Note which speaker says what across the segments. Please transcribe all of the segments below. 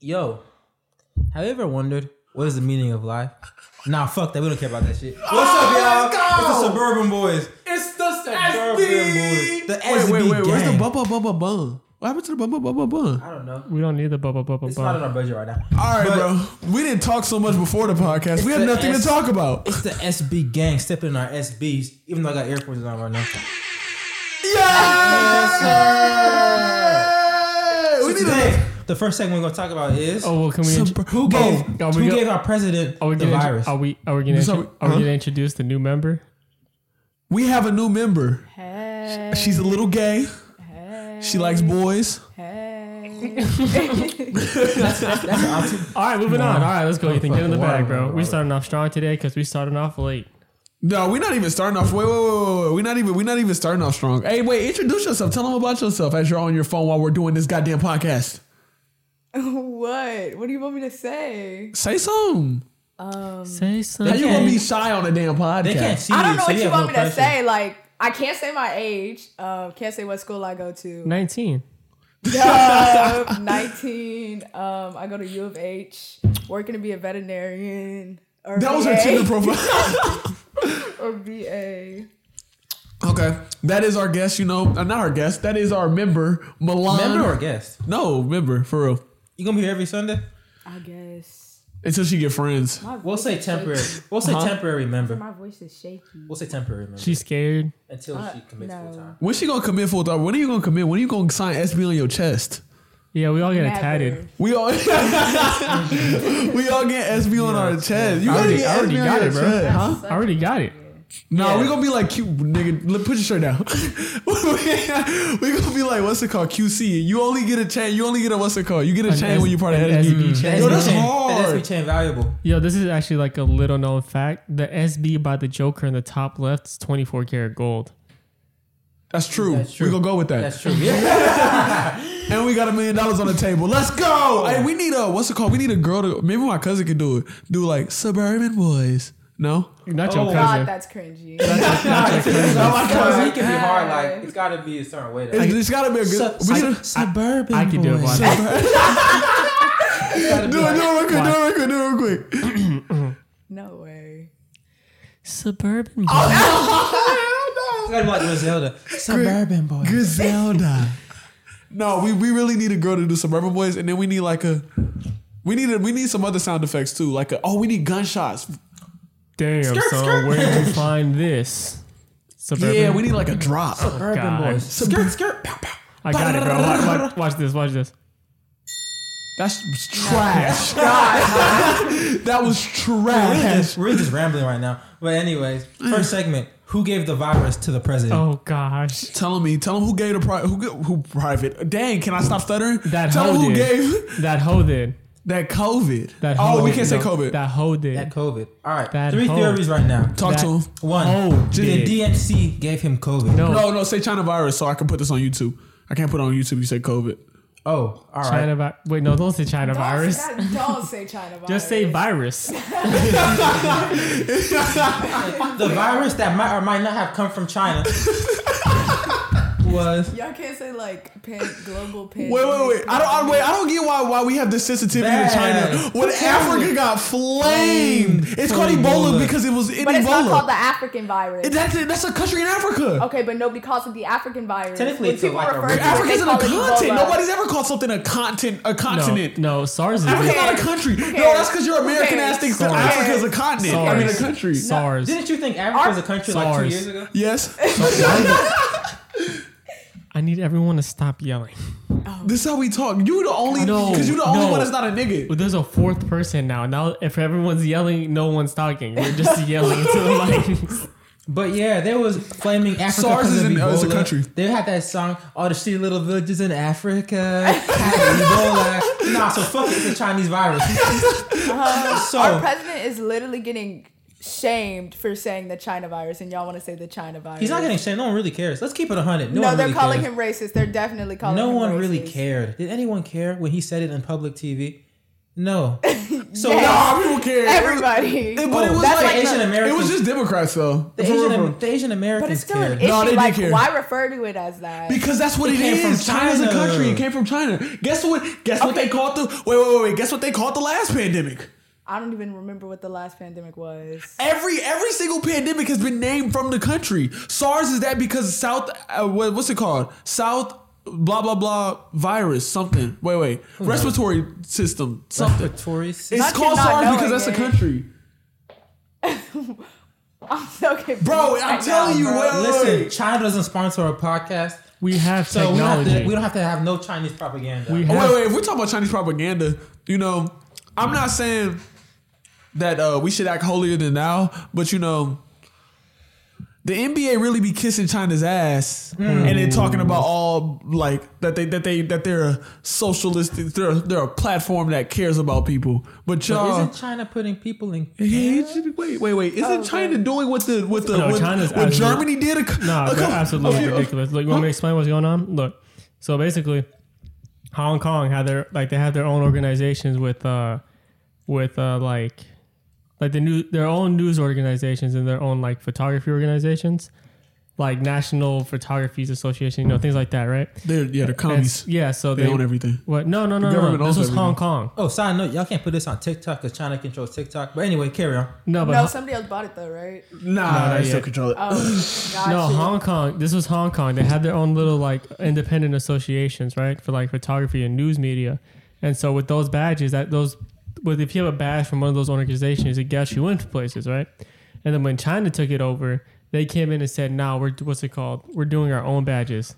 Speaker 1: Yo, have you ever wondered what is the meaning of life? Nah, fuck that. We don't care about that shit. What's
Speaker 2: let's
Speaker 1: up, y'all?
Speaker 2: go!
Speaker 1: It's the Suburban Boys.
Speaker 2: It's the
Speaker 1: Suburban Boys. The SB gang.
Speaker 3: Where's the bubba bubba bun? What happened to the bubba bubba bun?
Speaker 1: I don't know.
Speaker 4: We don't need the bubble bubble
Speaker 1: It's not on
Speaker 4: bubble.
Speaker 1: our budget right now.
Speaker 3: All right,
Speaker 1: But-
Speaker 3: bro. We didn't talk so much before the podcast. We had
Speaker 1: the
Speaker 3: nothing to
Speaker 1: S-
Speaker 3: talk about.
Speaker 1: It's the SB gang stepping in our SBs, even though I got earphones on right now.
Speaker 3: Yeah.
Speaker 1: So
Speaker 3: We need
Speaker 1: today,
Speaker 3: to.
Speaker 1: the first segment we're gonna talk about is
Speaker 4: Oh well, can we?
Speaker 3: Sub-
Speaker 4: int-
Speaker 1: who gave
Speaker 4: are we
Speaker 1: who
Speaker 4: go-
Speaker 1: gave our president
Speaker 4: are we
Speaker 1: the
Speaker 4: gonna?
Speaker 1: virus.
Speaker 4: Are we? Are we gonna?
Speaker 3: So-
Speaker 4: intro- are we
Speaker 3: huh?
Speaker 4: gonna introduce the new member?
Speaker 3: We have a new member.
Speaker 5: Hey.
Speaker 3: She's a little gay. She likes boys.
Speaker 5: Hey.
Speaker 4: All right, moving on. All right, let's go. Ethan, get in the
Speaker 1: fucking
Speaker 4: bag,
Speaker 1: wild,
Speaker 4: bro.
Speaker 1: bro.
Speaker 4: We starting off strong today because we starting off late.
Speaker 3: No, we're not even starting off. Wait, wait, wait, wait, wait. We're not even. We're not even starting off strong. Hey, wait. Introduce yourself. Tell them about yourself as you're on your phone while we're doing this goddamn podcast.
Speaker 5: what? What do you want me to say?
Speaker 3: Say something.
Speaker 5: Um,
Speaker 4: Say
Speaker 3: How
Speaker 4: something.
Speaker 3: you gonna be shy on a damn podcast?
Speaker 1: they can't see
Speaker 5: I don't know
Speaker 1: so
Speaker 5: what you
Speaker 1: have
Speaker 5: want
Speaker 1: no
Speaker 5: me to
Speaker 1: pressure.
Speaker 5: say. Like, I can't say my age. Um, can't say what school I go to.
Speaker 4: Nineteen.
Speaker 5: Yup, Nineteen. Um, I go to U of H. Working to be a veterinarian. Or
Speaker 3: That was her
Speaker 5: VA,
Speaker 3: Tinder profile.
Speaker 5: Or VA.
Speaker 3: okay, that is our guest. You know, uh, not our guest. That is our member, Milan.
Speaker 1: Member or guest?
Speaker 3: no member for real.
Speaker 1: You gonna be here every Sunday?
Speaker 5: I guess.
Speaker 3: Until she get friends.
Speaker 5: My voice
Speaker 1: We'll say
Speaker 5: is shaky.
Speaker 1: temporary. We'll say temporary member.
Speaker 5: My voice is shaky.
Speaker 1: We'll say temporary member
Speaker 4: She's scared.
Speaker 1: until
Speaker 5: Uh,
Speaker 1: she commits
Speaker 5: no.
Speaker 1: full time.
Speaker 3: When she gonna commit full time? When are you gonna commit? When are you gonna sign SB on your chest?
Speaker 4: Yeah, we all get
Speaker 5: Never.
Speaker 4: tatted.
Speaker 3: We all we all get SB on our chest. You
Speaker 4: I
Speaker 3: gotta
Speaker 4: already-
Speaker 3: get
Speaker 4: I
Speaker 3: SB
Speaker 4: already
Speaker 3: on
Speaker 4: got
Speaker 3: your
Speaker 4: it, bro.
Speaker 3: chest, huh?
Speaker 4: I already got it.
Speaker 3: No,
Speaker 1: Yeah.
Speaker 3: we gonna be like Q, nigga. Look, put your shirt down. we gonna be like what's it called? QC. You only get a chain. You only get a what's it called? You get a
Speaker 4: An
Speaker 3: chain
Speaker 4: S-
Speaker 3: when you part of
Speaker 4: an
Speaker 3: SB.
Speaker 4: SB chain.
Speaker 3: Yo, that's
Speaker 1: SB chain-
Speaker 3: hard.
Speaker 1: That SB chain valuable.
Speaker 4: Yo, this is actually like a little known fact. The SB by the Joker in the top left is 24 karat gold.
Speaker 3: That's true.
Speaker 1: That's true.
Speaker 3: We gonna go with that.
Speaker 1: That's true. Yeah.
Speaker 3: And we got a million dollars on the table. Let's go. Hey, we need a what's it called? We need a girl to maybe my cousin could do it. Do like suburban boys. No?
Speaker 4: Not
Speaker 1: Oh,
Speaker 4: your
Speaker 5: God,
Speaker 4: cousin.
Speaker 5: that's cringy.
Speaker 1: my cousin. It can be
Speaker 5: God.
Speaker 1: hard. Like it's gotta be a certain way. To,
Speaker 3: It's, it's gotta be a good
Speaker 1: Sub-
Speaker 3: we need a,
Speaker 1: suburban.
Speaker 4: I can do it.
Speaker 1: boys.
Speaker 4: Watch.
Speaker 1: It's gotta be
Speaker 3: do it,
Speaker 1: like-
Speaker 3: do it real quick, do it real quick, do it real quick.
Speaker 5: No way.
Speaker 4: Suburban.
Speaker 1: it's gotta be like Griselda.
Speaker 4: Oh,
Speaker 1: Suburban boy.
Speaker 3: Griselda. No, we, we really need a girl to do suburban boys, and then we need like a we need a, we need some other sound effects too. Like a, oh, we need gunshots.
Speaker 4: Damn, son, where did you find this? Suburban.
Speaker 3: Yeah, we need like a drop.
Speaker 1: Suburban
Speaker 4: God.
Speaker 1: boys. Skirt, skirt. Pow, pow.
Speaker 4: I got it, bro. Watch, watch, watch this. Watch this.
Speaker 3: That's trash. that was
Speaker 1: We're
Speaker 3: trash.
Speaker 1: just, we're just rambling right now. But anyways, first segment. Who gave the virus to the president?
Speaker 4: Oh gosh.
Speaker 3: Tell me, tell him who gave the pri- who g- who private. Dang, can I stop stuttering?
Speaker 4: That
Speaker 3: tell
Speaker 4: hoe
Speaker 3: him who
Speaker 4: did.
Speaker 3: gave
Speaker 4: That hoe did.
Speaker 3: that COVID.
Speaker 4: That hoe
Speaker 3: oh, we
Speaker 4: did.
Speaker 3: can't say
Speaker 4: No,
Speaker 3: COVID.
Speaker 4: That hoe did.
Speaker 1: That COVID. All right.
Speaker 4: That
Speaker 1: Three
Speaker 4: hoe.
Speaker 1: theories right now.
Speaker 3: Talk
Speaker 4: that-
Speaker 3: to him.
Speaker 1: One.
Speaker 4: Oh,
Speaker 1: the
Speaker 4: did.
Speaker 1: DNC gave him COVID.
Speaker 4: no,
Speaker 3: No, no, say China virus so I can put this on YouTube. I can't put it on YouTube. You say COVID.
Speaker 1: Oh, all right.
Speaker 4: China vi- Wait, no, don't say China
Speaker 5: Don't
Speaker 4: virus.
Speaker 5: Say, that- don't say China virus.
Speaker 4: Just say virus.
Speaker 1: The virus that might or might not have come from China was
Speaker 5: Y'all can't say like pan- global pandemic.
Speaker 3: Wait, wait, wait. I don't. I, wait, I don't get why why we have this sensitivity
Speaker 1: Bad.
Speaker 3: to China when Africa got flamed. It's called
Speaker 1: From
Speaker 3: Ebola
Speaker 1: Ebola.
Speaker 3: because it was in
Speaker 5: But it's not called
Speaker 3: Ebola.
Speaker 5: the African virus.
Speaker 3: It- That's it. That's a country in Africa.
Speaker 5: okay, but no, because of the African virus.
Speaker 1: Technically,
Speaker 5: when
Speaker 1: it's a-
Speaker 5: people
Speaker 1: like a
Speaker 5: refer to
Speaker 1: region.
Speaker 5: it, they
Speaker 3: Africa's in a
Speaker 5: call it
Speaker 3: continent.
Speaker 5: Ebola.
Speaker 3: Nobody's ever called something a content a
Speaker 4: No,
Speaker 3: continent.
Speaker 4: no, SARS is
Speaker 3: Africa's not
Speaker 4: real.
Speaker 3: a
Speaker 5: cares?
Speaker 3: country.
Speaker 5: Who
Speaker 3: No,
Speaker 5: cares?
Speaker 3: that's because your
Speaker 5: Who
Speaker 3: American
Speaker 5: cares?
Speaker 3: ass thinks that
Speaker 4: Who
Speaker 5: cares?
Speaker 3: Africa's a continent. I mean, a
Speaker 4: SARS.
Speaker 3: country.
Speaker 4: SARS.
Speaker 1: Didn't you think Africa was a country like two
Speaker 4: SARS.
Speaker 1: years ago?
Speaker 3: Yes.
Speaker 4: I need everyone to stop yelling.
Speaker 3: This is how we talk. You the only
Speaker 4: No,
Speaker 3: because you the only
Speaker 4: no.
Speaker 3: one that's not a nigga.
Speaker 4: But there's a fourth person now. Now, if everyone's yelling, no one's talking. We're just yelling into the mics.
Speaker 1: But yeah, there was flaming Africa.
Speaker 3: SARS
Speaker 1: 'cause
Speaker 3: is
Speaker 1: of
Speaker 3: in- oh, it's a
Speaker 1: Ebola.
Speaker 3: country.
Speaker 1: They had that song, "All the shitty little villages in Africa had Ebola." Nah, so fuck it, it's a Chinese virus.
Speaker 5: Our
Speaker 1: so
Speaker 5: president is literally getting shamed for saying the China virus, and y'all want to say the China virus.
Speaker 1: he's not getting shamed. No one really cares. Let's keep it hundred. No,
Speaker 5: No,
Speaker 1: one
Speaker 5: they're
Speaker 1: really
Speaker 5: calling
Speaker 1: cares.
Speaker 5: him racist. They're definitely calling
Speaker 1: No
Speaker 5: him
Speaker 1: one really
Speaker 5: racist.
Speaker 1: cared. Did anyone care when he said it in public TV? No. So
Speaker 5: Yes.
Speaker 3: Nah, people care.
Speaker 5: Everybody.
Speaker 3: It- but it was
Speaker 1: that's
Speaker 3: like,
Speaker 1: like Asian
Speaker 3: It
Speaker 1: Americans.
Speaker 3: was just Democrats though.
Speaker 1: the,
Speaker 3: For real,
Speaker 1: Asian,
Speaker 3: for real.
Speaker 1: Am- the Asian Americans
Speaker 5: but it's still an
Speaker 1: care.
Speaker 5: issue.
Speaker 3: No, they do
Speaker 5: like,
Speaker 3: care.
Speaker 5: why refer to it as that?
Speaker 3: Because that's what it,
Speaker 1: It
Speaker 3: it
Speaker 1: came from
Speaker 3: is. China's a
Speaker 1: China.
Speaker 3: country. It came from China. Guess what? Guess what they called the wait, wait, wait, wait. Guess what they called the last pandemic?
Speaker 5: I don't even remember what the last pandemic was.
Speaker 3: Every every single pandemic has been named from the country. SARS is that because South uh, what, what's it called? South blah blah blah virus something. Wait wait
Speaker 5: Hmm.
Speaker 3: respiratory system something.
Speaker 1: Respiratory system.
Speaker 3: It's
Speaker 5: Not you
Speaker 3: called
Speaker 5: not
Speaker 3: SARS because
Speaker 5: knowing
Speaker 3: that's a
Speaker 5: it.
Speaker 3: country.
Speaker 5: I'm so confused.
Speaker 3: Bro, I'm
Speaker 5: right
Speaker 3: telling
Speaker 5: now,
Speaker 3: you,
Speaker 5: bro.
Speaker 3: well-
Speaker 1: Listen, China doesn't sponsor our podcast,
Speaker 4: We have
Speaker 1: so we don't,
Speaker 4: technology.
Speaker 1: have to, we don't have to have no Chinese propaganda.
Speaker 4: We
Speaker 3: Oh,
Speaker 4: have-
Speaker 3: wait wait. If we're talking about Chinese propaganda, you know, I'm not saying that uh, we should act holier than thou, but you know. The NBA really be kissing China's ass, and then talking about all like that they that they that they're a socialist, they're a, they're a platform that cares about people. But
Speaker 1: But
Speaker 3: y'all,
Speaker 1: isn't China putting people in?
Speaker 3: Hey, it's- wait, wait, wait! Isn't China doing what the what the
Speaker 4: No,
Speaker 3: what,
Speaker 4: China's
Speaker 3: what
Speaker 4: absolute-
Speaker 3: Germany did? A, c-
Speaker 4: No,
Speaker 3: a
Speaker 4: they're
Speaker 3: couple-
Speaker 4: absolutely
Speaker 3: a few-
Speaker 4: ridiculous. Look, you want me to explain what's going on? Look, so basically, Hong Kong had their like they have their own organizations with uh with uh like like the new their own news organizations and their own like photography organizations, like National Photography's Association, you know things like that, right?
Speaker 3: They're yeah, they're
Speaker 4: And
Speaker 3: commies.
Speaker 4: s- yeah, so
Speaker 3: They
Speaker 4: they
Speaker 3: own everything.
Speaker 4: What? No, no, no, no.
Speaker 3: government
Speaker 4: no.
Speaker 3: owns
Speaker 4: This was Hong
Speaker 3: everything.
Speaker 4: Kong.
Speaker 1: Oh, side note, y'all can't put this on TikTok because China controls TikTok. But anyway, carry on.
Speaker 4: No, but
Speaker 5: No,
Speaker 4: Ho-
Speaker 5: somebody else bought it though, right?
Speaker 3: Nah,
Speaker 4: not
Speaker 3: they still
Speaker 4: yet.
Speaker 3: control it.
Speaker 5: Oh, gotcha.
Speaker 4: No, Hong Kong. This was Hong Kong. They had their own little like independent associations, right, for like photography and news media. And so with those badges, that those, with if you have a badge from one of those organizations, it gets you into places, right? And then when China took it over, they came in and said, "Now we're what's it called? We're doing our own badges."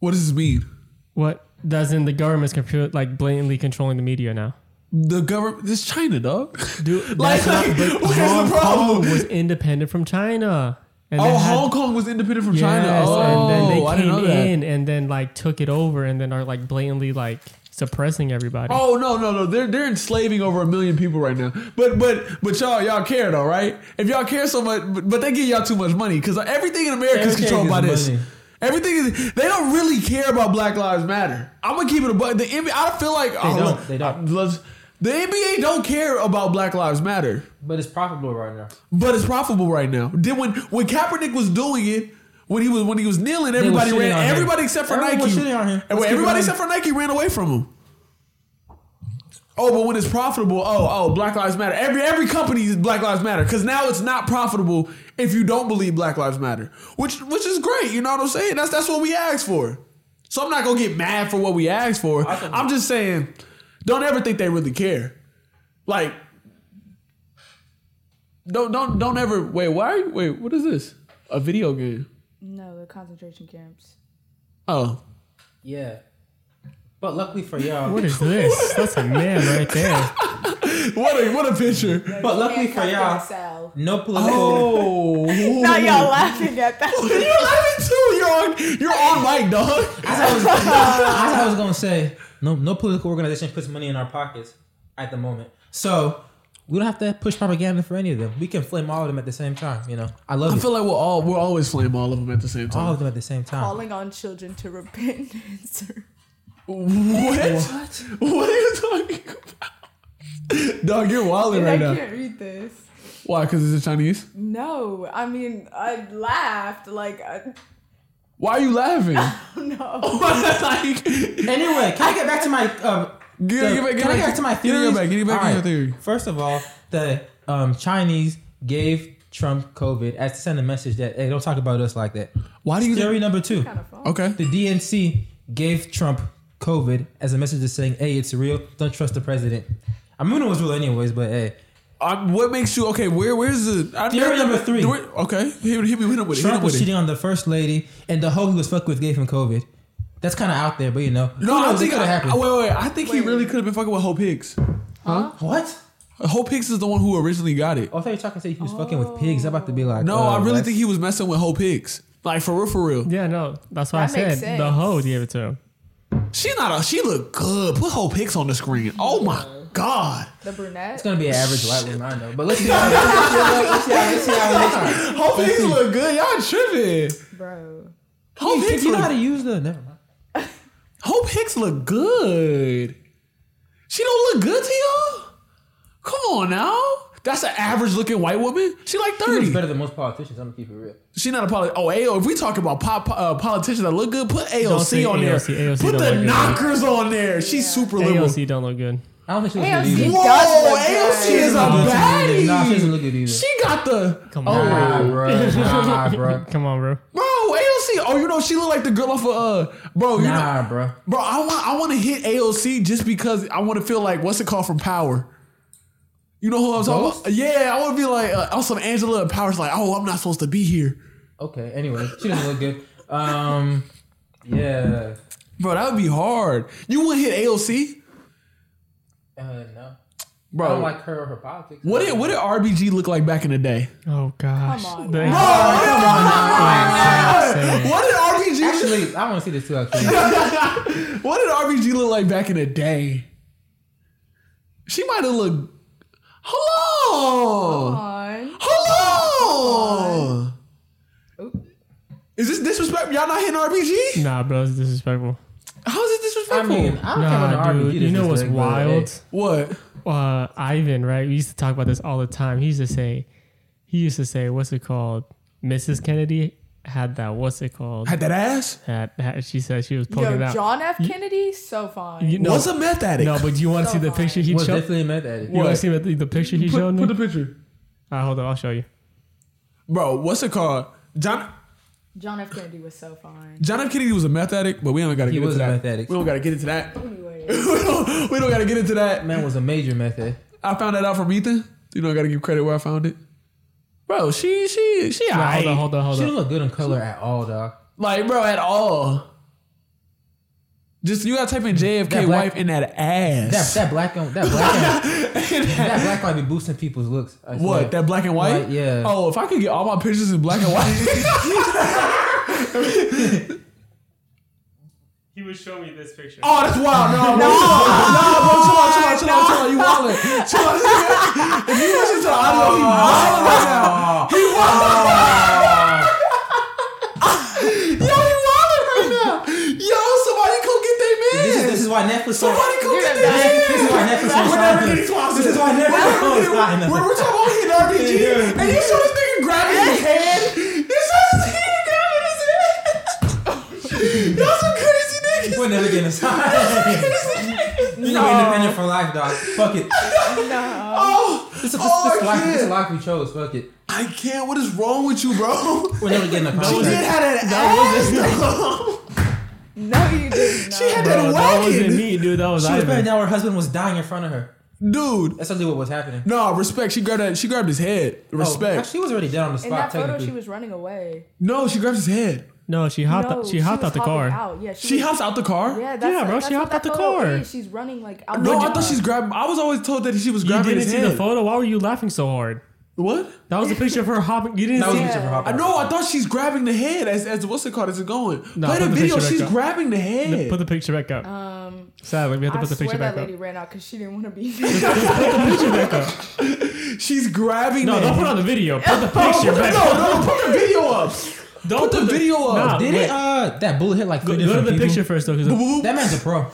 Speaker 3: What does this mean?
Speaker 4: What doesn't the government's computer like blatantly controlling the media now?
Speaker 3: The government. It's China, dog.
Speaker 4: Do
Speaker 3: Like,
Speaker 4: that's not- but
Speaker 3: where's the
Speaker 4: Hong
Speaker 3: problem?
Speaker 4: Kong was independent from China. And they
Speaker 3: Oh,
Speaker 4: had-
Speaker 3: Hong Kong was independent from China.
Speaker 4: Yes,
Speaker 3: Oh,
Speaker 4: and then they came
Speaker 3: I didn't know that.
Speaker 4: in and then like took it over and then are like blatantly like suppressing everybody.
Speaker 3: Oh no no no! They're they're enslaving over a million people right now. But but but y'all y'all care though, right? If y'all care so much, but, but they give y'all too much money because everything in America is
Speaker 1: Everything
Speaker 3: controlled
Speaker 1: is
Speaker 3: by this.
Speaker 1: money.
Speaker 3: Everything is they don't really care about Black Lives Matter. I'm gonna keep it a bu- the NBA. I feel like oh, they
Speaker 1: don't, they don't.
Speaker 3: the NBA don't care about Black Lives Matter,
Speaker 1: But it's profitable right now.
Speaker 3: but it's profitable right now. Then when when Kaepernick was doing it. When he was when he was kneeling, everybody
Speaker 1: shitting
Speaker 3: ran.
Speaker 1: on him.
Speaker 3: Everybody except for
Speaker 1: Everyone was
Speaker 3: Nike.
Speaker 1: shitting on him.
Speaker 3: And
Speaker 1: Let's
Speaker 3: wait,
Speaker 1: keep
Speaker 3: everybody
Speaker 1: going.
Speaker 3: except for Nike ran away from him. Oh, but when it's profitable, oh, oh, Black Lives Matter. Every every company is Black Lives Matter because now it's not profitable if you don't believe Black Lives Matter, which which is great. You know what I'm saying? That's that's what we asked for. So I'm not gonna get mad for what we asked for.
Speaker 1: I can-
Speaker 3: I'm just saying, don't ever think they really care. Like, don't don't don't ever wait. Why? are you- Wait, what is this? A video game?
Speaker 5: No, the concentration camps.
Speaker 3: Oh,
Speaker 1: Yeah. But luckily for y'all,
Speaker 4: What is this? That's a man right there.
Speaker 3: what a what a picture!
Speaker 1: but luckily for y'all,
Speaker 5: Sal.
Speaker 1: no political.
Speaker 3: Oh,
Speaker 5: Now y'all laughing at that.
Speaker 3: You're laughing too. You're on. You're on mic, dog.
Speaker 1: As I was, as I was gonna say, no, no political organization puts money in our pockets at the moment. So we don't have to push propaganda for any of them. We can flame all of them at the same time. You know, I love
Speaker 3: I
Speaker 1: it.
Speaker 3: feel like we're all we're always flame all of them at the same
Speaker 1: all
Speaker 3: time.
Speaker 1: of them at the same time.
Speaker 5: Calling on children to repentance.
Speaker 3: Oh. What?
Speaker 1: What?
Speaker 3: What are you talking about? Dog, you're wilding
Speaker 5: I
Speaker 3: right now.
Speaker 5: can't read this.
Speaker 3: Why? Because it's a Chinese.
Speaker 5: No, I mean I laughed like I
Speaker 3: Why are you laughing?
Speaker 5: don't know.
Speaker 4: Oh.
Speaker 3: like,
Speaker 1: Anyway, can I get back to my um? the-
Speaker 3: Get- get back-
Speaker 1: can
Speaker 3: get
Speaker 1: I
Speaker 3: back-
Speaker 1: get back to my
Speaker 3: get back-
Speaker 1: theory?
Speaker 3: get back- get back to your theory.
Speaker 1: First of all, the um Chinese gave Trump COVID as to send a message that hey, don't talk about us like that.
Speaker 3: why do you?
Speaker 1: Theory number two.
Speaker 5: Kind of fun.
Speaker 3: okay.
Speaker 1: The DNC gave Trump COVID as a message of saying, hey, it's real. Don't trust the president. I mean, it was real anyways, but hey.
Speaker 3: Um, what makes you okay? Where? Where's the? I
Speaker 1: Theory number three.
Speaker 3: Where, okay. Hit, hit me. Hit him with it. Hit
Speaker 1: Trump
Speaker 3: him with
Speaker 1: was
Speaker 3: it.
Speaker 1: cheating on the first lady, and the hoe he was fucked with gave him COVID. That's kind of out there, but you know. Who
Speaker 3: No, I
Speaker 1: knows? It
Speaker 3: think.
Speaker 1: coulda
Speaker 3: I,
Speaker 1: happened.
Speaker 3: wait, wait. I think he
Speaker 5: Wait.
Speaker 3: really could have been fucking with Hope Hicks.
Speaker 1: What?
Speaker 3: Hope Hicks is the one who originally got it.
Speaker 1: Oh, I thought you were talking say he was fucking with pigs. I'm about to be like,
Speaker 3: No,
Speaker 1: uh,
Speaker 3: I really
Speaker 1: that's-
Speaker 3: think he was messing with Hope Hicks. Like for real, for real.
Speaker 4: Yeah, no, that's why
Speaker 5: That
Speaker 4: I
Speaker 5: makes
Speaker 4: said the hoe gave it to him.
Speaker 3: She not a. She look good. Put Hope Hicks on the screen. Oh my god.
Speaker 5: The brunette.
Speaker 1: It's gonna be an average white woman, I know. But let's see how let's see how- let's see how it looks like.
Speaker 3: Hope Hicks look good. Y'all tripping.
Speaker 5: Bro.
Speaker 3: Hope
Speaker 1: If
Speaker 3: Hicks
Speaker 1: you know how
Speaker 3: look.
Speaker 1: to use the. Never mind.
Speaker 3: Hope Hicks look good. She don't look good to y'all. Come on now. That's an average looking white woman. She like
Speaker 1: She looks
Speaker 3: thirty.
Speaker 1: better than most politicians. I'm gonna keep it real.
Speaker 3: She not a polit. Oh, AO. If we talking about pop uh, politicians that look good, put
Speaker 4: say
Speaker 3: AOC on there.
Speaker 4: AOC. AOC
Speaker 3: put
Speaker 4: don't look
Speaker 3: the
Speaker 4: good.
Speaker 3: knockers on there. She's super liberal.
Speaker 4: AOC don't look good.
Speaker 1: I don't think she looks
Speaker 5: AOC.
Speaker 1: good either.
Speaker 5: She
Speaker 3: Whoa,
Speaker 5: does look
Speaker 3: AOC
Speaker 5: good.
Speaker 3: is a
Speaker 1: Nah, she doesn't- Nah, she doesn't
Speaker 3: baddie.
Speaker 1: look good either.
Speaker 3: She got the oh,
Speaker 4: Come on,
Speaker 1: Nah, bro. Nah, bro.
Speaker 4: come on, bro.
Speaker 3: bro AOC. Oh, you know she look like the girl off of uh, bro. You know,
Speaker 1: Nah, bro.
Speaker 3: Bro, I want I want to hit AOC just because I want to feel like what's it called from Power. You know who I'm talking
Speaker 1: Ghost?
Speaker 3: about? Yeah, I want to be like uh, also Angela and Power's like, oh, I'm not supposed to be here,
Speaker 1: Okay. Anyway, she doesn't look good. Um. Yeah.
Speaker 3: bro. That would be hard. You wouldn't hit AOC,
Speaker 1: Uh, no. I
Speaker 3: bro.
Speaker 1: don't like her or her politics.
Speaker 3: what did what did RBG look like back in the day?
Speaker 4: Oh gosh.
Speaker 5: Come on,
Speaker 4: The-
Speaker 5: man.
Speaker 3: What did RBG actually?
Speaker 1: Actually, I want to see this too. Actually,
Speaker 3: What did RBG look like back in the day? She might have looked. Hello.
Speaker 4: Oh.
Speaker 5: Come on.
Speaker 3: Hello!
Speaker 5: Oop.
Speaker 3: Is this disrespect? Y'all not hitting RBG?
Speaker 4: Nah, bro, it's disrespectful.
Speaker 3: How is it
Speaker 1: I
Speaker 3: disrespectful?
Speaker 1: mean, I don't care
Speaker 4: Nah,
Speaker 1: about
Speaker 4: dude.
Speaker 1: RBG.
Speaker 4: You know what's wild?
Speaker 3: what?
Speaker 4: Uh, Ivan, right? We used to talk about this all the time. He used to say, he used to say, what's it called? Mrs. Kennedy had that. What's it called?
Speaker 3: Had that ass?
Speaker 4: Had, had- she said she was poking
Speaker 5: Yo,
Speaker 4: it out.
Speaker 5: John F. Kennedy, so fine.
Speaker 4: You know-
Speaker 3: Was a meth addict.
Speaker 4: no, but you want to see the
Speaker 5: fine.
Speaker 4: picture he
Speaker 1: Was
Speaker 4: showed?
Speaker 1: definitely mad at it.
Speaker 4: You want
Speaker 3: What?
Speaker 4: to see the, the picture he showed me?
Speaker 3: picture.
Speaker 4: Ah, hold on, I'll show you.
Speaker 3: Bro, what's it called? John
Speaker 5: John F. Kennedy was so fine.
Speaker 3: John F. Kennedy was a meth addict, but we don't gotta
Speaker 1: He
Speaker 3: get into
Speaker 1: was a
Speaker 3: that.
Speaker 1: meth addict.
Speaker 3: We don't gotta get into that.
Speaker 5: Anyway,
Speaker 3: we, don't, we don't gotta get into that.
Speaker 1: That man was a major method.
Speaker 3: I found that out from Ethan. You know, I gotta give credit where I found it. Bro, she she she
Speaker 4: Nah, hold
Speaker 3: aight.
Speaker 4: on, hold on,
Speaker 1: She
Speaker 4: hold
Speaker 1: didn't
Speaker 4: on.
Speaker 1: look good in color at all, dog.
Speaker 3: like bro at all. Just you gotta type in JFK
Speaker 1: That black-
Speaker 3: wife in that ass.
Speaker 1: That that black and that black and, that black might be boosting people's looks. I swear.
Speaker 3: What that black and white?
Speaker 1: White, yeah.
Speaker 3: Oh, if I could get all my pictures in black and white,
Speaker 4: He would show me this picture.
Speaker 3: oh, that's wild. No, no, no, bro, chill out, chill out, chill out, chill out. You wildin', chill out. nigga. If you listen to the audio, he
Speaker 1: Oh.
Speaker 3: wildin' right now. He wildin'. Yo, he wildin' right now. Yo, somebody come get their man.
Speaker 1: This is, this is why Netflix.
Speaker 3: somebody come
Speaker 5: Give
Speaker 3: get
Speaker 5: it
Speaker 3: their
Speaker 5: back.
Speaker 3: man.
Speaker 1: This is why Netflix owns
Speaker 3: We're never
Speaker 1: Seinfeld.
Speaker 3: getting sponsored.
Speaker 1: This is why Netflix owns
Speaker 3: We're-
Speaker 1: Seinfeld.
Speaker 3: We're we're talking about
Speaker 1: Yeah.
Speaker 3: hitting RBG, and you saw this nigga grabbing his head. You saw this nigga grabbing his head. Y'all some crazy niggas.
Speaker 1: We're never getting a sign. You know, independent for life, dog. Fuck it.
Speaker 5: no.
Speaker 3: Oh,
Speaker 1: This is this,
Speaker 3: oh,
Speaker 1: this
Speaker 3: I
Speaker 1: life. This
Speaker 3: can't.
Speaker 1: life we chose. Fuck it.
Speaker 3: I can't. What is wrong with you, bro?
Speaker 1: We're never getting a
Speaker 3: She did
Speaker 1: contract.
Speaker 3: have that ass. though.
Speaker 5: No, you didn't.
Speaker 3: She had
Speaker 4: Bro,
Speaker 3: that
Speaker 4: that wasn't
Speaker 3: wagon,
Speaker 4: me, dude. That was
Speaker 1: She was
Speaker 4: Ivan.
Speaker 1: pregnant now. Her husband was dying in front of her.
Speaker 3: dude.
Speaker 1: That's literally what was happening.
Speaker 3: No respect. She grabbed that. She grabbed his head.
Speaker 1: Oh,
Speaker 3: Respect.
Speaker 1: she was already dead on the
Speaker 5: In
Speaker 1: spot.
Speaker 5: that photo,
Speaker 1: Technically,
Speaker 5: she was running away.
Speaker 3: no, she grabbed his head.
Speaker 4: No, she hopped.
Speaker 5: no,
Speaker 4: she hopped
Speaker 5: was
Speaker 4: out the car.
Speaker 5: hopping Out. Yeah, she,
Speaker 3: She
Speaker 5: was-
Speaker 3: hops out the car.
Speaker 5: Yeah, that's
Speaker 4: Yeah, bro,
Speaker 5: that's
Speaker 4: she
Speaker 5: what
Speaker 4: hopped
Speaker 5: that
Speaker 4: out the
Speaker 5: photo
Speaker 4: car.
Speaker 5: is. She's running like out
Speaker 3: No,
Speaker 5: the
Speaker 3: I
Speaker 5: car.
Speaker 3: thought she's grabbing. I was always told that she was
Speaker 4: You
Speaker 3: grabbing
Speaker 4: didn't
Speaker 3: his
Speaker 4: see
Speaker 3: head.
Speaker 4: the photo. Why were you laughing so hard?
Speaker 3: What?
Speaker 4: That was a picture of her hopping. You didn't
Speaker 1: that was
Speaker 4: see
Speaker 1: a
Speaker 4: it.
Speaker 1: picture for
Speaker 3: I
Speaker 1: Hopper.
Speaker 3: know. I thought she's grabbing the head as as what's it called? Is it going?
Speaker 4: No,
Speaker 3: Play
Speaker 4: put
Speaker 3: the
Speaker 4: the
Speaker 3: video.
Speaker 4: picture back
Speaker 3: She's
Speaker 4: up.
Speaker 3: grabbing the head.
Speaker 4: Put the picture back up.
Speaker 5: Um,
Speaker 4: Sadly, we have to
Speaker 5: I
Speaker 4: put the
Speaker 5: swear
Speaker 4: picture
Speaker 5: that
Speaker 4: back up.
Speaker 5: lady ran out because she didn't want to be there.
Speaker 3: she's grabbing.
Speaker 4: No,
Speaker 3: the
Speaker 4: don't
Speaker 3: head.
Speaker 4: put on the video. Put the
Speaker 3: No,
Speaker 4: picture
Speaker 3: put
Speaker 4: back.
Speaker 3: the- No, no, put the video up.
Speaker 4: Don't
Speaker 3: Put the video up.
Speaker 4: Nah,
Speaker 1: Did
Speaker 4: wait.
Speaker 1: it? Uh, that bullet hit like three
Speaker 4: Go, go to
Speaker 1: different
Speaker 4: the
Speaker 1: people.
Speaker 4: picture first, though. 'cause-
Speaker 3: Boo, boo.
Speaker 1: That man's a pro.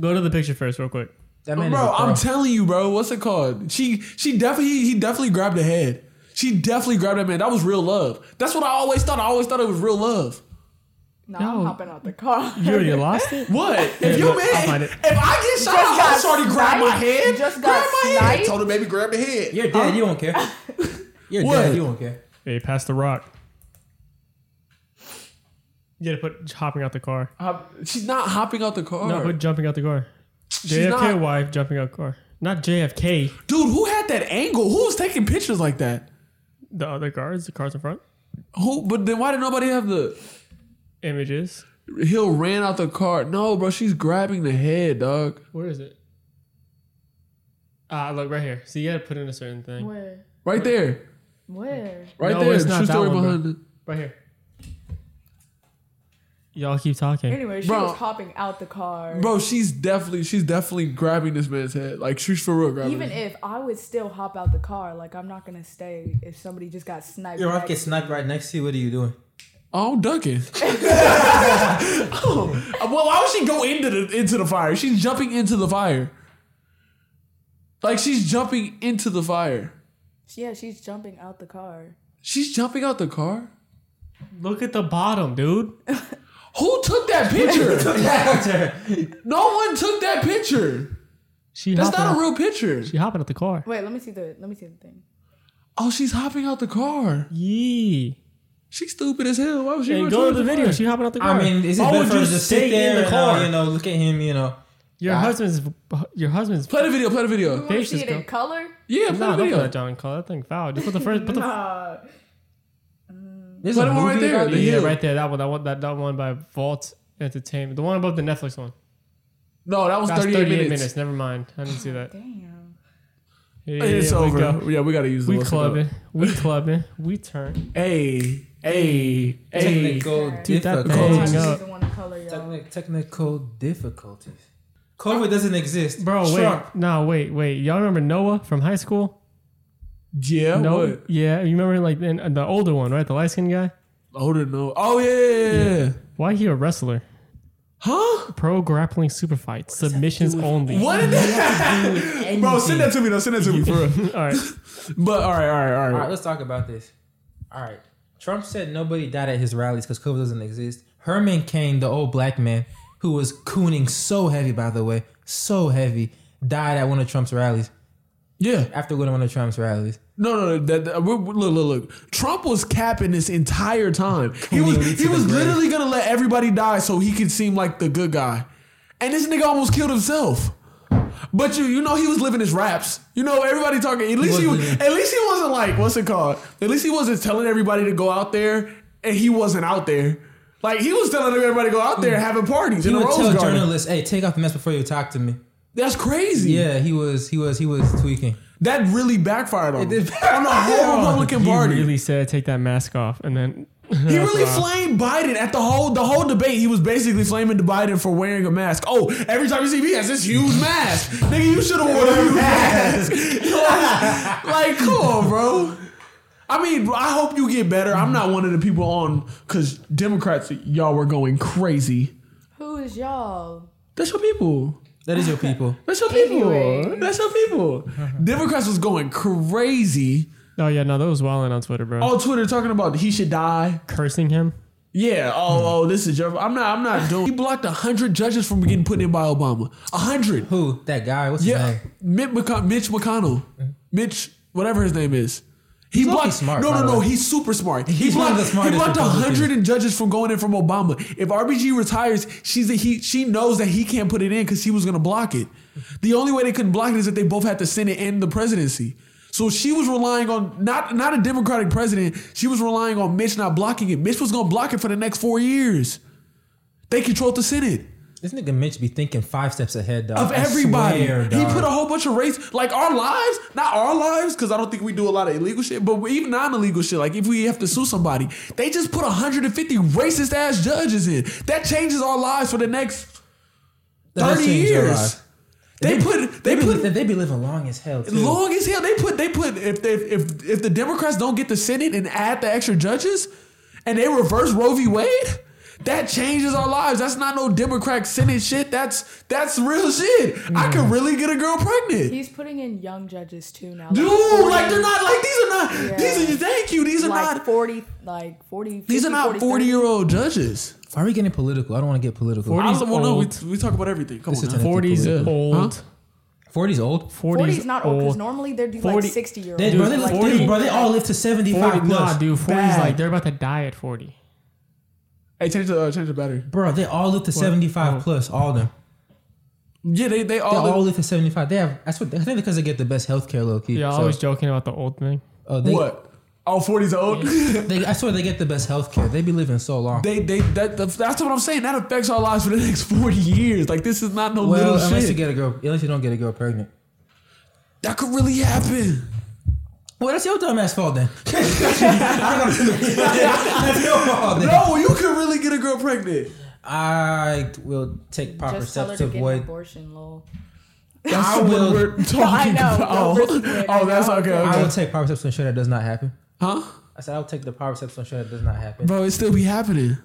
Speaker 4: Go to the picture first, real quick.
Speaker 1: That man is
Speaker 3: Bro,
Speaker 1: a pro.
Speaker 3: I'm telling you, bro. What's it called? She she definitely he definitely grabbed the head. She definitely grabbed that man. That was real love. That's what I always thought. I always thought it was real love.
Speaker 5: no,
Speaker 4: No.
Speaker 5: I'm hopping out the car.
Speaker 4: You already lost it.
Speaker 3: What?
Speaker 4: Yeah,
Speaker 3: If you
Speaker 4: look,
Speaker 3: man,
Speaker 4: I'll find it.
Speaker 3: if I get shot,
Speaker 5: just got
Speaker 3: I already grabbed my
Speaker 5: sniped.
Speaker 3: head.
Speaker 5: You just
Speaker 3: grab
Speaker 5: got
Speaker 3: my head.
Speaker 5: sniped.
Speaker 3: Told the baby grab the head.
Speaker 1: You're dead. You won't care. You're
Speaker 3: What?
Speaker 1: dead. You won't care.
Speaker 4: Hey, pass the rock. You gotta put hopping out the car.
Speaker 3: Hop- she's not hopping out the car.
Speaker 4: No, put jumping out the car. JFK
Speaker 3: not-
Speaker 4: wife jumping out car. Not JFK.
Speaker 3: Dude, who had that angle? Who was taking pictures like that?
Speaker 4: The other guards, the cars in front.
Speaker 3: Who? But then why did nobody have the?
Speaker 4: Images.
Speaker 3: Hill ran out the car. No, bro, she's grabbing the head, dog.
Speaker 4: Where is it? Ah, look right here. So you gotta put in a certain thing.
Speaker 5: Where?
Speaker 3: Right there,
Speaker 5: Where?
Speaker 3: right
Speaker 4: No,
Speaker 3: there.
Speaker 4: it's not
Speaker 3: True
Speaker 4: that
Speaker 3: story
Speaker 4: one, bro.
Speaker 3: behind it.
Speaker 4: Right here. Y'all keep talking.
Speaker 5: Anyway, she
Speaker 3: Bro.
Speaker 5: was hopping out the car.
Speaker 3: Bro, she's definitely she's definitely grabbing this man's head. Like she's for real grabbing.
Speaker 5: Even
Speaker 3: his-
Speaker 5: if I would still hop out the car, like I'm not gonna stay if somebody just got sniped.
Speaker 1: Your wife
Speaker 5: next
Speaker 1: gets sniped right next to you. What are you doing?
Speaker 3: oh, I'm dunking. oh, well, why would she go into the into the fire? She's jumping into the fire. Like she's jumping into the fire.
Speaker 5: Yeah, she's jumping out the car.
Speaker 3: She's jumping out the car.
Speaker 4: Look at the bottom, dude.
Speaker 3: Who took that picture?
Speaker 1: Character.
Speaker 3: no one took that picture.
Speaker 4: She
Speaker 3: That's
Speaker 4: hopping
Speaker 3: not
Speaker 4: out-
Speaker 3: a real picture.
Speaker 4: She hopping out the car.
Speaker 5: Wait, let me see the let me see the thing.
Speaker 3: Oh, she's hopping out the car.
Speaker 4: Yee.
Speaker 3: She's stupid as hell. Why was she
Speaker 4: And
Speaker 3: run
Speaker 4: go to
Speaker 3: towards
Speaker 4: the video.
Speaker 3: car?
Speaker 4: She hopping out the car.
Speaker 1: I mean, is it
Speaker 4: Why
Speaker 1: better
Speaker 4: would
Speaker 1: for her
Speaker 4: you
Speaker 1: to just sit
Speaker 4: stay
Speaker 1: there
Speaker 4: in the
Speaker 1: and, uh,
Speaker 4: car?
Speaker 1: you know, look at him, you know.
Speaker 4: your husband's. Your husband's.
Speaker 3: Play the video. Play the
Speaker 5: You
Speaker 3: video.
Speaker 5: want to
Speaker 4: Patience,
Speaker 5: see it in
Speaker 4: girl.
Speaker 5: color?
Speaker 3: Yeah, play the
Speaker 4: Nah, don't
Speaker 3: video.
Speaker 4: put that John Cole. That thing foul. Just put the first. Put the.
Speaker 5: Nah.
Speaker 1: There's
Speaker 3: Put
Speaker 1: a
Speaker 3: him right
Speaker 1: movie
Speaker 3: there,
Speaker 1: about
Speaker 3: the
Speaker 1: it.
Speaker 4: yeah,
Speaker 3: hill.
Speaker 4: right there. That one. That one. That, that one by Vault Entertainment. The one above the Netflix one.
Speaker 3: No, that was
Speaker 4: That's
Speaker 3: 38,
Speaker 4: 38 minutes.
Speaker 3: minutes.
Speaker 4: Never mind. I didn't see that.
Speaker 5: Damn.
Speaker 4: Yeah,
Speaker 3: It's
Speaker 4: yeah, we
Speaker 3: over.
Speaker 4: go.
Speaker 3: Yeah, we gotta use the
Speaker 4: We
Speaker 3: whistle.
Speaker 4: clubbing. We clubbing. We turn.
Speaker 3: Hey, hey, hey.
Speaker 1: Technical
Speaker 4: Dude, that
Speaker 1: difficulties.
Speaker 4: thing up.
Speaker 5: She's the one in color, y'all.
Speaker 1: Techni- technical difficulties. COVID doesn't exist.
Speaker 4: Bro, wait.
Speaker 1: Trump.
Speaker 4: No, wait, wait. Y'all remember Noah from high school?
Speaker 3: Yeah,
Speaker 4: no.
Speaker 3: what?
Speaker 4: Yeah, you remember like in, uh, the older one, right? The light skinned guy?
Speaker 3: Older no. Oh yeah.
Speaker 4: Why he a wrestler?
Speaker 3: Huh?
Speaker 4: Pro grappling super fight. Submissions only.
Speaker 3: What did that? Bro, send that to me though. Send that to me for real.
Speaker 4: All right.
Speaker 3: But all right, all right, all
Speaker 1: All
Speaker 3: right.
Speaker 1: right, let's talk about this. All right. Trump said nobody died at his rallies because COVID doesn't exist. Herman Cain, the old black man who was cooning so heavy, by the way, so heavy, died at one of Trump's rallies
Speaker 3: Yeah.
Speaker 1: after going to one of Trump's rallies.
Speaker 3: No, no, no. That, that- we're- we're- look, look, look. Trump was capping this entire time. He was,
Speaker 1: Leading to
Speaker 3: he
Speaker 1: the
Speaker 3: was
Speaker 1: grave.
Speaker 3: literally gonna let everybody die so he could seem like the good guy. And this nigga almost killed himself. But you, you know, he was living his raps. You know, everybody talking. At least he,
Speaker 1: was living-
Speaker 3: at least he wasn't like what's it called? At least he wasn't telling everybody to go out there, and he wasn't out there. Like he was telling everybody to go out there and having parties
Speaker 1: Hmm. He
Speaker 3: in the
Speaker 1: would
Speaker 3: Rose
Speaker 1: tell
Speaker 3: Garden.
Speaker 1: journalists, "Hey, take off the mask before you talk to me."
Speaker 3: That's crazy.
Speaker 1: Yeah, he was, he was, he was tweaking.
Speaker 3: That really backfired on him.
Speaker 1: did
Speaker 3: on the whole Republican
Speaker 4: He
Speaker 3: Party.
Speaker 4: really said take that mask off and then
Speaker 3: He really flamed Biden at the whole the whole debate. He was basically flaming Biden for wearing a mask. Oh, every time you see me, he has this huge mask. Nigga, you should have worn a huge mask. like, like, come on, bro. I mean, I hope you get better. I'm not one of the people on because Democrats, y'all were going crazy.
Speaker 5: Who is y'all?
Speaker 3: That's your people.
Speaker 1: That is your people.
Speaker 3: That's your people.
Speaker 5: Anyway.
Speaker 3: That's your people. Democrats was going crazy
Speaker 4: Oh yeah, no, that was wilding on Twitter, bro.
Speaker 3: on Twitter talking about he should die.
Speaker 4: Cursing him.
Speaker 3: Yeah. Oh, oh, this is your. I'm not. I'm not doing. He blocked a hundred judges from getting put in by Obama. A hundred.
Speaker 1: Who? That guy? What's his
Speaker 3: Yeah.
Speaker 1: name?
Speaker 3: Mitch, McCon- Mitch McConnell. Mitch, whatever his name is. He
Speaker 1: low-key
Speaker 3: blocked.
Speaker 1: smart,
Speaker 3: no,
Speaker 1: by
Speaker 3: no,
Speaker 1: the
Speaker 3: no.
Speaker 1: way.
Speaker 3: He's super smart. He
Speaker 1: He's one of
Speaker 3: blocked.
Speaker 1: the smartest
Speaker 3: he blocked a
Speaker 1: Republicans.
Speaker 3: hundred judges from going in from Obama. If RBG retires, she's a, he. She knows that he can't put it in because he was going to block it.
Speaker 1: Mm-hmm.
Speaker 3: The only way they couldn't block it is if they both had the Senate and the presidency. So she was relying on not not a Democratic president. She was relying on Mitch not blocking it. Mitch was going to block it for the next four years. They controlled the Senate
Speaker 1: This nigga Mitch be thinking five steps ahead dog.
Speaker 3: of
Speaker 1: I
Speaker 3: everybody.
Speaker 1: swear,
Speaker 3: he
Speaker 1: dog.
Speaker 3: put a whole bunch of race, like our lives, not our lives, because I don't think we do a lot of illegal shit, but we- even non-illegal shit. Like if we have to sue somebody, they just put 150 racist ass judges in. That changes our lives for the next
Speaker 1: That has
Speaker 3: 30
Speaker 1: changed their
Speaker 3: years.
Speaker 1: lives.
Speaker 3: They put they
Speaker 1: They
Speaker 3: put
Speaker 1: be, they be living long as hell. Too.
Speaker 3: long as hell. They put they put if they if if the Democrats don't get the Senate and add the extra judges, and they reverse Roe v. Wade, that changes our lives. That's not no Democrat Senate shit. That's that's real shit. I could really get a girl pregnant.
Speaker 5: He's putting in young judges too now.
Speaker 3: Dude, like they're not like these are not
Speaker 5: Yeah.
Speaker 3: these are thank you. These are
Speaker 5: like
Speaker 3: not
Speaker 5: 40, like 40.
Speaker 3: these are
Speaker 5: 50,
Speaker 3: not 40 year old judges.
Speaker 1: Why are we getting political? I don't want to get political.
Speaker 4: 40
Speaker 3: I
Speaker 4: Forties
Speaker 3: don't well, no, we,
Speaker 4: old.
Speaker 3: we talk about everything. Come
Speaker 1: This
Speaker 3: on.
Speaker 1: is
Speaker 3: now.
Speaker 1: an-
Speaker 4: Forties
Speaker 1: Yeah.
Speaker 4: old.
Speaker 1: 40's old.
Speaker 5: 40
Speaker 4: Forties
Speaker 5: is not old because normally they'd do
Speaker 4: 40
Speaker 5: like 60 year olds.
Speaker 1: They, bro, they, like,
Speaker 5: like,
Speaker 4: 40
Speaker 1: they, bro, they all live to 75
Speaker 4: 40,
Speaker 1: plus.
Speaker 4: nah, dude. 40s
Speaker 3: Bad.
Speaker 4: like they're about to die at 40.
Speaker 3: Hey, change the uh, change the battery.
Speaker 1: Bro, they all live to 75 plus, all of them.
Speaker 3: Yeah, they they
Speaker 1: They
Speaker 3: Oh. all,
Speaker 1: all live to 75. They have, that's what, I think because they get the best healthcare low key.
Speaker 4: Yeah,
Speaker 1: so,
Speaker 4: always joking about the old thing.
Speaker 1: oh, they,
Speaker 3: what? All 40s old?
Speaker 1: They, I swear they get the best healthcare. They be living so long.
Speaker 3: They, they, that, that's that's what I'm saying. That affects our lives for the next 40 years. Like, this is not no
Speaker 1: well,
Speaker 3: little
Speaker 1: unless
Speaker 3: shit.
Speaker 1: you get a girl, unless you don't get a girl pregnant.
Speaker 3: that could really happen.
Speaker 1: Well, that's your dumbass fault then. that's your fault then.
Speaker 3: No, you could really get a girl pregnant.
Speaker 1: I will take proper
Speaker 5: just tell her
Speaker 1: steps
Speaker 5: to
Speaker 1: to
Speaker 5: get an
Speaker 1: avoid.
Speaker 5: abortion, lol.
Speaker 3: That's
Speaker 1: I
Speaker 3: what
Speaker 1: will-
Speaker 3: we're talking
Speaker 5: know,
Speaker 3: about.
Speaker 5: don't listen to
Speaker 3: Oh,
Speaker 5: it. I
Speaker 3: that's
Speaker 5: know.
Speaker 3: okay.
Speaker 1: I will
Speaker 3: okay.
Speaker 1: take proper steps to ensure that does not happen.
Speaker 3: Huh?
Speaker 1: I said I will take the proper steps to ensure that does not happen.
Speaker 3: Bro, it still be happening.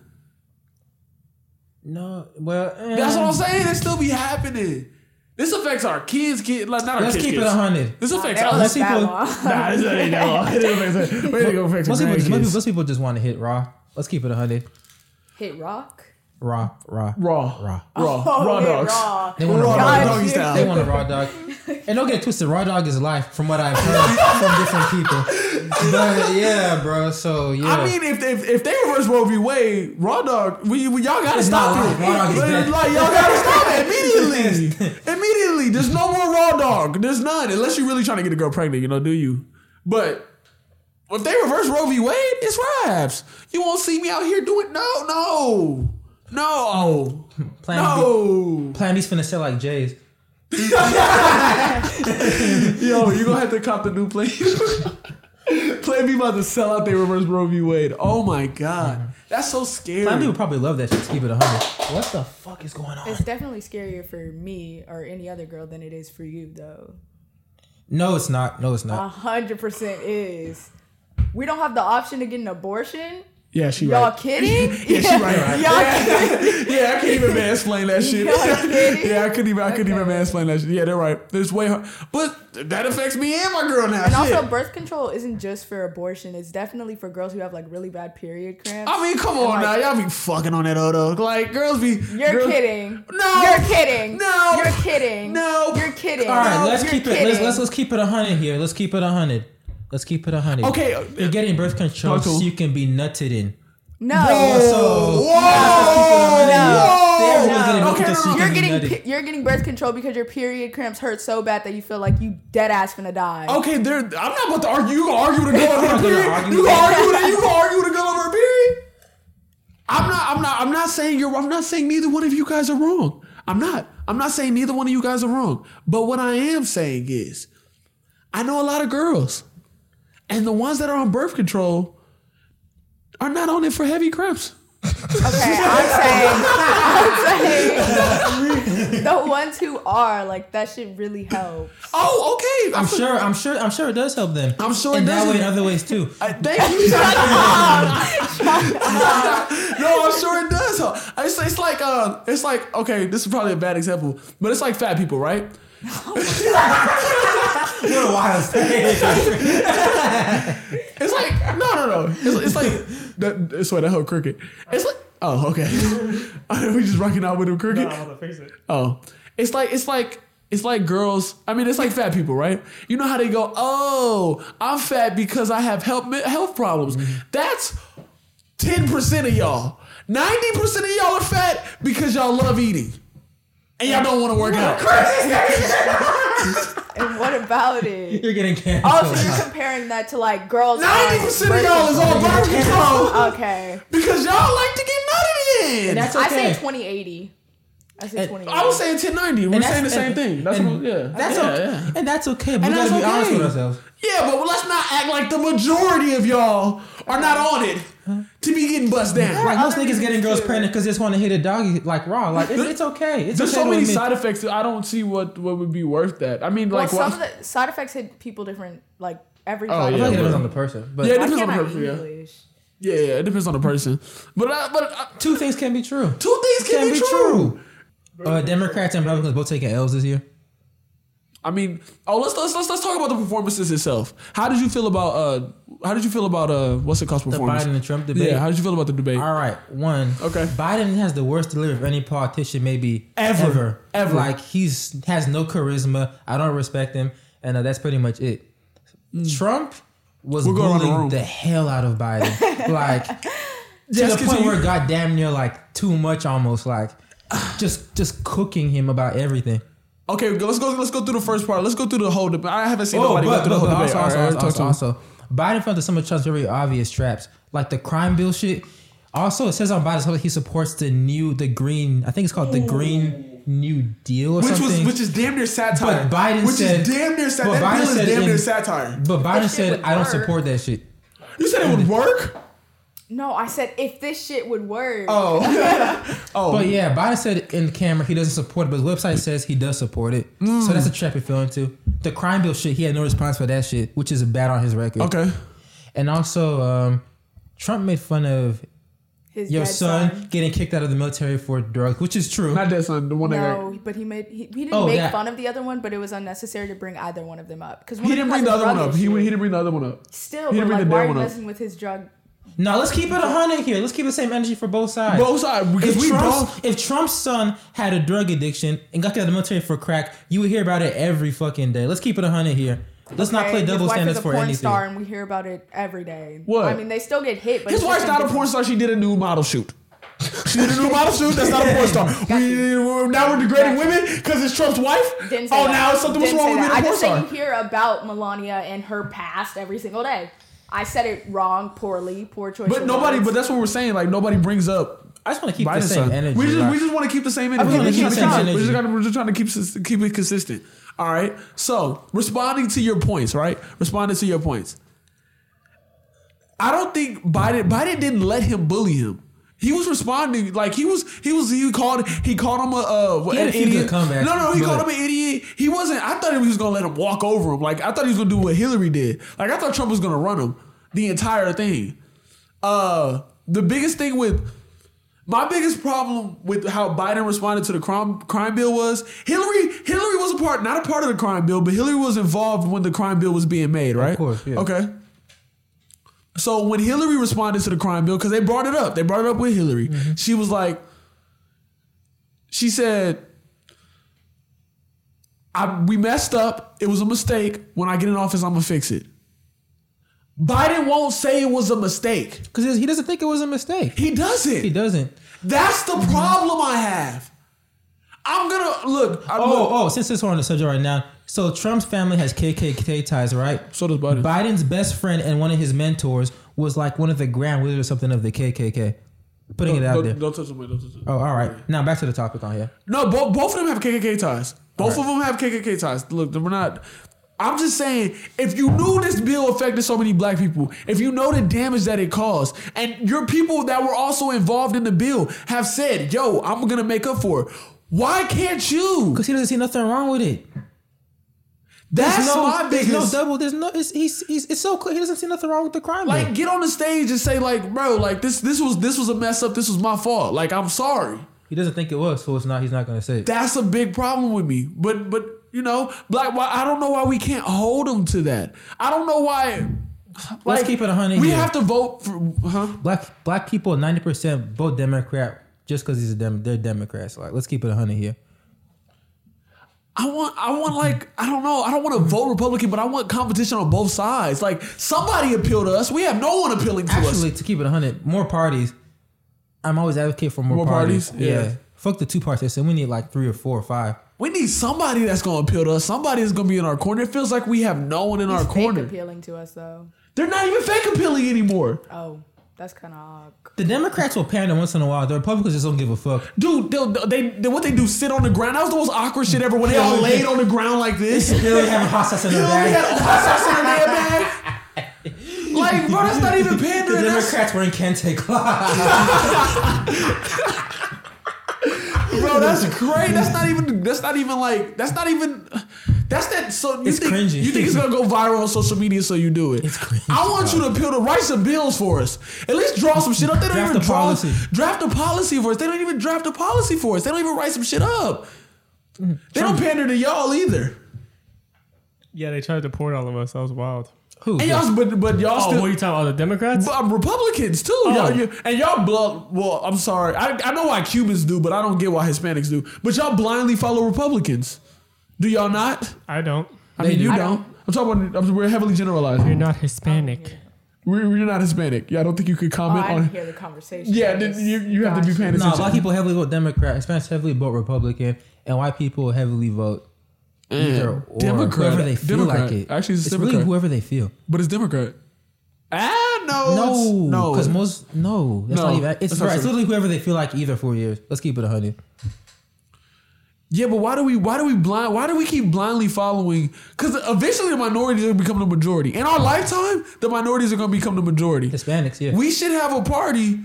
Speaker 1: No, well, eh.
Speaker 3: That's what I'm saying. It still be happening. This affects our kids. Kid, like, not our
Speaker 1: Let's
Speaker 3: kids.
Speaker 1: keep it
Speaker 3: kids.
Speaker 1: 100.
Speaker 3: This
Speaker 5: They
Speaker 3: affects
Speaker 5: don't
Speaker 3: us.
Speaker 1: Most
Speaker 5: live that
Speaker 1: people-
Speaker 5: long.
Speaker 3: Nah, this ain't that long. It affects us. Way to go
Speaker 1: Most people, just,
Speaker 3: affect our
Speaker 1: most, people,
Speaker 3: grandkids.
Speaker 1: most people just want to hit raw. Let's keep it 100.
Speaker 5: Hit rock.
Speaker 1: Raw, raw,
Speaker 3: Raw,
Speaker 1: raw.
Speaker 3: raw, raw
Speaker 5: yeah,
Speaker 3: dogs.
Speaker 5: Oh, raw.
Speaker 1: They want a raw
Speaker 5: God,
Speaker 1: dog.
Speaker 3: doggy
Speaker 5: shit.
Speaker 3: style.
Speaker 1: They want a raw dog. And don't get it twisted, raw dog is life, from what I've heard from different people. But yeah, bro. So yeah.
Speaker 3: I mean, if, if if they reverse Roe v. Wade, Raw Dog, we, we y'all gotta
Speaker 1: It's
Speaker 3: stop
Speaker 1: not
Speaker 3: it.
Speaker 1: live. Raw Dog is
Speaker 3: Like,
Speaker 1: dead.
Speaker 3: like, y'all gotta stop it immediately. immediately, there's no more Raw Dog. There's none, unless you're really trying to get a girl pregnant. You know, do you? But if they reverse Roe v. Wade, it's raps. You won't see me out here doing no, no, no,
Speaker 1: Plan, B,
Speaker 3: no.
Speaker 1: Plan B's finna sell like J's.
Speaker 3: Yo, you gonna have to cop the new plane. Plan B about to sell out. They reverse Roe v. Wade. Oh my god, that's so scary.
Speaker 1: Plan B would probably love that shit. to Keep it 100. What the fuck is going on?
Speaker 5: It's definitely scarier for me or any other girl than it is for you, though.
Speaker 1: No, it's not. No, it's
Speaker 5: A
Speaker 1: not.
Speaker 5: hundred percent is. We don't have the option to get an abortion.
Speaker 3: Yeah, she
Speaker 5: Y'all
Speaker 3: right.
Speaker 5: kidding?
Speaker 3: Yeah, she right.
Speaker 5: Y'all kidding?
Speaker 3: yeah, I couldn't even mansplain that shit.
Speaker 5: Y'all kidding?
Speaker 3: yeah, I couldn't even. I couldn't even
Speaker 5: Okay.
Speaker 3: mansplain that shit. Yeah, they're right. It's way hard, but that affects me and my girl now.
Speaker 5: And
Speaker 3: shit.
Speaker 5: also, birth control isn't just for abortion. It's definitely for girls who have like really bad period cramps.
Speaker 3: I mean, come on
Speaker 5: like-
Speaker 3: now, y'all be fucking on that Odo. Like girls be.
Speaker 5: You're
Speaker 3: girls-
Speaker 5: kidding.
Speaker 3: No.
Speaker 5: You're kidding.
Speaker 3: No.
Speaker 5: You're kidding.
Speaker 3: No.
Speaker 5: You're kidding.
Speaker 1: All right, let's
Speaker 5: Oh, You're
Speaker 1: keep it. Let's,
Speaker 5: kidding.
Speaker 1: let's let's keep it 100 here. Let's keep it 100. Let's keep it 100.
Speaker 3: Okay. uh,
Speaker 1: You're getting birth control
Speaker 3: Talk to-
Speaker 1: so you can be nutted in.
Speaker 5: no.
Speaker 3: Oh,
Speaker 1: Also,
Speaker 3: Whoa.
Speaker 1: yeah,
Speaker 3: Whoa.
Speaker 1: let's keep it 100. Yeah. Everyone's getting birth
Speaker 3: Okay,
Speaker 1: control so you
Speaker 3: no,
Speaker 5: You're
Speaker 1: can be
Speaker 5: getting
Speaker 1: nutted.
Speaker 5: pe- you're getting birth control because your period cramps hurt so bad that you feel like you dead ass finna die.
Speaker 3: Okay, there. I'm not about to argue. You gonna argue with a girl over her
Speaker 1: gonna
Speaker 3: period?
Speaker 1: argue
Speaker 3: You
Speaker 1: with
Speaker 3: gonna argue with a, You gonna argue with a girl over her period? I'm not. I'm not. I'm not saying you're. I'm not saying neither one of you guys are wrong. I'm not. I'm not saying neither one of you guys are wrong. But what I am saying is, I know a lot of girls, and the ones that are on birth control are not on it for heavy cramps.
Speaker 5: Okay, I'm saying, I'm saying, the ones who are like that shit really helps.
Speaker 3: Oh, okay.
Speaker 1: I'm sure. I'm sure. I'm sure it does help them.
Speaker 3: I'm sure it
Speaker 1: in that
Speaker 3: does.
Speaker 1: way, in other ways too.
Speaker 3: I, thank you. Shut up. no, I'm sure it does. help. It's, it's like uh, it's like okay, this is probably a bad example, but it's like fat people, right?
Speaker 1: What a wild thing.
Speaker 3: It's like no, no, no. It's, it's like that. That's why that whole cricket. It's like oh, okay. I know we just rocking out with a cricket. Oh, it's like it's like it's like girls. I mean, it's like fat people, right? You know how they go, "Oh, I'm fat because I have health health problems."
Speaker 1: Mm-hmm.
Speaker 3: That's ten percent of y'all. Ninety percent of y'all are fat because y'all love eating, and y'all don't want to work out.
Speaker 5: And what about it?
Speaker 1: You're
Speaker 3: Oh,
Speaker 1: getting canceled.
Speaker 5: Also, you're comparing that to like girls. on
Speaker 3: Ninety percent of
Speaker 5: birth
Speaker 3: y'all is on birth control
Speaker 5: control. Okay,
Speaker 3: because y'all like to get nutted in.
Speaker 1: And that's okay.
Speaker 5: I say 2080. I say
Speaker 1: And
Speaker 5: 2080.
Speaker 3: I was saying 1090.
Speaker 1: And
Speaker 3: We're
Speaker 1: that's-
Speaker 3: saying the same
Speaker 1: and-
Speaker 3: thing. That's
Speaker 1: and
Speaker 3: what, yeah.
Speaker 1: That's
Speaker 3: yeah,
Speaker 1: okay.
Speaker 3: Yeah.
Speaker 1: And that's okay. But
Speaker 3: And
Speaker 1: we gotta be
Speaker 3: that's
Speaker 1: honest
Speaker 3: okay.
Speaker 1: with ourselves.
Speaker 3: Yeah, but let's not act like the majority of y'all are not on it to be getting bust down.
Speaker 1: Like most
Speaker 5: other
Speaker 1: niggas getting girls
Speaker 5: too.
Speaker 1: pregnant because they just want to hit a doggy like raw. Like it, it's okay. It's
Speaker 3: There's
Speaker 1: okay
Speaker 3: so
Speaker 1: to
Speaker 3: many
Speaker 1: admit-
Speaker 3: side effects. that I don't see what what would be worth that. I mean,
Speaker 5: well,
Speaker 3: like,
Speaker 5: some
Speaker 3: why-
Speaker 5: of the side effects hit people different. Like every.
Speaker 3: Oh,
Speaker 5: body.
Speaker 1: I feel like it
Speaker 3: Yeah,
Speaker 1: depends
Speaker 3: but-
Speaker 1: on the person. But
Speaker 3: Yeah, it
Speaker 5: Why
Speaker 3: depends
Speaker 5: can't
Speaker 3: on
Speaker 5: I
Speaker 3: the person,
Speaker 5: eat
Speaker 3: yeah.
Speaker 5: English?
Speaker 3: yeah, yeah, it depends on the person. But I, but I,
Speaker 1: two things can be true.
Speaker 3: two things can, be, true.
Speaker 1: Uh, Democrats and Republicans both taking L's this year.
Speaker 3: I mean, oh, let's let's let's let's talk about the performances itself. How did you feel about uh? How did you feel about uh? What's it cost
Speaker 1: The
Speaker 3: performance?
Speaker 1: Biden and Trump debate.
Speaker 3: Yeah, how did you feel about the debate?
Speaker 1: All right, one.
Speaker 3: Okay.
Speaker 1: Biden has the worst delivery of any politician, maybe
Speaker 3: Ever.
Speaker 1: ever,
Speaker 3: Ever.
Speaker 1: Like he's has no charisma. I don't respect him, and uh, that's pretty much it. Trump was
Speaker 3: We'll go around the room.
Speaker 1: bullying the hell out of Biden, like to
Speaker 3: Just
Speaker 1: the point
Speaker 3: continue.
Speaker 1: where it got damn near like too much, almost like just just cooking him about everything.
Speaker 3: Okay, let's go. Let's go through the first part. Let's go through the whole debate. I haven't seen
Speaker 1: Oh,
Speaker 3: nobody
Speaker 1: but,
Speaker 3: go through
Speaker 1: but,
Speaker 3: the
Speaker 1: but
Speaker 3: whole
Speaker 1: also,
Speaker 3: debate.
Speaker 1: also,
Speaker 3: All right,
Speaker 1: also,
Speaker 3: talk to
Speaker 1: also,
Speaker 3: him.
Speaker 1: also, Biden fell into some of Trump's very obvious traps, like the crime bill shit. Also, it says on Biden's website he supports the new, the green. I think it's called the Green New Deal or
Speaker 3: which
Speaker 1: something.
Speaker 3: was which is damn near satire.
Speaker 1: But Biden
Speaker 3: which
Speaker 1: said-
Speaker 3: is damn near satire.
Speaker 1: but
Speaker 3: That
Speaker 1: Biden
Speaker 3: bill is
Speaker 1: said
Speaker 3: damn
Speaker 1: in-
Speaker 3: near satire.
Speaker 1: but Biden
Speaker 5: shit
Speaker 1: said,
Speaker 5: would
Speaker 1: "I don't
Speaker 5: work."
Speaker 1: support that shit."
Speaker 3: You said it would work.
Speaker 5: No, I said if this shit would work.
Speaker 3: Oh,
Speaker 1: But yeah, Biden said in camera he doesn't support it, but his website says he does support it.
Speaker 3: Mm.
Speaker 1: So that's a trap he fell into. The crime bill shit, he had no response for that shit, which is bad on his record.
Speaker 3: okay.
Speaker 1: And also, um, Trump made fun of
Speaker 5: his
Speaker 1: your
Speaker 5: dead
Speaker 1: son, getting kicked out of the military for drugs, which is true.
Speaker 3: Not that son, the one that
Speaker 5: No, but he made he, he didn't
Speaker 1: Oh,
Speaker 5: make
Speaker 1: that.
Speaker 5: fun of the other one, but it was unnecessary to bring either one of them up because
Speaker 3: he didn't bring the other one up. He, he didn't bring the other one up.
Speaker 5: Still,
Speaker 3: he
Speaker 5: but
Speaker 3: didn't bring
Speaker 5: like,
Speaker 3: the
Speaker 5: why
Speaker 3: dead
Speaker 5: are you
Speaker 3: one up.
Speaker 5: messing with his drug?
Speaker 1: No, let's keep it hundred here. Let's keep the same energy for both sides.
Speaker 3: Both sides because
Speaker 1: if,
Speaker 3: we
Speaker 1: Trump's,
Speaker 3: both.
Speaker 1: if Trump's son had a drug addiction and got kicked out of the military for crack, you would hear about it every fucking day. Let's keep it hundred here. Let's not
Speaker 5: okay?
Speaker 1: play
Speaker 5: His
Speaker 1: double
Speaker 5: wife
Speaker 1: standards
Speaker 5: is a
Speaker 1: for
Speaker 5: porn
Speaker 1: anything.
Speaker 5: Star, and we hear about it every day.
Speaker 3: What?
Speaker 5: I mean, they still get hit, but
Speaker 3: His
Speaker 5: it's
Speaker 3: wife's
Speaker 5: just
Speaker 3: not a
Speaker 5: different-
Speaker 3: porn star. She did a new model shoot. She did a new model shoot. That's not a porn star. We, we're- now we're degrading women because it's Trump's wife.
Speaker 5: Didn't say
Speaker 3: oh,
Speaker 5: that.
Speaker 3: now it's something. What's
Speaker 5: Didn't
Speaker 3: wrong
Speaker 5: say
Speaker 3: with being
Speaker 5: that.
Speaker 3: a
Speaker 5: I
Speaker 3: porn
Speaker 5: just say
Speaker 3: star?
Speaker 5: you hear about Melania and her past every single day. I said it wrong, poorly, poor choice.
Speaker 3: But
Speaker 5: of
Speaker 3: nobody.
Speaker 5: words.
Speaker 3: But that's what we're saying. Like nobody brings up
Speaker 1: I just want to keep the
Speaker 3: Biden's
Speaker 1: same
Speaker 3: son.
Speaker 1: energy.
Speaker 3: We just
Speaker 1: bro.
Speaker 3: we just want to keep the same energy.
Speaker 1: Okay,
Speaker 3: We're
Speaker 1: we
Speaker 3: just
Speaker 1: keep the same
Speaker 3: trying to keep it- We're just
Speaker 1: energy.
Speaker 3: trying to- we're just trying to keep sus- keep it consistent. All right. So responding to your points, right? Responding to your points. I don't think Biden Biden didn't let him bully him. He was responding like he was he was he called he called him a uh,
Speaker 1: He had
Speaker 3: an
Speaker 1: a few good
Speaker 3: idiot.
Speaker 1: comebacks,
Speaker 3: no, no, he
Speaker 1: but-
Speaker 3: called him an idiot. He wasn't. I thought he was gonna let him walk over him. Like I thought he was gonna do what Hillary did. Like I thought Trump was gonna run him the entire thing. Uh, the biggest thing with my biggest problem with how Biden responded to the crime crime bill was Hillary. Hillary was a part, not a part of the crime bill, but Hillary was involved when the crime bill was being made, right?
Speaker 1: course, yeah.
Speaker 3: Okay. So when Hillary responded to the crime bill, because they brought it up, they brought it up with Hillary.
Speaker 1: Mm-hmm.
Speaker 3: She was like, she said, I, "We messed up. It was a mistake. When I get in office, I'm gonna fix it." Biden won't say it was a mistake.
Speaker 1: because he doesn't think it was a mistake.
Speaker 3: He doesn't.
Speaker 1: He doesn't.
Speaker 3: That's the problem I have. I'm gonna look. I,
Speaker 1: Oh,
Speaker 3: look.
Speaker 1: oh, since it's on the subject right now. So Trump's family has KKK ties, right?
Speaker 3: So does Biden.
Speaker 1: Biden's best friend and one of his mentors was like one of the grand wizards or something of the KKK. Putting it out
Speaker 3: don't,
Speaker 1: there.
Speaker 3: don't touch him. Don't touch him.
Speaker 1: Oh, all right. Now back to the topic on here.
Speaker 3: No, both both of them have KKK ties. Both of them have KKK ties. Look, we're not. I'm just saying, if you knew this bill affected so many black people, if you know the damage that it caused, and your people that were also involved in the bill have said, "Yo, I'm gonna make up for it." Why can't you?
Speaker 1: Because he doesn't see nothing wrong with it.
Speaker 3: That's
Speaker 1: no,
Speaker 3: my
Speaker 1: there's
Speaker 3: biggest.
Speaker 1: no double. There's no. It's, he's, he's, it's so clear. He doesn't see nothing wrong with the crime. bill.
Speaker 3: Like get on the stage and say like, bro, like this this was this was a mess up. This was my fault. Like I'm sorry.
Speaker 1: he doesn't think it was, so it's not. He's not gonna say. It.
Speaker 3: That's a big problem with me. But but you know, black. Why, I don't know why we can't hold them to that. I don't know why.
Speaker 1: Let's keep it 100
Speaker 3: We
Speaker 1: here.
Speaker 3: have to vote for huh?
Speaker 1: black black people, ninety percent vote Democrat just because he's a dem. They're Democrats. Like let's keep it hundred here.
Speaker 3: I want, I want, like, I don't know. I don't want to vote Republican, but I want competition on both sides. Like, somebody appeal to us. We have no one appealing to us.
Speaker 1: Actually, to keep it hundred, more parties. I'm always advocate for more,
Speaker 3: More
Speaker 1: parties.
Speaker 3: parties?
Speaker 1: Yeah.
Speaker 3: Yeah.
Speaker 1: Fuck the two party system. We need like three or four or five.
Speaker 3: We need somebody that's going to appeal to us. Somebody that's going to be in our corner. It feels like we have no one in
Speaker 5: He's
Speaker 3: our
Speaker 5: fake
Speaker 3: corner.
Speaker 5: appealing to us though.
Speaker 3: They're not even fake appealing anymore.
Speaker 5: Oh, that's kind of odd.
Speaker 1: The Democrats will pander once in a while. The Republicans just don't give a fuck.
Speaker 3: Dude, they'll, they, they what they do sit on the ground. That was the most awkward shit ever. When they all laid on the ground like this,
Speaker 1: They already have a hostage in their
Speaker 3: They only
Speaker 1: bag.
Speaker 3: had hot sauce in their bag. Like, bro, that's not even
Speaker 1: The
Speaker 3: pandering. That's,
Speaker 1: Democrats were in Kente Club.
Speaker 3: bro, that's great. That's not even. That's not even like. That's not even. That's that. So you
Speaker 1: It's
Speaker 3: think
Speaker 1: cringy.
Speaker 3: you think it's gonna go viral on social media, so you do it.
Speaker 1: It's cringy,
Speaker 3: I want you to appeal to write some bills for us. At least draw some shit up. They don't
Speaker 1: Draft
Speaker 3: even
Speaker 1: a
Speaker 3: draw.
Speaker 1: policy.
Speaker 3: Draft a policy for us. They don't even draft a policy for us. They don't even write some shit up. They don't pander to y'all either.
Speaker 4: Yeah, they tried to deport all of us. That was wild.
Speaker 1: Who?
Speaker 3: And y'all, but but y'all
Speaker 4: Oh,
Speaker 3: still.
Speaker 4: what are you talking about? The Democrats?
Speaker 3: But I'm Republicans too, y'all, you, and y'all blood. Well, I'm sorry. I, I know why Cubans do, but I don't get why Hispanics do. But y'all blindly follow Republicans. Do y'all not?
Speaker 4: I don't.
Speaker 3: I mean,
Speaker 1: do.
Speaker 3: you
Speaker 1: I
Speaker 3: don't. I'm talking about. I'm, we're heavily generalizing.
Speaker 4: You're not Hispanic.
Speaker 3: We're, we're not Hispanic. Yeah, I don't think you could
Speaker 5: Oh,
Speaker 3: comment
Speaker 5: I
Speaker 3: on.
Speaker 5: didn't hear the conversation.
Speaker 3: Yeah, then you you have to be
Speaker 5: Gotcha.
Speaker 3: paying
Speaker 1: No,
Speaker 3: attention.
Speaker 1: black people heavily vote Democrat, Hispanics heavily vote Republican, and white people heavily vote either or
Speaker 3: Democrat.
Speaker 1: whoever they feel
Speaker 3: Democrat.
Speaker 1: like it.
Speaker 3: Actually, it's
Speaker 1: really
Speaker 3: Democrat.
Speaker 1: whoever they feel.
Speaker 3: but it's Democrat. Ah, no, it's-
Speaker 1: No,
Speaker 3: no,
Speaker 1: because most no, that's
Speaker 3: No,
Speaker 1: not even. It's,
Speaker 3: that's not
Speaker 1: right, it's
Speaker 3: true.
Speaker 1: literally whoever they feel like either four years. Let's keep it a hundred.
Speaker 3: Yeah, but why do we why do we blind why do we keep blindly following? Because eventually the minorities are gonna become the majority. In our lifetime, the minorities are gonna become the majority.
Speaker 1: Hispanics, yeah.
Speaker 3: We should have a party.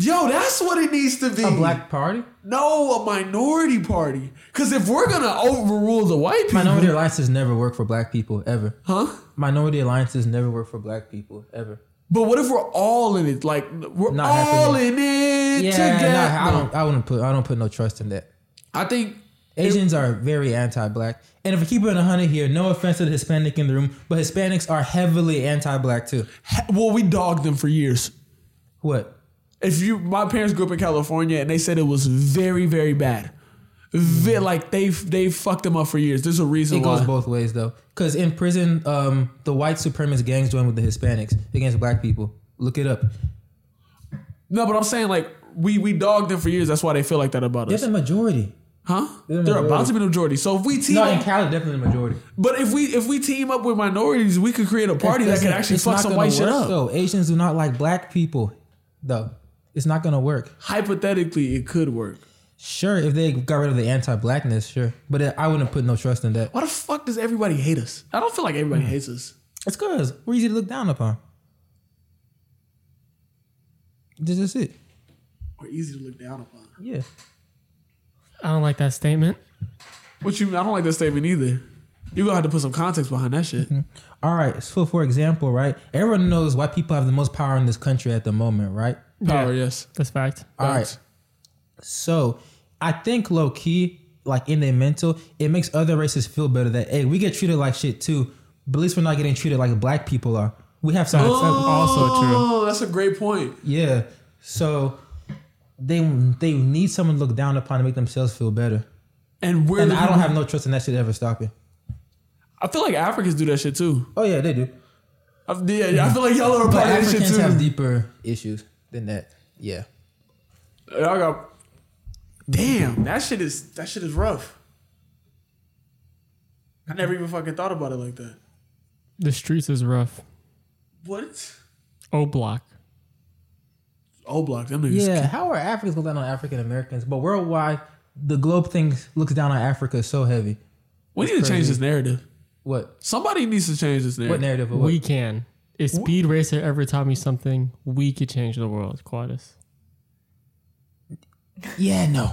Speaker 3: Yo, that's what it needs to be.
Speaker 1: a black party,
Speaker 3: no, a minority party. Because if we're gonna overrule the white people,
Speaker 1: minority alliances never work for black people ever.
Speaker 3: huh?
Speaker 1: Minority alliances never work for black people ever.
Speaker 3: But what if we're all in it? Like we're
Speaker 1: Not
Speaker 3: all
Speaker 1: happening.
Speaker 3: in it together.
Speaker 1: Yeah, nah, I
Speaker 3: No.
Speaker 1: don't. I wouldn't put. I don't put no trust in that.
Speaker 3: I think
Speaker 1: Asians are very anti-black, and if we keep it in a hundred here, no offense to the Hispanic in the room, but Hispanics are heavily anti-black too.
Speaker 3: well, we dogged them for years.
Speaker 1: What?
Speaker 3: If you, my parents grew up in California, and they said it was very, very bad. Ve- like they they fucked them up for years. There's a reason
Speaker 1: Mm. It
Speaker 3: why.
Speaker 1: goes both ways though, because in prison, um, the white supremacist gangs join with the Hispanics against black people. Look it up.
Speaker 3: No, but I'm saying like we we dogged them for years. That's why they feel like that about
Speaker 1: They're
Speaker 3: us,
Speaker 1: the majority.
Speaker 3: huh?
Speaker 1: they're the
Speaker 3: They're about
Speaker 1: majority.
Speaker 3: to be the majority. So if we team
Speaker 1: No, in
Speaker 3: up,
Speaker 1: Cali, definitely the majority.
Speaker 3: but if we if we team up with minorities, we could create a party that
Speaker 1: That's-
Speaker 3: could
Speaker 1: that's-
Speaker 3: actually
Speaker 1: it's
Speaker 3: fuck
Speaker 1: not
Speaker 3: some
Speaker 1: gonna
Speaker 3: white shit
Speaker 1: work,
Speaker 3: up.
Speaker 1: Though Asians do not like black people, though. It's not gonna work.
Speaker 3: Hypothetically, it could work.
Speaker 1: Sure, if they got rid of the anti-blackness, sure, but I wouldn't put no trust in that.
Speaker 3: Why the fuck does everybody hate us? I don't feel like everybody
Speaker 1: Hmm.
Speaker 3: hates us.
Speaker 1: It's because we're easy to look down upon. This is it.
Speaker 3: We're easy to look down upon.
Speaker 1: Yeah.
Speaker 4: I don't like that statement.
Speaker 3: What you? I don't like that statement either. You gonna have to put some context behind that shit.
Speaker 1: All right. So for example, right, everyone knows white people have the most power in this country at the moment, right?
Speaker 3: Power,
Speaker 4: Yeah.
Speaker 3: yes.
Speaker 4: That's fact.
Speaker 1: All right.
Speaker 3: Facts.
Speaker 1: So I think low key, like in their mental, it makes other races feel better that hey, we get treated like shit too, but at least we're not getting treated like black people are. We have some.
Speaker 4: That's also true.
Speaker 3: Oh, that's a great point.
Speaker 1: Yeah. So they they need someone to look down upon to make themselves feel better.
Speaker 3: And we're.
Speaker 1: And
Speaker 3: the
Speaker 1: I don't
Speaker 3: people-
Speaker 1: have no trust in that shit ever stopping.
Speaker 3: I feel like Africans do that shit too.
Speaker 1: Oh yeah, they do.
Speaker 3: I, yeah, yeah, I feel like y'all are a
Speaker 1: Mm-hmm. But
Speaker 3: part of that shit
Speaker 1: Africans
Speaker 3: too.
Speaker 1: have deeper issues than that. Yeah.
Speaker 3: y'all got. Damn, that shit is that shit is rough. I never even fucking thought about it like that.
Speaker 4: The streets is rough.
Speaker 3: What?
Speaker 4: O block.
Speaker 3: O block, them niggas.
Speaker 1: Yeah. How are Africans look down on African Americans? But worldwide, the globe thing looks down on Africa so heavy.
Speaker 3: We need to change this narrative.
Speaker 1: What?
Speaker 3: Somebody needs to change this
Speaker 1: What
Speaker 3: narrative.
Speaker 1: narrative? Or what?
Speaker 4: We can. If Speed Racer ever taught me something, we could change the world. Quadus.
Speaker 1: yeah. No.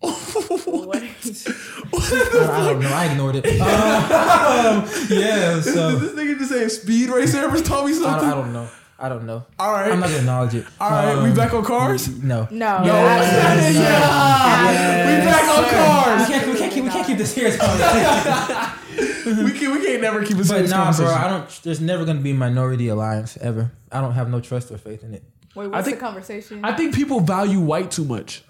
Speaker 5: What?
Speaker 1: I, I don't know. I ignored it. Um, yeah. So
Speaker 3: This nigga just saying speed racer ever told me
Speaker 1: I don't,
Speaker 3: something.
Speaker 1: I don't know. I don't know.
Speaker 3: All right.
Speaker 1: I'm not gonna acknowledge it.
Speaker 3: All right, we
Speaker 1: Um,
Speaker 3: back on cars?
Speaker 1: No.
Speaker 5: No.
Speaker 3: No,
Speaker 5: absolutely
Speaker 3: yeah.
Speaker 5: not.
Speaker 3: we back on
Speaker 1: We
Speaker 3: cars.
Speaker 1: can't, we, can't keep, we can't keep this serious conversation.
Speaker 3: we can we can't never keep a
Speaker 1: But
Speaker 3: serious
Speaker 1: nah, bro,
Speaker 3: conversation.
Speaker 1: I don't. There's never gonna be a minority alliance ever. I don't have no trust or faith in it.
Speaker 5: Wait, what's
Speaker 3: think-
Speaker 5: the conversation?
Speaker 3: I think people value white too much.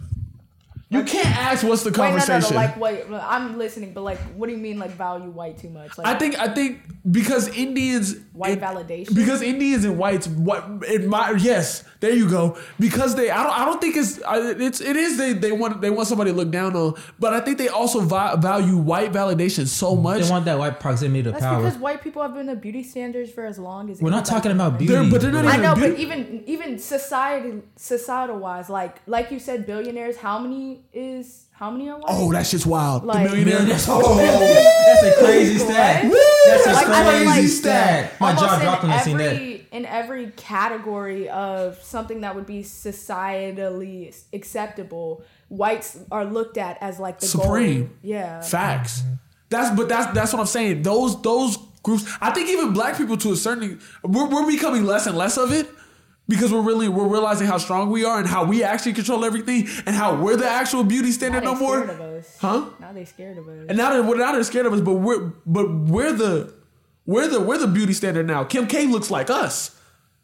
Speaker 3: You can't ask what's the
Speaker 5: Wait, no, no, no,
Speaker 3: conversation.
Speaker 5: like, wait, I'm listening, but like, what do you mean, like, value white too much? Like,
Speaker 3: I think I think because Indians
Speaker 5: white
Speaker 3: and-
Speaker 5: validation.
Speaker 3: because Indians and whites what in my yes there you go because they I don't I don't think it's I- it's it is they they want they want somebody to look down on but I think they also vi- value white validation so much
Speaker 1: They want that white proximity to
Speaker 5: that's
Speaker 1: power.
Speaker 5: because white people have been the beauty standards for as long as.
Speaker 1: We're not
Speaker 5: anybody.
Speaker 1: talking about beauty,
Speaker 3: They're- but they're not
Speaker 1: bro.
Speaker 5: I know, but
Speaker 3: Beauty-
Speaker 5: even even society societal wise, like like you said, billionaires. How many is how many are white?
Speaker 3: oh that shit's wild
Speaker 5: Like-
Speaker 3: the millionaire
Speaker 1: Millionaires.
Speaker 3: oh
Speaker 1: That's a crazy stat.
Speaker 5: What?
Speaker 1: That's a
Speaker 5: Like, I
Speaker 1: crazy
Speaker 5: mean, like,
Speaker 1: stat. My
Speaker 5: Almost
Speaker 1: jaw
Speaker 5: in
Speaker 1: dropped when I seen that.
Speaker 5: every- In every category of something that would be societally acceptable, whites are looked at as like the gold.
Speaker 3: Supreme.
Speaker 5: Yeah.
Speaker 3: Facts. That's but that's that's what I'm saying. Those those groups. I think even black people to a certain we're we're becoming less and less of it because we're really we're realizing how strong we are and how we actually control everything and how we're the actual beauty
Speaker 5: Now
Speaker 3: standard
Speaker 5: they
Speaker 3: no more.
Speaker 5: scared of us.
Speaker 3: Huh?
Speaker 5: Now they scared of us.
Speaker 3: And now they're, well, now they're scared of us, but we're but we're the we're the we're the beauty standard now. Kim K looks like us.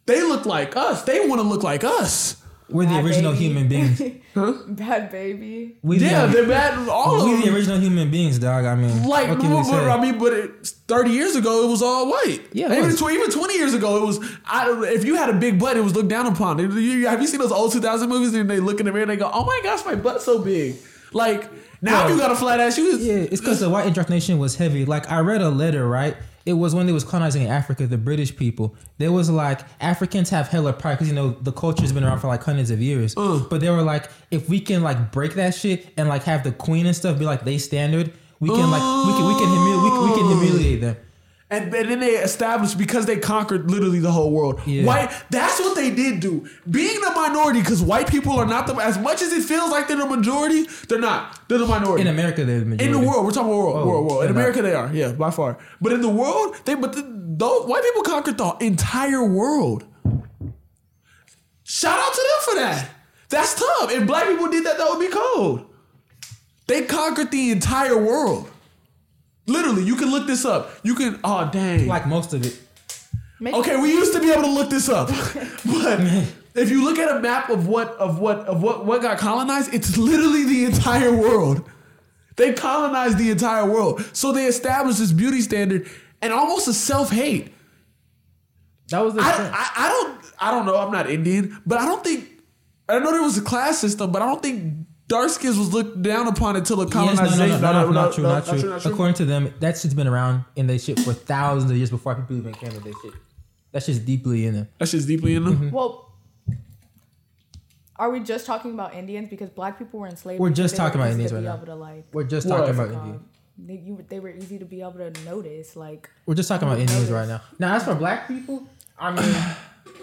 Speaker 3: They look like us. They want to look like us.
Speaker 1: We're the
Speaker 5: Bad
Speaker 1: original
Speaker 5: baby.
Speaker 1: human beings.
Speaker 5: Bad baby.
Speaker 1: We
Speaker 3: Yeah,
Speaker 1: the,
Speaker 3: they're bad. All
Speaker 1: Oh, we
Speaker 3: of
Speaker 1: the
Speaker 3: them.
Speaker 1: original human beings, dog. I mean,
Speaker 3: Oh. Like,
Speaker 1: what can we
Speaker 3: but, but,
Speaker 1: say?
Speaker 3: I mean, but it, 30 years ago, it was all white.
Speaker 1: Yeah, it
Speaker 3: even,
Speaker 1: was.
Speaker 3: tw- even 20 years ago, it was, I, don't- if you had a big butt, it was looked down upon. It- you- have you seen those old 2000 movies and they look in the mirror and they go, oh my gosh, my butt's so big? Like, now
Speaker 1: Yeah.
Speaker 3: if you got a flat ass, you just,
Speaker 1: Yeah, it's because the white indoctrination was heavy. Like I read a letter, right? It was when they was colonizing Africa, the British people. There was like Africans have hella pride because you know the culture's been around for like hundreds of years. But they were like, if we can like break that shit and like have the queen and stuff be like they standard, we can like we can we can humili- we, can- we can humiliate them.
Speaker 3: And, and then they established because they conquered literally the whole world.
Speaker 1: Yeah.
Speaker 3: White, that's what they did do. Being the minority, because white people are not the, as much as it feels like they're the majority, they're not. They're the minority.
Speaker 1: In America, they're the majority.
Speaker 3: In the world, we're talking about world,
Speaker 1: Oh,
Speaker 3: world, world. In
Speaker 1: yeah, no.
Speaker 3: America, they are, yeah, by far. But in the world, they but the, those white people conquered the entire world. Shout out to them for that. That's tough. If black people did that, that would be cold. They conquered the entire world. Literally, you can look this up. You can. Oh dang.
Speaker 1: Like most of it.
Speaker 5: Make-
Speaker 3: Okay, we used to be able to look this up, but if you look at a map of what of what of what what got colonized, it's literally the entire world. They colonized the entire world, so they established this beauty standard and almost a self hate.
Speaker 1: That was the
Speaker 3: I,
Speaker 1: thing.
Speaker 3: I I don't I don't know. I'm not Indian, but I don't think I know there was a class system, but I don't think dark skins was looked down upon until the
Speaker 1: Yes, Oh, no, no,
Speaker 3: colonization.
Speaker 1: no, no, no, not true, not
Speaker 3: not
Speaker 1: true.
Speaker 3: not true.
Speaker 1: According to them, that shit's been around in their shit for thousands of years before people even came to their shit. That's just deeply in them.
Speaker 3: That shit's deeply in
Speaker 1: Mm-hmm.
Speaker 3: them.
Speaker 5: Well, are we just talking about Indians because black people were enslaved?
Speaker 1: We're
Speaker 5: because
Speaker 1: just
Speaker 5: they were
Speaker 1: talking about
Speaker 5: easy
Speaker 1: Indians
Speaker 5: to be
Speaker 1: right now.
Speaker 5: able to, like,
Speaker 1: We're just
Speaker 3: What?
Speaker 1: talking about Indians.
Speaker 5: um, they, you, they were easy to be able to notice. Like,
Speaker 1: We're just talking about Indians right now. Now, as for black people, I mean,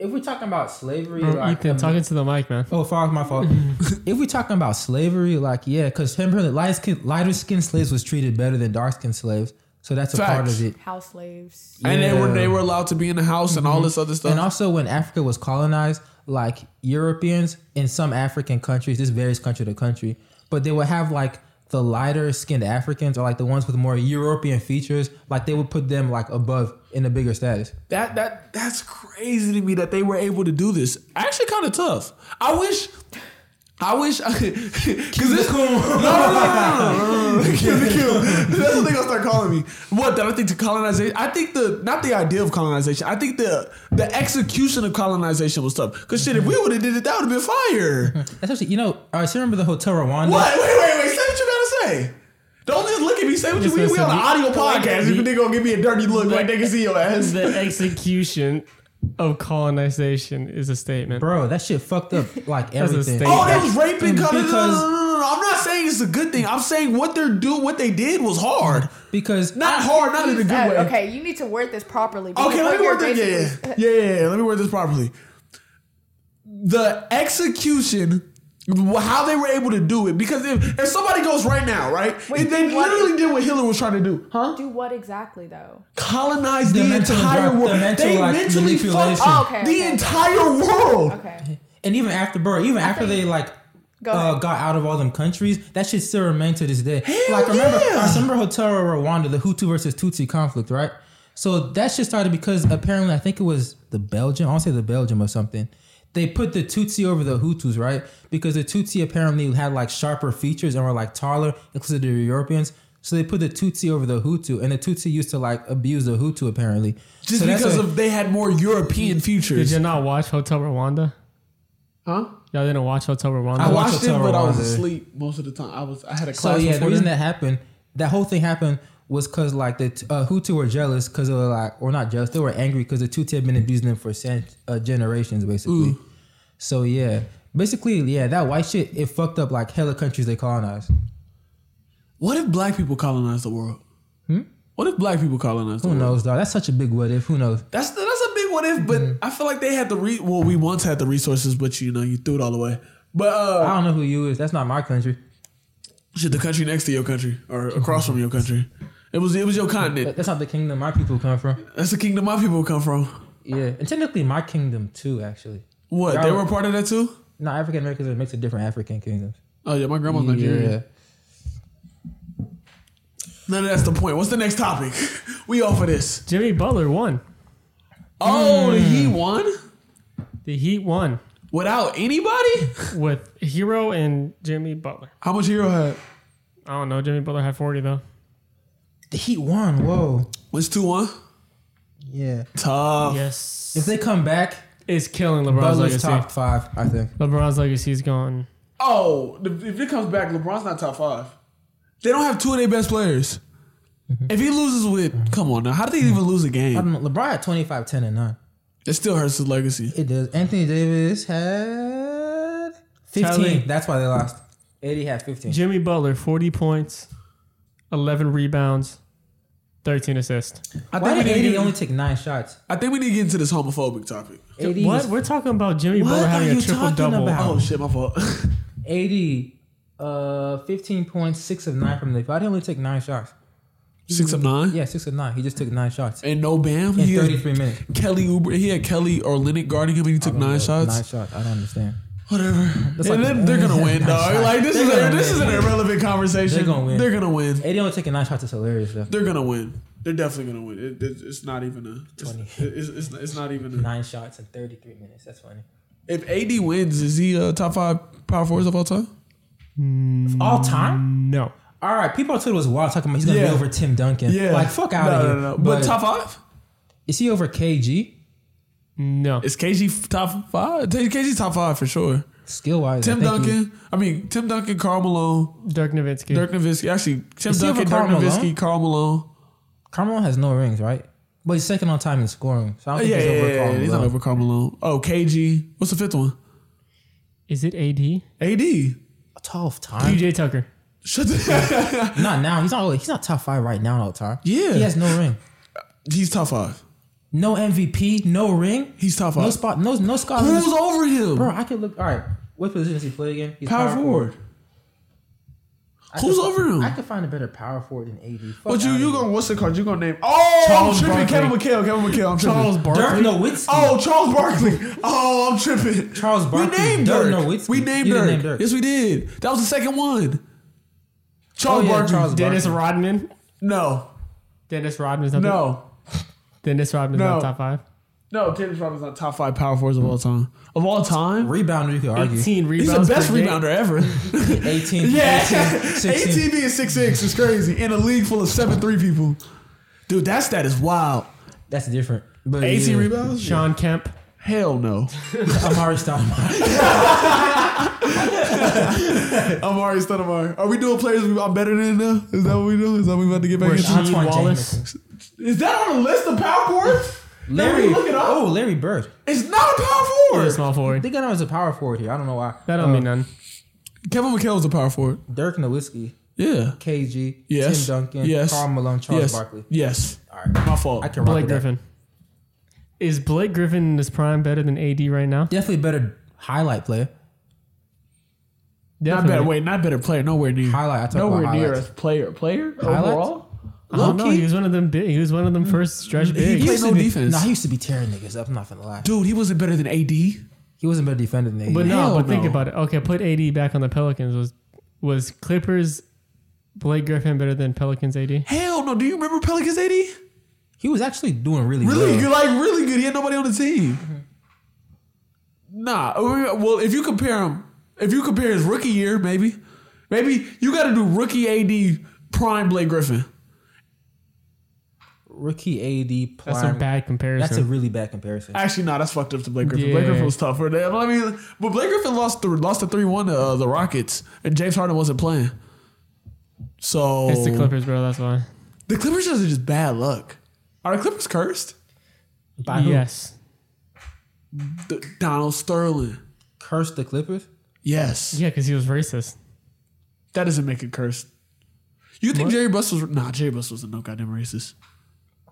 Speaker 1: if we're talking about slavery,
Speaker 4: Bro,
Speaker 1: like,
Speaker 4: Ethan,
Speaker 1: um,
Speaker 4: talking to the mic, man.
Speaker 1: Oh, far my fault. if we're talking about slavery, like yeah, because remember that light skin, lighter skinned slaves was treated better than dark skinned slaves, so that's a part
Speaker 3: Facts.
Speaker 1: of it.
Speaker 5: house slaves.
Speaker 3: And they were
Speaker 1: Yeah. Mm-hmm.
Speaker 3: they were allowed to be in the house and all this other stuff.
Speaker 1: And also, when Africa was colonized, like Europeans in some African countries, this varies country to country, but they would have like the lighter skinned Africans or like the ones with more European features, like they would put them like above in a bigger status.
Speaker 3: That that that's crazy to me that they were able to do this. Actually, kind of tough. I wish. I wish because this no no no no, no, no, no, no. Kill the kill. That's what they gonna start calling me. What that I think to colonization. I think the not the idea of colonization. I think the the execution of colonization was tough. Cause shit, if we would have did it, that would have been fire.
Speaker 1: That's actually, you know, I still remember the Hotel Rwanda.
Speaker 3: What? Wait wait wait. Say what you gotta say. Don't just look at me. Say what you. We, we on an audio podcast. You they gonna give me a dirty look like they can see your ass.
Speaker 4: The execution of colonization is a statement.
Speaker 1: Bro, that shit fucked up like
Speaker 4: a
Speaker 1: everything. Mm,
Speaker 4: state.
Speaker 3: Oh, they was raping
Speaker 1: Because-
Speaker 3: colors. No, no, no, no, no. I'm not saying it's a good thing. I'm saying what they're do what they did was hard.
Speaker 1: Because
Speaker 3: Not hard, not in a good
Speaker 5: Uh,
Speaker 3: way. Okay,
Speaker 5: okay, you need to word this properly. because
Speaker 3: okay
Speaker 5: what
Speaker 3: let me
Speaker 5: you're
Speaker 3: word this.
Speaker 5: basically-
Speaker 3: Yeah, yeah, yeah, yeah. Let me word this properly. The execution, how they were able to do it, because if, if somebody goes right now, right,
Speaker 5: Wait,
Speaker 3: if they
Speaker 5: what-
Speaker 3: literally did what Hitler was trying to do, huh?
Speaker 5: Do what exactly though?
Speaker 3: Colonize the,
Speaker 1: The mental
Speaker 3: entire
Speaker 1: drug- the
Speaker 3: world.
Speaker 1: mental,
Speaker 3: they
Speaker 1: like,
Speaker 3: mentally fucked
Speaker 1: manipulation.
Speaker 5: Oh, okay,
Speaker 3: the
Speaker 5: okay.
Speaker 3: entire world.
Speaker 5: Okay.
Speaker 1: and even after bro, even after they like
Speaker 5: Go
Speaker 1: uh,
Speaker 5: ahead.
Speaker 1: got out of all them countries, that shit still remain to this day.
Speaker 3: Hell
Speaker 1: like remember,
Speaker 3: yeah.
Speaker 1: I remember Hotel Rwanda, the Hutu versus Tutsi conflict, right? So that shit started because apparently I think it was the Belgian, I'll say the Belgium or something. They put the Tutsi over the Hutus, right? Because the Tutsi apparently had like sharper features and were like taller, including the Europeans. So they put the Tutsi over the Hutu, and the Tutsi used to like abuse the Hutu apparently.
Speaker 3: Just
Speaker 1: So that's
Speaker 3: because
Speaker 1: a-
Speaker 3: of they had more European
Speaker 4: Did
Speaker 3: futures,
Speaker 4: you not watch Hotel Rwanda?
Speaker 3: huh?
Speaker 4: Y'all didn't watch Hotel Rwanda?
Speaker 3: I
Speaker 1: I
Speaker 3: watched
Speaker 1: watched
Speaker 3: it,
Speaker 1: Hotel
Speaker 3: but I was
Speaker 1: Rwanda.
Speaker 3: asleep most of the time. I was I had a
Speaker 1: So
Speaker 3: class.
Speaker 1: Oh, yeah, the
Speaker 3: before
Speaker 1: reason
Speaker 3: then.
Speaker 1: that happened, that whole thing happened was because like the t- uh, Hutu were jealous because they were like, or not jealous, they were angry because the Tutsi had been abusing them for cent- uh, generations basically. So yeah, basically yeah, that white shit it fucked up like hella countries they colonized.
Speaker 3: what if black people colonized the world? What if black people colonized the
Speaker 1: Who
Speaker 3: world?
Speaker 1: knows, dog? That's such a big what if. Who knows?
Speaker 3: That's that's a big what if, but I feel like they had the re. Well, we once had the resources, but you know you threw it all away. But
Speaker 1: I
Speaker 3: uh,
Speaker 1: don't know who you is. That's not my country.
Speaker 3: shit, the country next to your country or across from your country, it was it was your continent.
Speaker 1: That's not the kingdom my people come from.
Speaker 3: That's the kingdom my people come from.
Speaker 1: Yeah, and technically my kingdom too, actually.
Speaker 3: What they were a part of that too?
Speaker 1: No, African Americans are mixed with different African kingdoms.
Speaker 3: Oh yeah, my grandma's Nigerian.
Speaker 1: Yeah.
Speaker 3: None of that's the point. What's the next topic? We all for this.
Speaker 4: Jimmy Butler won.
Speaker 3: Oh, he won
Speaker 4: The Heat won
Speaker 3: without anybody.
Speaker 4: with Hero and Jimmy Butler.
Speaker 3: How much hero had?
Speaker 4: I don't know. Jimmy Butler had 40, though.
Speaker 1: The Heat won. Whoa.
Speaker 3: What's two one?
Speaker 1: Yeah.
Speaker 3: Tough.
Speaker 4: Yes.
Speaker 1: If they come back,
Speaker 4: It's killing LeBron's
Speaker 1: Butler's
Speaker 4: legacy.
Speaker 1: top five, I think.
Speaker 4: LeBron's legacy is gone.
Speaker 3: Oh, the- if it comes back, LeBron's not top five. They don't have two of their best players. If he loses with, come on now, how did they even lose a
Speaker 1: Mm-hmm. I
Speaker 3: game?
Speaker 1: don't know. LeBron had 25, 10, and 9.
Speaker 3: It still hurts his legacy.
Speaker 1: It does. Anthony Davis had 15.
Speaker 4: Tally.
Speaker 1: That's why they lost. 80 had 15.
Speaker 4: Jimmy Butler, 40 points, 11 rebounds, 13 assists.
Speaker 3: I
Speaker 1: Why
Speaker 3: think, we
Speaker 1: did
Speaker 3: need to
Speaker 1: 80
Speaker 3: get,
Speaker 1: only take nine shots?
Speaker 3: I think we need to get into this homophobic topic.
Speaker 1: 80,
Speaker 4: What? We're talking about Jimmy Butler
Speaker 1: are
Speaker 4: having a
Speaker 1: you
Speaker 4: triple double.
Speaker 1: talking about?
Speaker 3: Oh shit, my fault.
Speaker 1: 80 uh, 15 points, 6 of 9 from the field. Why did he only take nine shots?
Speaker 3: six of nine,
Speaker 1: Yeah, six of nine. He just took nine shots
Speaker 3: and no Bam.
Speaker 1: in
Speaker 3: He had
Speaker 1: 33 minutes.
Speaker 3: Kelly Uber. He had Kelly or Linick guarding him, and he took nine shots.
Speaker 1: Nine shots. I don't understand.
Speaker 3: Whatever.
Speaker 1: That's
Speaker 3: And
Speaker 1: like-
Speaker 3: then they're gonna win, dog. Like this
Speaker 1: They're
Speaker 3: is
Speaker 1: gonna
Speaker 3: this is
Speaker 1: win.
Speaker 3: an irrelevant conversation.
Speaker 1: They're gonna win.
Speaker 3: They're gonna win.
Speaker 1: AD only taking nine shots is hilarious though.
Speaker 3: They're gonna win. They're definitely gonna win. It, it, it's not even a. It's,
Speaker 1: 20.
Speaker 3: it's, it's, it's not even. A,
Speaker 1: Nine shots in 33 minutes. That's funny.
Speaker 3: if AD wins, is he uh, top five power forwards of all time?
Speaker 1: All time?
Speaker 4: No.
Speaker 1: All right. People on Twitter was wild talking about he's going to
Speaker 3: Yeah.
Speaker 1: be over Tim Duncan. Like, fuck out of
Speaker 3: No,
Speaker 1: here.
Speaker 3: no, no. But, top five
Speaker 1: Is he over KG?
Speaker 4: No.
Speaker 3: is KG f- top five. KG top five for sure.
Speaker 1: Skill wise.
Speaker 3: Tim Duncan. I mean Tim Duncan, Carl Malone,
Speaker 4: Dirk Nowitzki.
Speaker 3: Dirk Nowitzki. Actually, Tim
Speaker 1: Is he over
Speaker 3: Duncan, Dirk
Speaker 1: Karl Malone?
Speaker 3: Nowitzki, Carl Malone.
Speaker 1: Carmelo has no rings, right? But he's second on time in scoring. So I don't think
Speaker 3: yeah,
Speaker 1: he's
Speaker 3: yeah,
Speaker 1: over
Speaker 3: yeah, yeah,
Speaker 1: Carmelo.
Speaker 3: He's not over Carl Malone. Oh, KG. What's the fifth one?
Speaker 4: Is it AD?
Speaker 3: AD.
Speaker 1: 12 time.
Speaker 4: PJ Tucker.
Speaker 3: Shut the.
Speaker 1: Not now. He's not. He's not top five right now. All time.
Speaker 3: Yeah.
Speaker 1: He has no ring,
Speaker 3: He's top five.
Speaker 1: no MVP, no ring,
Speaker 3: He's top
Speaker 1: no
Speaker 3: five.
Speaker 1: spot, no no Scott.
Speaker 3: Who's over him?
Speaker 1: Bro, I could look. All right, what position does he play again? He's
Speaker 3: power forward.
Speaker 1: I
Speaker 3: Who's
Speaker 1: could-
Speaker 3: over him?
Speaker 1: I could find a better power forward than AD. Fuck
Speaker 3: But you
Speaker 1: outta
Speaker 3: you
Speaker 1: here.
Speaker 3: gonna what's the card? You gonna name? Oh,
Speaker 4: Charles
Speaker 3: I'm tripping. Kevin
Speaker 4: Barkley.
Speaker 3: McHale. Kevin McHale. I'm tripping.
Speaker 4: Charles
Speaker 1: Dirk
Speaker 4: Barkley.
Speaker 1: Nowitzki?
Speaker 3: Oh, Charles Barkley. Oh, I'm tripping.
Speaker 1: Charles Barkley,
Speaker 3: We named
Speaker 1: Dirk
Speaker 3: Dirk.
Speaker 1: Nowitzki.
Speaker 3: We named
Speaker 1: You didn't
Speaker 3: Dirk.
Speaker 1: name Dirk.
Speaker 3: Yes, we did. That was the second one. Charles
Speaker 1: Oh, yeah,
Speaker 3: Barkley.
Speaker 1: Charles
Speaker 4: Dennis
Speaker 1: Barkley.
Speaker 4: Rodman.
Speaker 3: No,
Speaker 4: Dennis Rodman's not the-
Speaker 3: no,
Speaker 4: Dennis Rodman's
Speaker 3: No.
Speaker 4: not top five.
Speaker 3: no. Dennis Rodman's not top five power forwards of all time. Of all time,
Speaker 1: rebounder. You could argue
Speaker 4: 18
Speaker 3: he's
Speaker 4: rebounds.
Speaker 3: the best
Speaker 4: per game.
Speaker 3: rebounder ever.
Speaker 1: 18,
Speaker 3: Yeah,
Speaker 1: 18, 16.
Speaker 3: ATB is six six is crazy in a league full of seven three people. Dude, that stat is wild.
Speaker 1: That's different. But
Speaker 3: 18
Speaker 1: yeah.
Speaker 3: rebounds?
Speaker 4: Sean Kemp.
Speaker 3: Hell no.
Speaker 1: Amari Stoudemire.
Speaker 3: Amari Stoudemire. Are we doing players we, I'm better than now? Is that what we doing? Is that what we about to get back into?
Speaker 1: Antoine
Speaker 4: Rasheed Wallace.
Speaker 3: Is that on the list of power forwards?
Speaker 1: Larry.
Speaker 3: Larry, look it up.
Speaker 1: Oh, Larry Bird.
Speaker 3: It's not a power
Speaker 4: He's a
Speaker 3: forward.
Speaker 4: small forward.
Speaker 1: They got him as a power forward here. I don't know why. Um,
Speaker 4: That don't
Speaker 3: Oh.
Speaker 4: mean none.
Speaker 3: Kevin McHale was a power forward.
Speaker 1: Dirk Nowitzki,
Speaker 3: Yeah.
Speaker 1: KG,
Speaker 3: Yes.
Speaker 1: Tim Duncan,
Speaker 3: Yes.
Speaker 1: Carl Malone, Charles
Speaker 3: yes.
Speaker 1: Barkley.
Speaker 3: Yes.
Speaker 1: All right,
Speaker 3: My fault.
Speaker 1: I can rock
Speaker 4: Blake
Speaker 1: with that.
Speaker 4: Griffin. Is Blake Griffin in his prime better than AD right now?
Speaker 1: Definitely better highlight player.
Speaker 3: not better. Wait, not better player. Nowhere near.
Speaker 1: Highlight, I talk
Speaker 3: Nowhere
Speaker 1: about
Speaker 3: near
Speaker 1: highlights.
Speaker 3: as player. Player
Speaker 1: Highlights?
Speaker 3: overall.
Speaker 4: I don't know.
Speaker 3: Low-key?
Speaker 4: He was one of them. Big, he was one of them first stretch
Speaker 3: He
Speaker 4: bigs.
Speaker 3: played no
Speaker 1: to be,
Speaker 3: defense.
Speaker 1: Nah, he used to be tearing niggas up. I'm not gonna lie.
Speaker 3: Dude, he wasn't better than AD.
Speaker 1: He wasn't a better defender than AD.
Speaker 4: But no.
Speaker 3: Hell
Speaker 4: But think
Speaker 3: no.
Speaker 4: about it. Okay, put AD back on the Pelicans. Was was Clippers Blake Griffin better than Pelicans AD?
Speaker 3: Hell no. Do you remember Pelicans AD?
Speaker 1: he was actually doing really,
Speaker 3: Really
Speaker 1: well.
Speaker 3: good. Like, really good. He had nobody on the team. Nah. Oh, Well, if you compare him, if you compare his rookie year, maybe, maybe you got to do rookie AD prime Blake Griffin.
Speaker 1: Rookie AD prime.
Speaker 4: That's a bad comparison.
Speaker 1: That's a really bad comparison.
Speaker 3: Actually, no, that's fucked up to Blake Griffin. Blake
Speaker 4: Yeah.
Speaker 3: Griffin was tougher. They- I mean, but Blake Griffin lost the lost the three one to uh, the Rockets, and James Harden wasn't playing. So
Speaker 4: it's the Clippers, bro. That's why.
Speaker 3: The Clippers are just bad luck. Are the Clippers cursed?
Speaker 1: By who?
Speaker 4: yes.
Speaker 3: The, Donald Sterling.
Speaker 1: Curse the Clippers.
Speaker 3: Yes.
Speaker 4: Yeah, because he was racist.
Speaker 3: That doesn't make it cursed. You think Jerry Buss was nah? Jerry Buss was a no goddamn racist.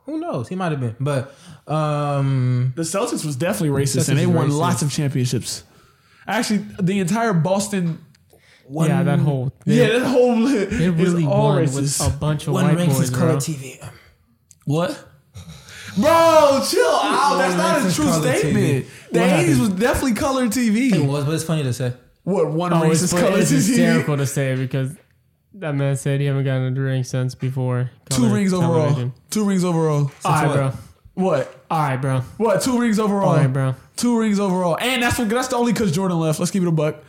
Speaker 1: Who knows? He might have been, but um,
Speaker 3: The Celtics was definitely racist,
Speaker 1: Celtics
Speaker 3: and they
Speaker 1: was
Speaker 3: won
Speaker 1: racist.
Speaker 3: lots of championships. Actually, the entire Boston. One,
Speaker 4: Yeah, that whole. They,
Speaker 3: yeah, that whole it
Speaker 4: they really
Speaker 3: is all
Speaker 4: won with
Speaker 3: racist.
Speaker 4: a bunch of
Speaker 1: one
Speaker 4: white
Speaker 1: ranks is
Speaker 4: boys,
Speaker 1: color
Speaker 4: bro.
Speaker 1: TV.
Speaker 3: what? Bro, chill out. That's not a
Speaker 1: racist
Speaker 3: true
Speaker 1: color
Speaker 3: statement.
Speaker 1: TV.
Speaker 3: The
Speaker 1: What
Speaker 3: eighties
Speaker 1: happened?
Speaker 3: was definitely colored
Speaker 1: It
Speaker 3: TV.
Speaker 1: was, but it's funny to say.
Speaker 3: What one
Speaker 4: Oh, it's,
Speaker 3: racist colored
Speaker 4: it's
Speaker 3: TV?
Speaker 4: hysterical to say because that man said he haven't gotten a ring since before.
Speaker 3: Two
Speaker 4: color
Speaker 3: rings overall.
Speaker 4: television.
Speaker 3: Two rings overall.
Speaker 4: All right,
Speaker 1: what?
Speaker 4: bro.
Speaker 3: What?
Speaker 4: All right, bro.
Speaker 3: What? Two rings overall.
Speaker 4: All right, bro.
Speaker 3: Two rings overall, and that's what, that's the only because Jordan left. Let's keep it a buck.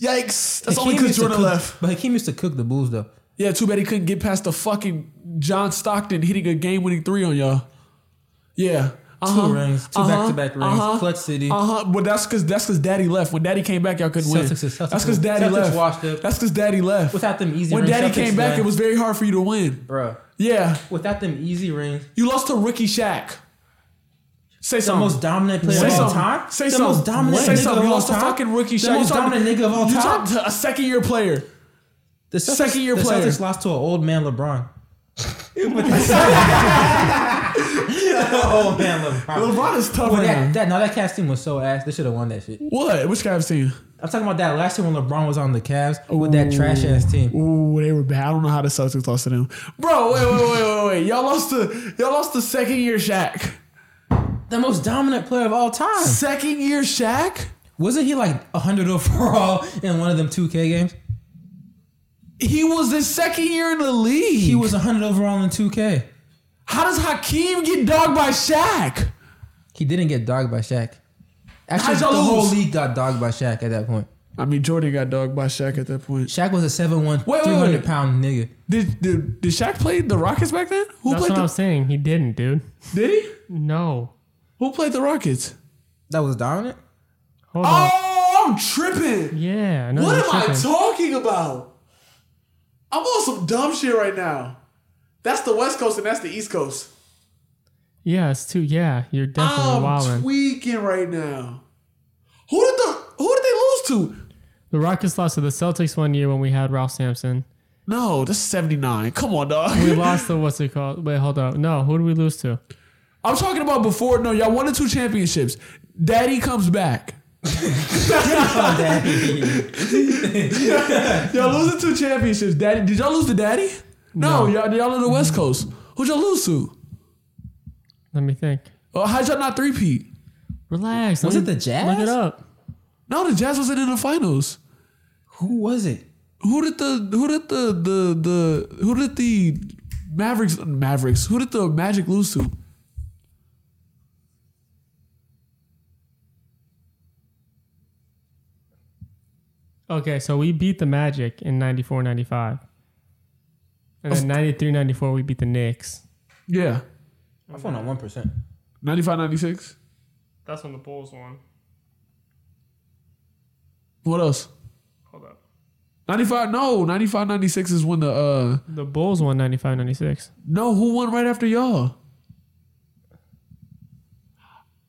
Speaker 3: Yikes! That's
Speaker 1: Hakeem
Speaker 3: only because
Speaker 1: used to
Speaker 3: Jordan
Speaker 1: cook-
Speaker 3: left.
Speaker 1: But Hakeem used to cook the Bulls though.
Speaker 3: Yeah, too bad he couldn't get past the fucking John Stockton hitting a game-winning three on y'all. Yeah, uh-huh.
Speaker 1: Two rings, two
Speaker 3: uh-huh,
Speaker 1: back-to-back rings,
Speaker 3: uh-huh,
Speaker 1: clutch city.
Speaker 3: Uh huh. But that's because that's because Daddy left. When Daddy came back, y'all couldn't win.
Speaker 1: Celtics is- Celtics
Speaker 3: that's because Daddy
Speaker 1: Celtics
Speaker 3: left.
Speaker 1: washed up.
Speaker 3: That's because Daddy left.
Speaker 1: Without them easy
Speaker 3: when
Speaker 1: rings,
Speaker 3: Daddy
Speaker 1: Celtics
Speaker 3: came back,
Speaker 1: won.
Speaker 3: it was very hard for you to win.
Speaker 1: Bruh.
Speaker 3: Yeah,
Speaker 1: Without them easy rings,
Speaker 3: you lost to rookie Shaq. Say
Speaker 1: the
Speaker 3: something.
Speaker 1: most dominant player
Speaker 3: Say
Speaker 1: of all
Speaker 3: something.
Speaker 1: time.
Speaker 3: Say
Speaker 1: the
Speaker 3: something.
Speaker 1: most dominant
Speaker 3: Say
Speaker 1: nigga
Speaker 3: something.
Speaker 1: of
Speaker 3: You
Speaker 1: all
Speaker 3: lost
Speaker 1: time.
Speaker 3: the fucking rookie
Speaker 1: The
Speaker 3: shot.
Speaker 1: most
Speaker 3: You talking-
Speaker 1: dominant nigga of all
Speaker 3: You
Speaker 1: time.
Speaker 3: talking to a second year player.
Speaker 1: The Celtics,
Speaker 3: Second-year
Speaker 1: the
Speaker 3: player.
Speaker 1: Celtics lost to an old man LeBron. old man LeBron.
Speaker 3: LeBron is tougher.
Speaker 1: Well, that,
Speaker 3: than
Speaker 1: that no, that cast team was so ass. They should have won that shit.
Speaker 3: What? Which guy I've seen?
Speaker 1: I'm talking about that last year when LeBron was on the Cavs with that trash ass team.
Speaker 3: Ooh, they were bad. I don't know how the Celtics lost to them. Bro, wait, wait, wait, wait, wait. Y'all lost the y'all lost the second year Shaq.
Speaker 1: The most dominant player of all time.
Speaker 3: Second year Shaq?
Speaker 1: Wasn't he like 100 overall in one of them 2K games?
Speaker 3: He was the second year in the league.
Speaker 1: He was 100 overall in 2K.
Speaker 3: How does Hakeem get dogged by Shaq?
Speaker 1: He didn't get dogged by Shaq. Actually,
Speaker 3: How'd
Speaker 1: the
Speaker 3: y'all
Speaker 1: whole
Speaker 3: lose?
Speaker 1: league got dogged by Shaq at that point.
Speaker 3: I mean, Jordan got dogged by Shaq at that point.
Speaker 1: Shaq was a 7'1",
Speaker 3: Wait, wait,
Speaker 1: 300
Speaker 3: wait.
Speaker 1: pound nigga.
Speaker 3: Did did, did Shaq play the Rockets back then? Who
Speaker 4: That's what
Speaker 3: played
Speaker 4: I'm
Speaker 3: the,
Speaker 4: saying. He didn't, dude.
Speaker 3: Did he?
Speaker 4: No.
Speaker 3: Who played the Rockets?
Speaker 1: That was dominant?
Speaker 4: Hold on.
Speaker 3: Oh, I'm tripping.
Speaker 4: Yeah. No,
Speaker 3: What
Speaker 4: you're
Speaker 3: am I
Speaker 4: tripping.
Speaker 3: talking about? I'm on some dumb shit right now. That's the West Coast and that's the East Coast.
Speaker 4: Yeah, it's too. Yeah, you're definitely
Speaker 3: I'm
Speaker 4: wilding.
Speaker 3: tweaking right now. Who did the who did they lose to?
Speaker 4: the Rockets lost to the Celtics one year when we had Ralph Sampson.
Speaker 3: No, that's 79. Come on, dog.
Speaker 4: We lost to what's it called? Wait, hold up. No, who did we lose to?
Speaker 3: I'm talking about before. No, y'all won the two championships. Daddy comes back. y'all lose the two championships. Daddy, did y'all lose to Daddy? No, y'all y'all on the West Coast. Who'd y'all lose to?
Speaker 4: Let me think.
Speaker 3: Oh, how'd y'all not three peat?
Speaker 4: Relax.
Speaker 1: Was
Speaker 4: let
Speaker 1: it
Speaker 4: me
Speaker 1: the Jazz?
Speaker 4: Look it up.
Speaker 3: No, the Jazz wasn't in the finals.
Speaker 1: Who was it?
Speaker 3: Who did the who did the the the who did the Mavericks Mavericks? Who did the Magic lose to?
Speaker 4: Okay, so we beat the Magic in 94 95. And then 93 94, we beat the Knicks.
Speaker 3: Yeah.
Speaker 1: I phone on 1%.
Speaker 3: 95 96.
Speaker 4: That's when the Bulls won.
Speaker 3: What else?
Speaker 4: Hold up.
Speaker 3: 95 no, 95 96 is when the uh
Speaker 4: The Bulls won 95 96.
Speaker 3: No, who won right after y'all?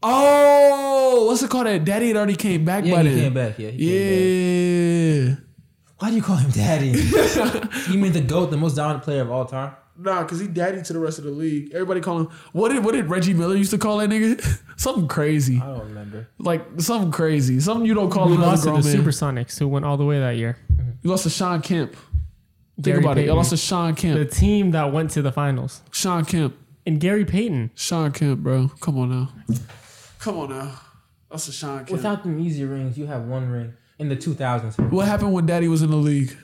Speaker 3: Oh, what's it called? That daddy had already came back
Speaker 1: Yeah,
Speaker 3: by
Speaker 1: he
Speaker 3: then.
Speaker 1: came back. Yeah, he came back.
Speaker 3: yeah.
Speaker 1: Why do you call him daddy? you mean the GOAT, the most dominant player of all time?
Speaker 3: Nah, cause he daddy to the rest of the league. Everybody call him what did what did Reggie Miller used to call that nigga? something crazy.
Speaker 1: I don't remember.
Speaker 3: Like something crazy. Something you don't call
Speaker 4: We
Speaker 3: another
Speaker 4: lost to the
Speaker 3: grown man.
Speaker 4: Supersonics, who went all the way that year.
Speaker 3: you lost to Sean Kemp. Think
Speaker 4: Gary
Speaker 3: about it. You
Speaker 4: Payton.
Speaker 3: lost to Sean
Speaker 4: The
Speaker 3: Kemp.
Speaker 4: team that went to the finals.
Speaker 3: Sean Kemp.
Speaker 4: And Gary Payton.
Speaker 3: Sean Kemp, bro. Come on now. Come on now. That's a Sean Kemp.
Speaker 1: Without them easy rings, you have one ring in the 2000s.
Speaker 3: what happened when Daddy was in the league?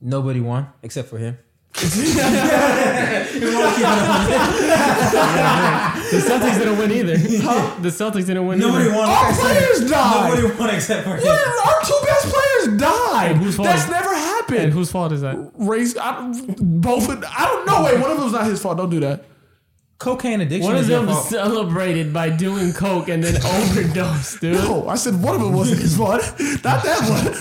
Speaker 1: Nobody won except for him.
Speaker 4: The Celtics didn't win either. The Celtics didn't win
Speaker 1: Nobody
Speaker 4: either.
Speaker 1: won.
Speaker 3: Our
Speaker 1: except-
Speaker 3: players died.
Speaker 1: Nobody won except for him.
Speaker 3: What? Our two best players died.
Speaker 4: And whose fault?
Speaker 3: That's never
Speaker 4: And
Speaker 3: happened.
Speaker 4: whose fault is that?
Speaker 3: Race, I, both. of- I don't know. Wait, one of them's not his fault. Don't do that.
Speaker 1: Cocaine addiction.
Speaker 4: One
Speaker 1: is
Speaker 4: of
Speaker 1: your
Speaker 4: them
Speaker 1: fault.
Speaker 4: celebrated by doing coke and then overdosed, dude.
Speaker 3: Oh, I said one of them wasn't his fault. Not that one.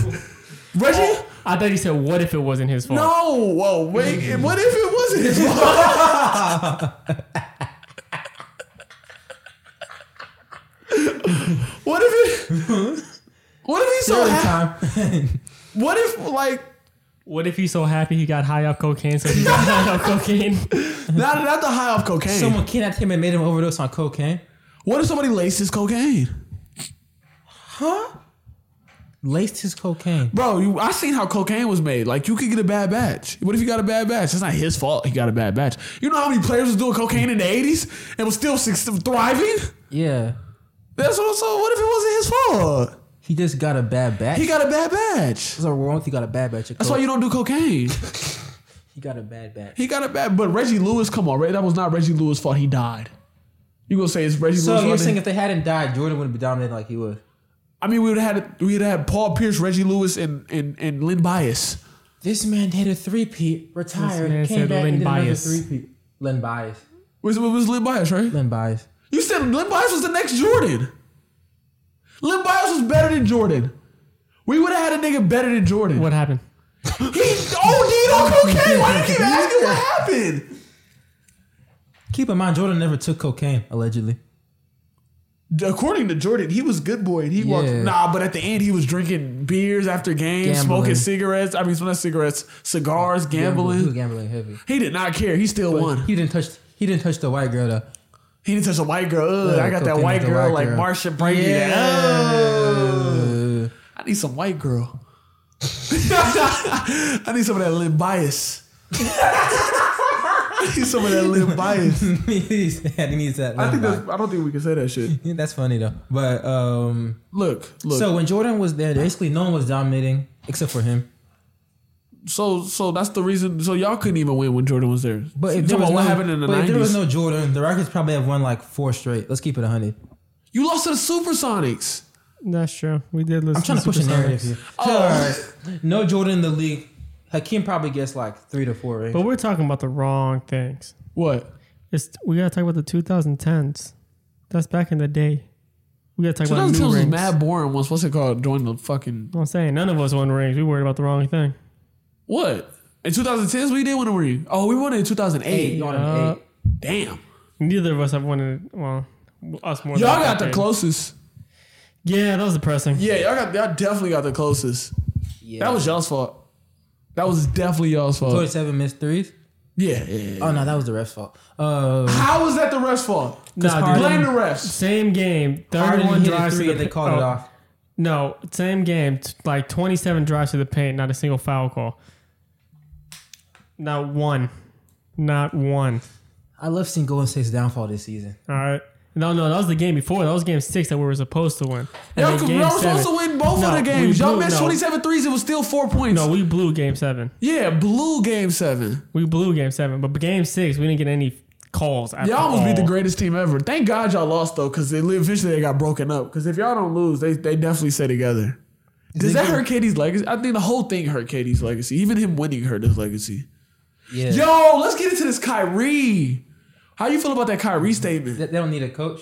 Speaker 3: Reggie.
Speaker 4: I thought you said, "What if it wasn't his fault?"
Speaker 3: No, whoa, wait. and What if it wasn't his fault? what if it? What if he's so?
Speaker 1: Story
Speaker 3: Ha-
Speaker 1: time.
Speaker 3: what if like
Speaker 4: What if he's so happy he got high off cocaine, so he got high off cocaine?
Speaker 3: not not the high off cocaine?
Speaker 1: Someone kidnapped him and made him overdose on cocaine.
Speaker 3: what if somebody laced his cocaine?
Speaker 1: Laced his cocaine.
Speaker 3: Bro, you, I seen how cocaine was made. Like you could get a bad batch. What if you got a bad batch? It's not his fault. He got a bad batch. You know how many players was doing cocaine in the eighties and was still suc- thriving?
Speaker 1: Yeah.
Speaker 3: That's what I'm saying. What if it wasn't his fault?
Speaker 1: He just got a bad batch.
Speaker 3: He
Speaker 1: He got,
Speaker 3: got a bad batch.
Speaker 1: There's a wrong with he got a bad batch. Of
Speaker 3: That's why
Speaker 1: coke.
Speaker 3: you don't do cocaine.
Speaker 1: he got a bad batch.
Speaker 3: He got a bad, but Reggie Lewis, come on, Re- that was not Reggie Lewis' fault. He died. You gonna say it's Reggie
Speaker 1: So
Speaker 3: Lewis?
Speaker 1: you're
Speaker 3: fault?
Speaker 1: saying if they hadn't died, Jordan wouldn't be dominant like he was.
Speaker 3: I mean, we would have had we would have had Paul Pierce, Reggie Lewis, and and and Lynn Bias.
Speaker 1: This man did a three peat, retired,
Speaker 4: man
Speaker 1: came
Speaker 4: said
Speaker 1: back
Speaker 4: Len
Speaker 1: and did another
Speaker 4: Bias.
Speaker 1: three peat. Len Bias.
Speaker 3: Was was Lynn Bias right?
Speaker 1: Len Bias.
Speaker 3: You said Lynn Bias was the next Jordan. Lynn Bias was better than Jordan. We would have had a nigga better than Jordan.
Speaker 4: what happened?
Speaker 3: He OD'd on cocaine. Why do you keep asking what happened?
Speaker 1: Keep in mind, Jordan never took cocaine allegedly.
Speaker 3: According to Jordan, he was good boy. And he walked.
Speaker 1: Yeah.
Speaker 3: Nah, but at the end, he was drinking beers after games,
Speaker 1: Gambling.
Speaker 3: smoking cigarettes. I mean, not cigarettes, cigars, gambling.
Speaker 1: He was gambling heavy.
Speaker 3: He did not care. He still won.
Speaker 1: He didn't touch. He didn't touch the white girl though.
Speaker 3: He didn't touch a white girl. Ugh,
Speaker 1: Yeah,
Speaker 3: I got that
Speaker 1: cocaine
Speaker 3: white
Speaker 1: with the
Speaker 3: girl
Speaker 1: white
Speaker 3: like
Speaker 1: girl.
Speaker 3: Marsha Brady.
Speaker 1: Yeah.
Speaker 3: Ugh. I I need some white girl. I need some of that Lynn Bias. I need some of that Lynn Bias.
Speaker 1: He's- he needs that.
Speaker 3: I
Speaker 1: limp
Speaker 3: think
Speaker 1: back.
Speaker 3: that's, I don't think we can say that shit.
Speaker 1: Yeah, that's funny though. But um,
Speaker 3: Look, look.
Speaker 1: so
Speaker 3: So
Speaker 1: when Jordan was there, basically no one was dominating except for him.
Speaker 3: so so that's the reason. So y'all couldn't even win when Jordan was there.
Speaker 1: But
Speaker 3: You
Speaker 1: if
Speaker 3: talking
Speaker 1: there was
Speaker 3: about
Speaker 1: no,
Speaker 3: what happened in the
Speaker 1: but if there was
Speaker 3: nineties,
Speaker 1: no Jordan, the Rockets probably have won like four straight. Let's keep it hundred.
Speaker 3: you lost to the Supersonics.
Speaker 4: That's true. We did listen.
Speaker 1: I'm trying to push a
Speaker 4: Supersonics.
Speaker 1: narrative here.
Speaker 3: Oh.
Speaker 1: All right. No Jordan in the league. Hakeem probably gets like three to four. Right?
Speaker 4: But we're talking about the wrong things.
Speaker 3: What?
Speaker 4: It's we gotta talk about the 2010s. That's back in the day. We gotta talk about
Speaker 3: 2010
Speaker 4: new
Speaker 3: was
Speaker 4: rings.
Speaker 3: mad boring. Once what's it called? Join the fucking
Speaker 4: I'm saying none of us won rings. We worried about the wrong thing.
Speaker 3: what? In 2010s we did win a ring. Oh, we won it in 2008.
Speaker 1: eight, y'all
Speaker 4: Uh,
Speaker 1: an eight.
Speaker 3: Damn.
Speaker 4: Neither of us have won it. Well, us more. than
Speaker 3: Y'all
Speaker 4: a
Speaker 3: got the
Speaker 4: decade.
Speaker 3: closest.
Speaker 4: Yeah, that was depressing.
Speaker 3: Yeah, y'all got y'all definitely got the closest.
Speaker 1: Yeah.
Speaker 3: That was y'all's fault. That was definitely y'all's fault.
Speaker 1: Forty-seven missed threes.
Speaker 3: Yeah, yeah, yeah.
Speaker 1: Oh no, that was the ref's fault. Uh,
Speaker 3: How was that the refs' fault?
Speaker 4: Nah, dude.
Speaker 3: Blame the refs.
Speaker 4: Same game.
Speaker 1: Harden
Speaker 4: Thirty-one
Speaker 1: hit a
Speaker 4: drives to
Speaker 1: three
Speaker 4: the
Speaker 1: and they
Speaker 4: pa-
Speaker 1: called it
Speaker 4: oh,
Speaker 1: off.
Speaker 4: No, same game. t- Like twenty-seven drives to the paint. Not a single foul call. Not one. Not one.
Speaker 1: I love seeing Golden State's downfall this season.
Speaker 4: All right. No, no, that was the game before. That was game six that we were supposed to win. And
Speaker 3: Y'all,
Speaker 4: then
Speaker 3: could-
Speaker 4: game
Speaker 3: y'all were
Speaker 4: seven-
Speaker 3: supposed to win both
Speaker 4: No,
Speaker 3: of the games.
Speaker 4: we
Speaker 3: Y'all
Speaker 4: blew-
Speaker 3: missed
Speaker 4: no.
Speaker 3: 27 threes. It was still four points.
Speaker 4: No, we blew game seven.
Speaker 3: yeah, blue game seven.
Speaker 4: We blew game seven, but game six we didn't get any calls. At
Speaker 3: Y'all almost
Speaker 4: all.
Speaker 3: beat the greatest team ever. Thank God y'all lost though, because they eventually they got broken up. Because if y'all don't lose, they they definitely stay together. Does that hurt Katie's legacy? I think the whole thing hurt Katie's legacy. Even him winning hurt his legacy.
Speaker 1: Yeah.
Speaker 3: Yo, let's get into this Kyrie. How you feel about that Kyrie statement?
Speaker 1: They they don't need a coach.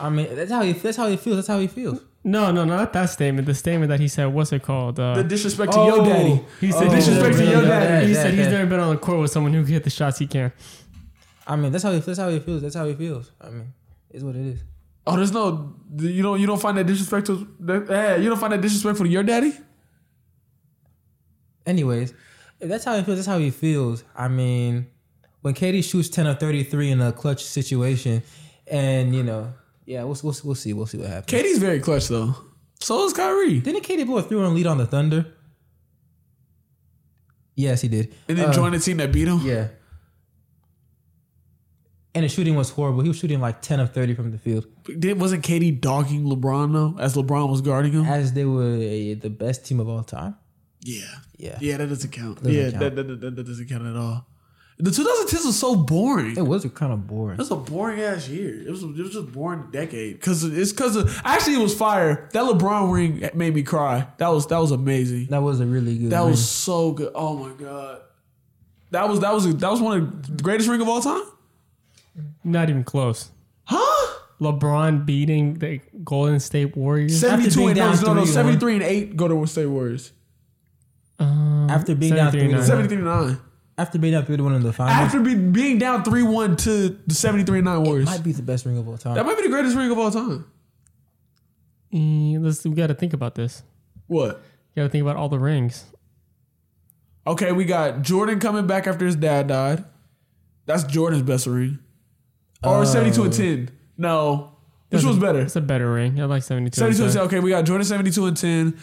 Speaker 1: I mean, that's how he. That's how he feels. That's how he feels.
Speaker 4: No, no, not that statement. The statement that he said. What's it called? Uh,
Speaker 3: The disrespect to your daddy.
Speaker 4: he said.
Speaker 1: Oh,
Speaker 4: he's never
Speaker 3: disrespect to
Speaker 4: been
Speaker 3: your
Speaker 4: on-
Speaker 3: daddy.
Speaker 4: He
Speaker 1: That-
Speaker 4: said
Speaker 1: that-
Speaker 4: he's never been on the court with someone who can hit the shots he can.
Speaker 1: I mean, that's how he. That's how he feels. That's how he feels. I mean, it's what it is.
Speaker 3: Oh, there's no you don't you don't find that disrespectful. That, eh, you don't find that disrespectful to your daddy.
Speaker 1: Anyways, if that's how he feels. That's how he feels. I mean, when Katie shoots ten of thirty three in a clutch situation, and you know, yeah, we'll we'll, we'll see. We'll see what happens.
Speaker 3: Katie's very clutch though. So is Kyrie.
Speaker 1: Didn't Katie blow a three run lead on the Thunder? Yes, he did.
Speaker 3: And then
Speaker 1: Uh,
Speaker 3: join the team that beat him.
Speaker 1: Yeah. And the shooting was horrible. He was shooting like ten of thirty from the field.
Speaker 3: Did, wasn't Katie dogging LeBron though, as LeBron was guarding him?
Speaker 1: as they were uh, the best team of all time.
Speaker 3: Yeah.
Speaker 1: Yeah.
Speaker 3: Yeah, that doesn't count.
Speaker 1: Doesn't
Speaker 3: yeah,
Speaker 1: count.
Speaker 3: That, that, that, that doesn't count at all. The 2010s was so boring.
Speaker 1: It
Speaker 3: It
Speaker 1: was kind of boring.
Speaker 3: was a boring ass year. It was it was just boring decade. Cause it's cause of, actually it was fire. That LeBron ring made me cry. That was that was amazing.
Speaker 1: That was a really good.
Speaker 3: That was so good. Oh my god. That was that was that was one of the greatest ring of all time.
Speaker 4: Not even close.
Speaker 3: Huh?
Speaker 4: LeBron beating the Golden State Warriors.
Speaker 1: being
Speaker 3: 72 and no,
Speaker 1: down
Speaker 3: no, no,
Speaker 1: 3-1.
Speaker 3: 73 and 8 go to State Warriors.
Speaker 4: Um,
Speaker 1: After being down
Speaker 4: 73
Speaker 1: three to
Speaker 4: nine.
Speaker 1: seven-
Speaker 3: 73 and 9.
Speaker 1: after being down three to one in the finals.
Speaker 3: After be, being down 3 1 to the 73 and 9 Warriors.
Speaker 1: might be the best ring of all time.
Speaker 3: That might be the greatest ring of all time.
Speaker 4: Mm, let's, we got to think about this.
Speaker 3: What?
Speaker 4: You got to think about all the rings.
Speaker 3: Okay, we got Jordan coming back after his dad died. That's Jordan's best ring. Or
Speaker 4: Uh,
Speaker 3: 72 and 10. No. Which
Speaker 4: That's
Speaker 3: one's
Speaker 4: a-
Speaker 3: better?
Speaker 4: That's a better ring. I like 72.
Speaker 3: 72 and 10.
Speaker 4: 72
Speaker 3: Okay, we got Jordan 72 and 10.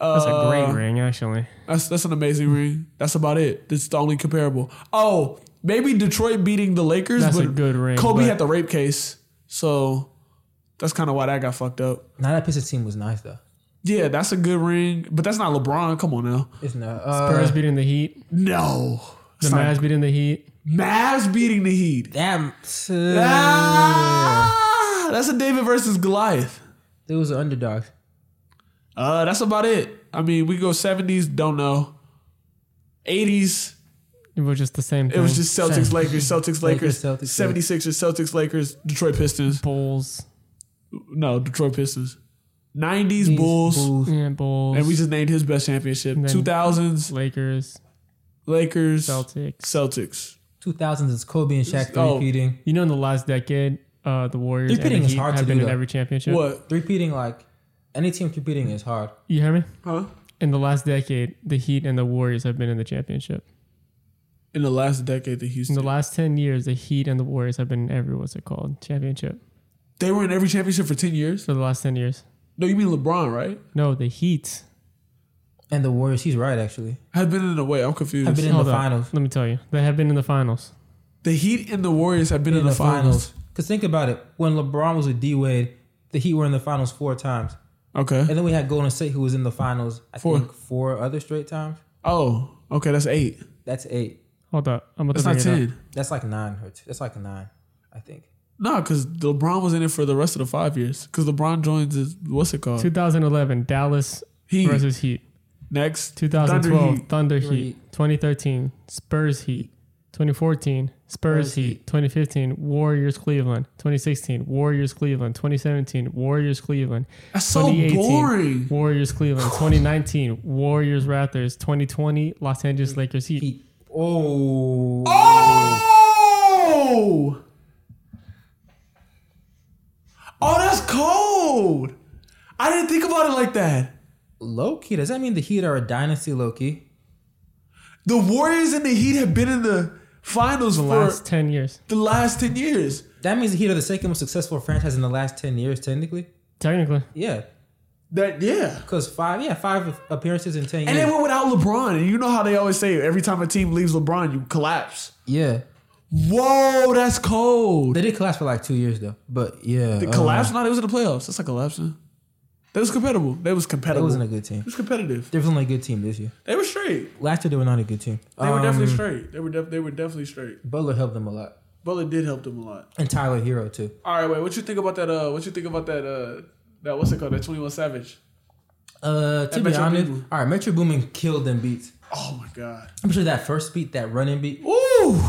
Speaker 3: Uh,
Speaker 4: That's a great ring, actually.
Speaker 3: That's, that's an amazing ring. That's about it. That's the only comparable. Oh, maybe Detroit beating the Lakers.
Speaker 4: That's a
Speaker 3: but
Speaker 4: good ring,
Speaker 3: Kobe
Speaker 4: but-
Speaker 3: had the rape case. So that's kind of why that got fucked up.
Speaker 1: now that Pistons team was nice though.
Speaker 3: Yeah, that's a good ring. But that's not LeBron. Come on now.
Speaker 1: It's not. Uh,
Speaker 4: Spurs beating the Heat.
Speaker 3: No.
Speaker 4: The
Speaker 3: It's not-
Speaker 4: Mavs beating the Heat.
Speaker 3: Mavs beating the Heat.
Speaker 1: Damn.
Speaker 3: Ah, that's a David versus Goliath.
Speaker 1: It was an underdog.
Speaker 3: Uh, that's about it. I mean, we go seventies. Don't know. Eighties.
Speaker 4: It was just the same
Speaker 3: It
Speaker 4: thing.
Speaker 3: was just Celtics, Lakers, Celtics, Lakers,
Speaker 1: Lakers, Celtics,
Speaker 3: 76ers, Celtics, Lakers, Detroit Pistons.
Speaker 4: Bulls.
Speaker 3: No, Detroit Pistons. 90s Bulls,
Speaker 4: Yeah, Bulls.
Speaker 3: And we just named his best championship.
Speaker 4: And then-
Speaker 3: 2000s
Speaker 4: Lakers.
Speaker 3: Lakers,
Speaker 4: Celtics.
Speaker 3: Celtics.
Speaker 1: Two thousands is Kobe and Shaq
Speaker 3: Oh.
Speaker 1: three peating.
Speaker 4: You know, in the last decade, uh, the Warriors and the
Speaker 1: Repeating is
Speaker 4: Heat
Speaker 1: hard
Speaker 4: have
Speaker 1: to
Speaker 4: been
Speaker 1: do,
Speaker 4: in
Speaker 1: though.
Speaker 4: every championship.
Speaker 3: What?
Speaker 1: Three peating like any team three peating is hard.
Speaker 4: You hear me?
Speaker 3: Huh?
Speaker 4: In the last decade, the Heat and the Warriors have been in the championship.
Speaker 3: In the last decade, the
Speaker 4: In
Speaker 3: Houston.
Speaker 4: the last 10 years, the Heat and the Warriors have been in every, what's it called? Championship.
Speaker 3: they were in every championship for 10 years.
Speaker 4: For the last 10 years.
Speaker 3: No, you mean LeBron, right?
Speaker 4: No, the Heat
Speaker 1: and the Warriors. He's right, actually.
Speaker 3: Have been in the way. I'm confused.
Speaker 1: Have been in the
Speaker 4: up.
Speaker 1: finals.
Speaker 4: Let me tell you, they have been in the finals.
Speaker 3: the Heat and the Warriors have been in,
Speaker 1: In
Speaker 3: the, finals.
Speaker 1: Because think about it. When LeBron was with D Wade, the Heat were in the finals four times.
Speaker 3: Okay.
Speaker 1: And then we had Golden State, who was in the finals, I
Speaker 3: Four.
Speaker 1: think, four other straight times.
Speaker 3: Oh, okay. That's eight.
Speaker 1: That's eight.
Speaker 4: Hold up, I'm about
Speaker 3: That's
Speaker 4: to
Speaker 3: not
Speaker 4: bring it up.
Speaker 3: ten.
Speaker 1: That's like nine. Or t- that's like nine, I think.
Speaker 3: No, because LeBron was in it for the rest of the five years. Because LeBron joins his, what's it called?
Speaker 4: 2011 Dallas
Speaker 3: Heat.
Speaker 4: versus Heat.
Speaker 3: Next.
Speaker 4: 2012
Speaker 3: Heat.
Speaker 4: Thunder Heat.
Speaker 1: Thunder Heat.
Speaker 4: 2013 Spurs Heat. 2014 Spurs
Speaker 1: Spurs
Speaker 4: Heat.
Speaker 1: Heat.
Speaker 4: 2015 Warriors Cleveland. 2016 Warriors Cleveland. 2017 Warriors Cleveland.
Speaker 3: That's so
Speaker 4: 2018
Speaker 3: boring.
Speaker 4: Warriors Cleveland. 2019 Warriors Raptors. 2020 Los Angeles Lakers Heat.
Speaker 1: Heat. Oh.
Speaker 3: Oh! Oh, that's cold. I didn't think about it like that.
Speaker 1: Low key. Does that mean the Heat are a dynasty, low key?
Speaker 3: The Warriors and the Heat have been in the finals
Speaker 4: The
Speaker 3: for
Speaker 4: last 10 years.
Speaker 3: the last 10 years.
Speaker 1: That means the Heat are the second most successful franchise in the last 10 years, technically.
Speaker 4: Technically.
Speaker 1: Yeah.
Speaker 3: That, yeah.
Speaker 1: Because five, yeah, five appearances in 10
Speaker 3: And
Speaker 1: years.
Speaker 3: they went without LeBron. And you know how they always say every time a team leaves LeBron, you collapse.
Speaker 1: yeah.
Speaker 3: Whoa, that's cold.
Speaker 1: They did collapse for like two years, though. But yeah.
Speaker 3: The
Speaker 1: um,
Speaker 3: collapse? No, they was in the playoffs. That's not collapsing. They was compatible. They was
Speaker 1: It
Speaker 3: compatible.
Speaker 1: wasn't a good team.
Speaker 3: It was competitive.
Speaker 1: They was only a good team this year.
Speaker 3: They were straight.
Speaker 1: Last year, they were not a good team.
Speaker 3: They were definitely
Speaker 1: Um,
Speaker 3: straight. They were def- they were definitely straight.
Speaker 1: Butler helped them a lot.
Speaker 3: Butler did help them a lot.
Speaker 1: And Tyler Hero, too.
Speaker 3: All right, wait. What you think about that? Uh, what you think about that? Uh, that what's it called? That Twenty One Savage.
Speaker 1: Uh, to
Speaker 3: And
Speaker 1: be
Speaker 3: Metro
Speaker 1: honest,
Speaker 3: Boomin.
Speaker 1: all right, Metro Boomin killed them beats.
Speaker 3: Oh my god.
Speaker 1: I'm sure that first beat, that running beat,
Speaker 3: Ooh,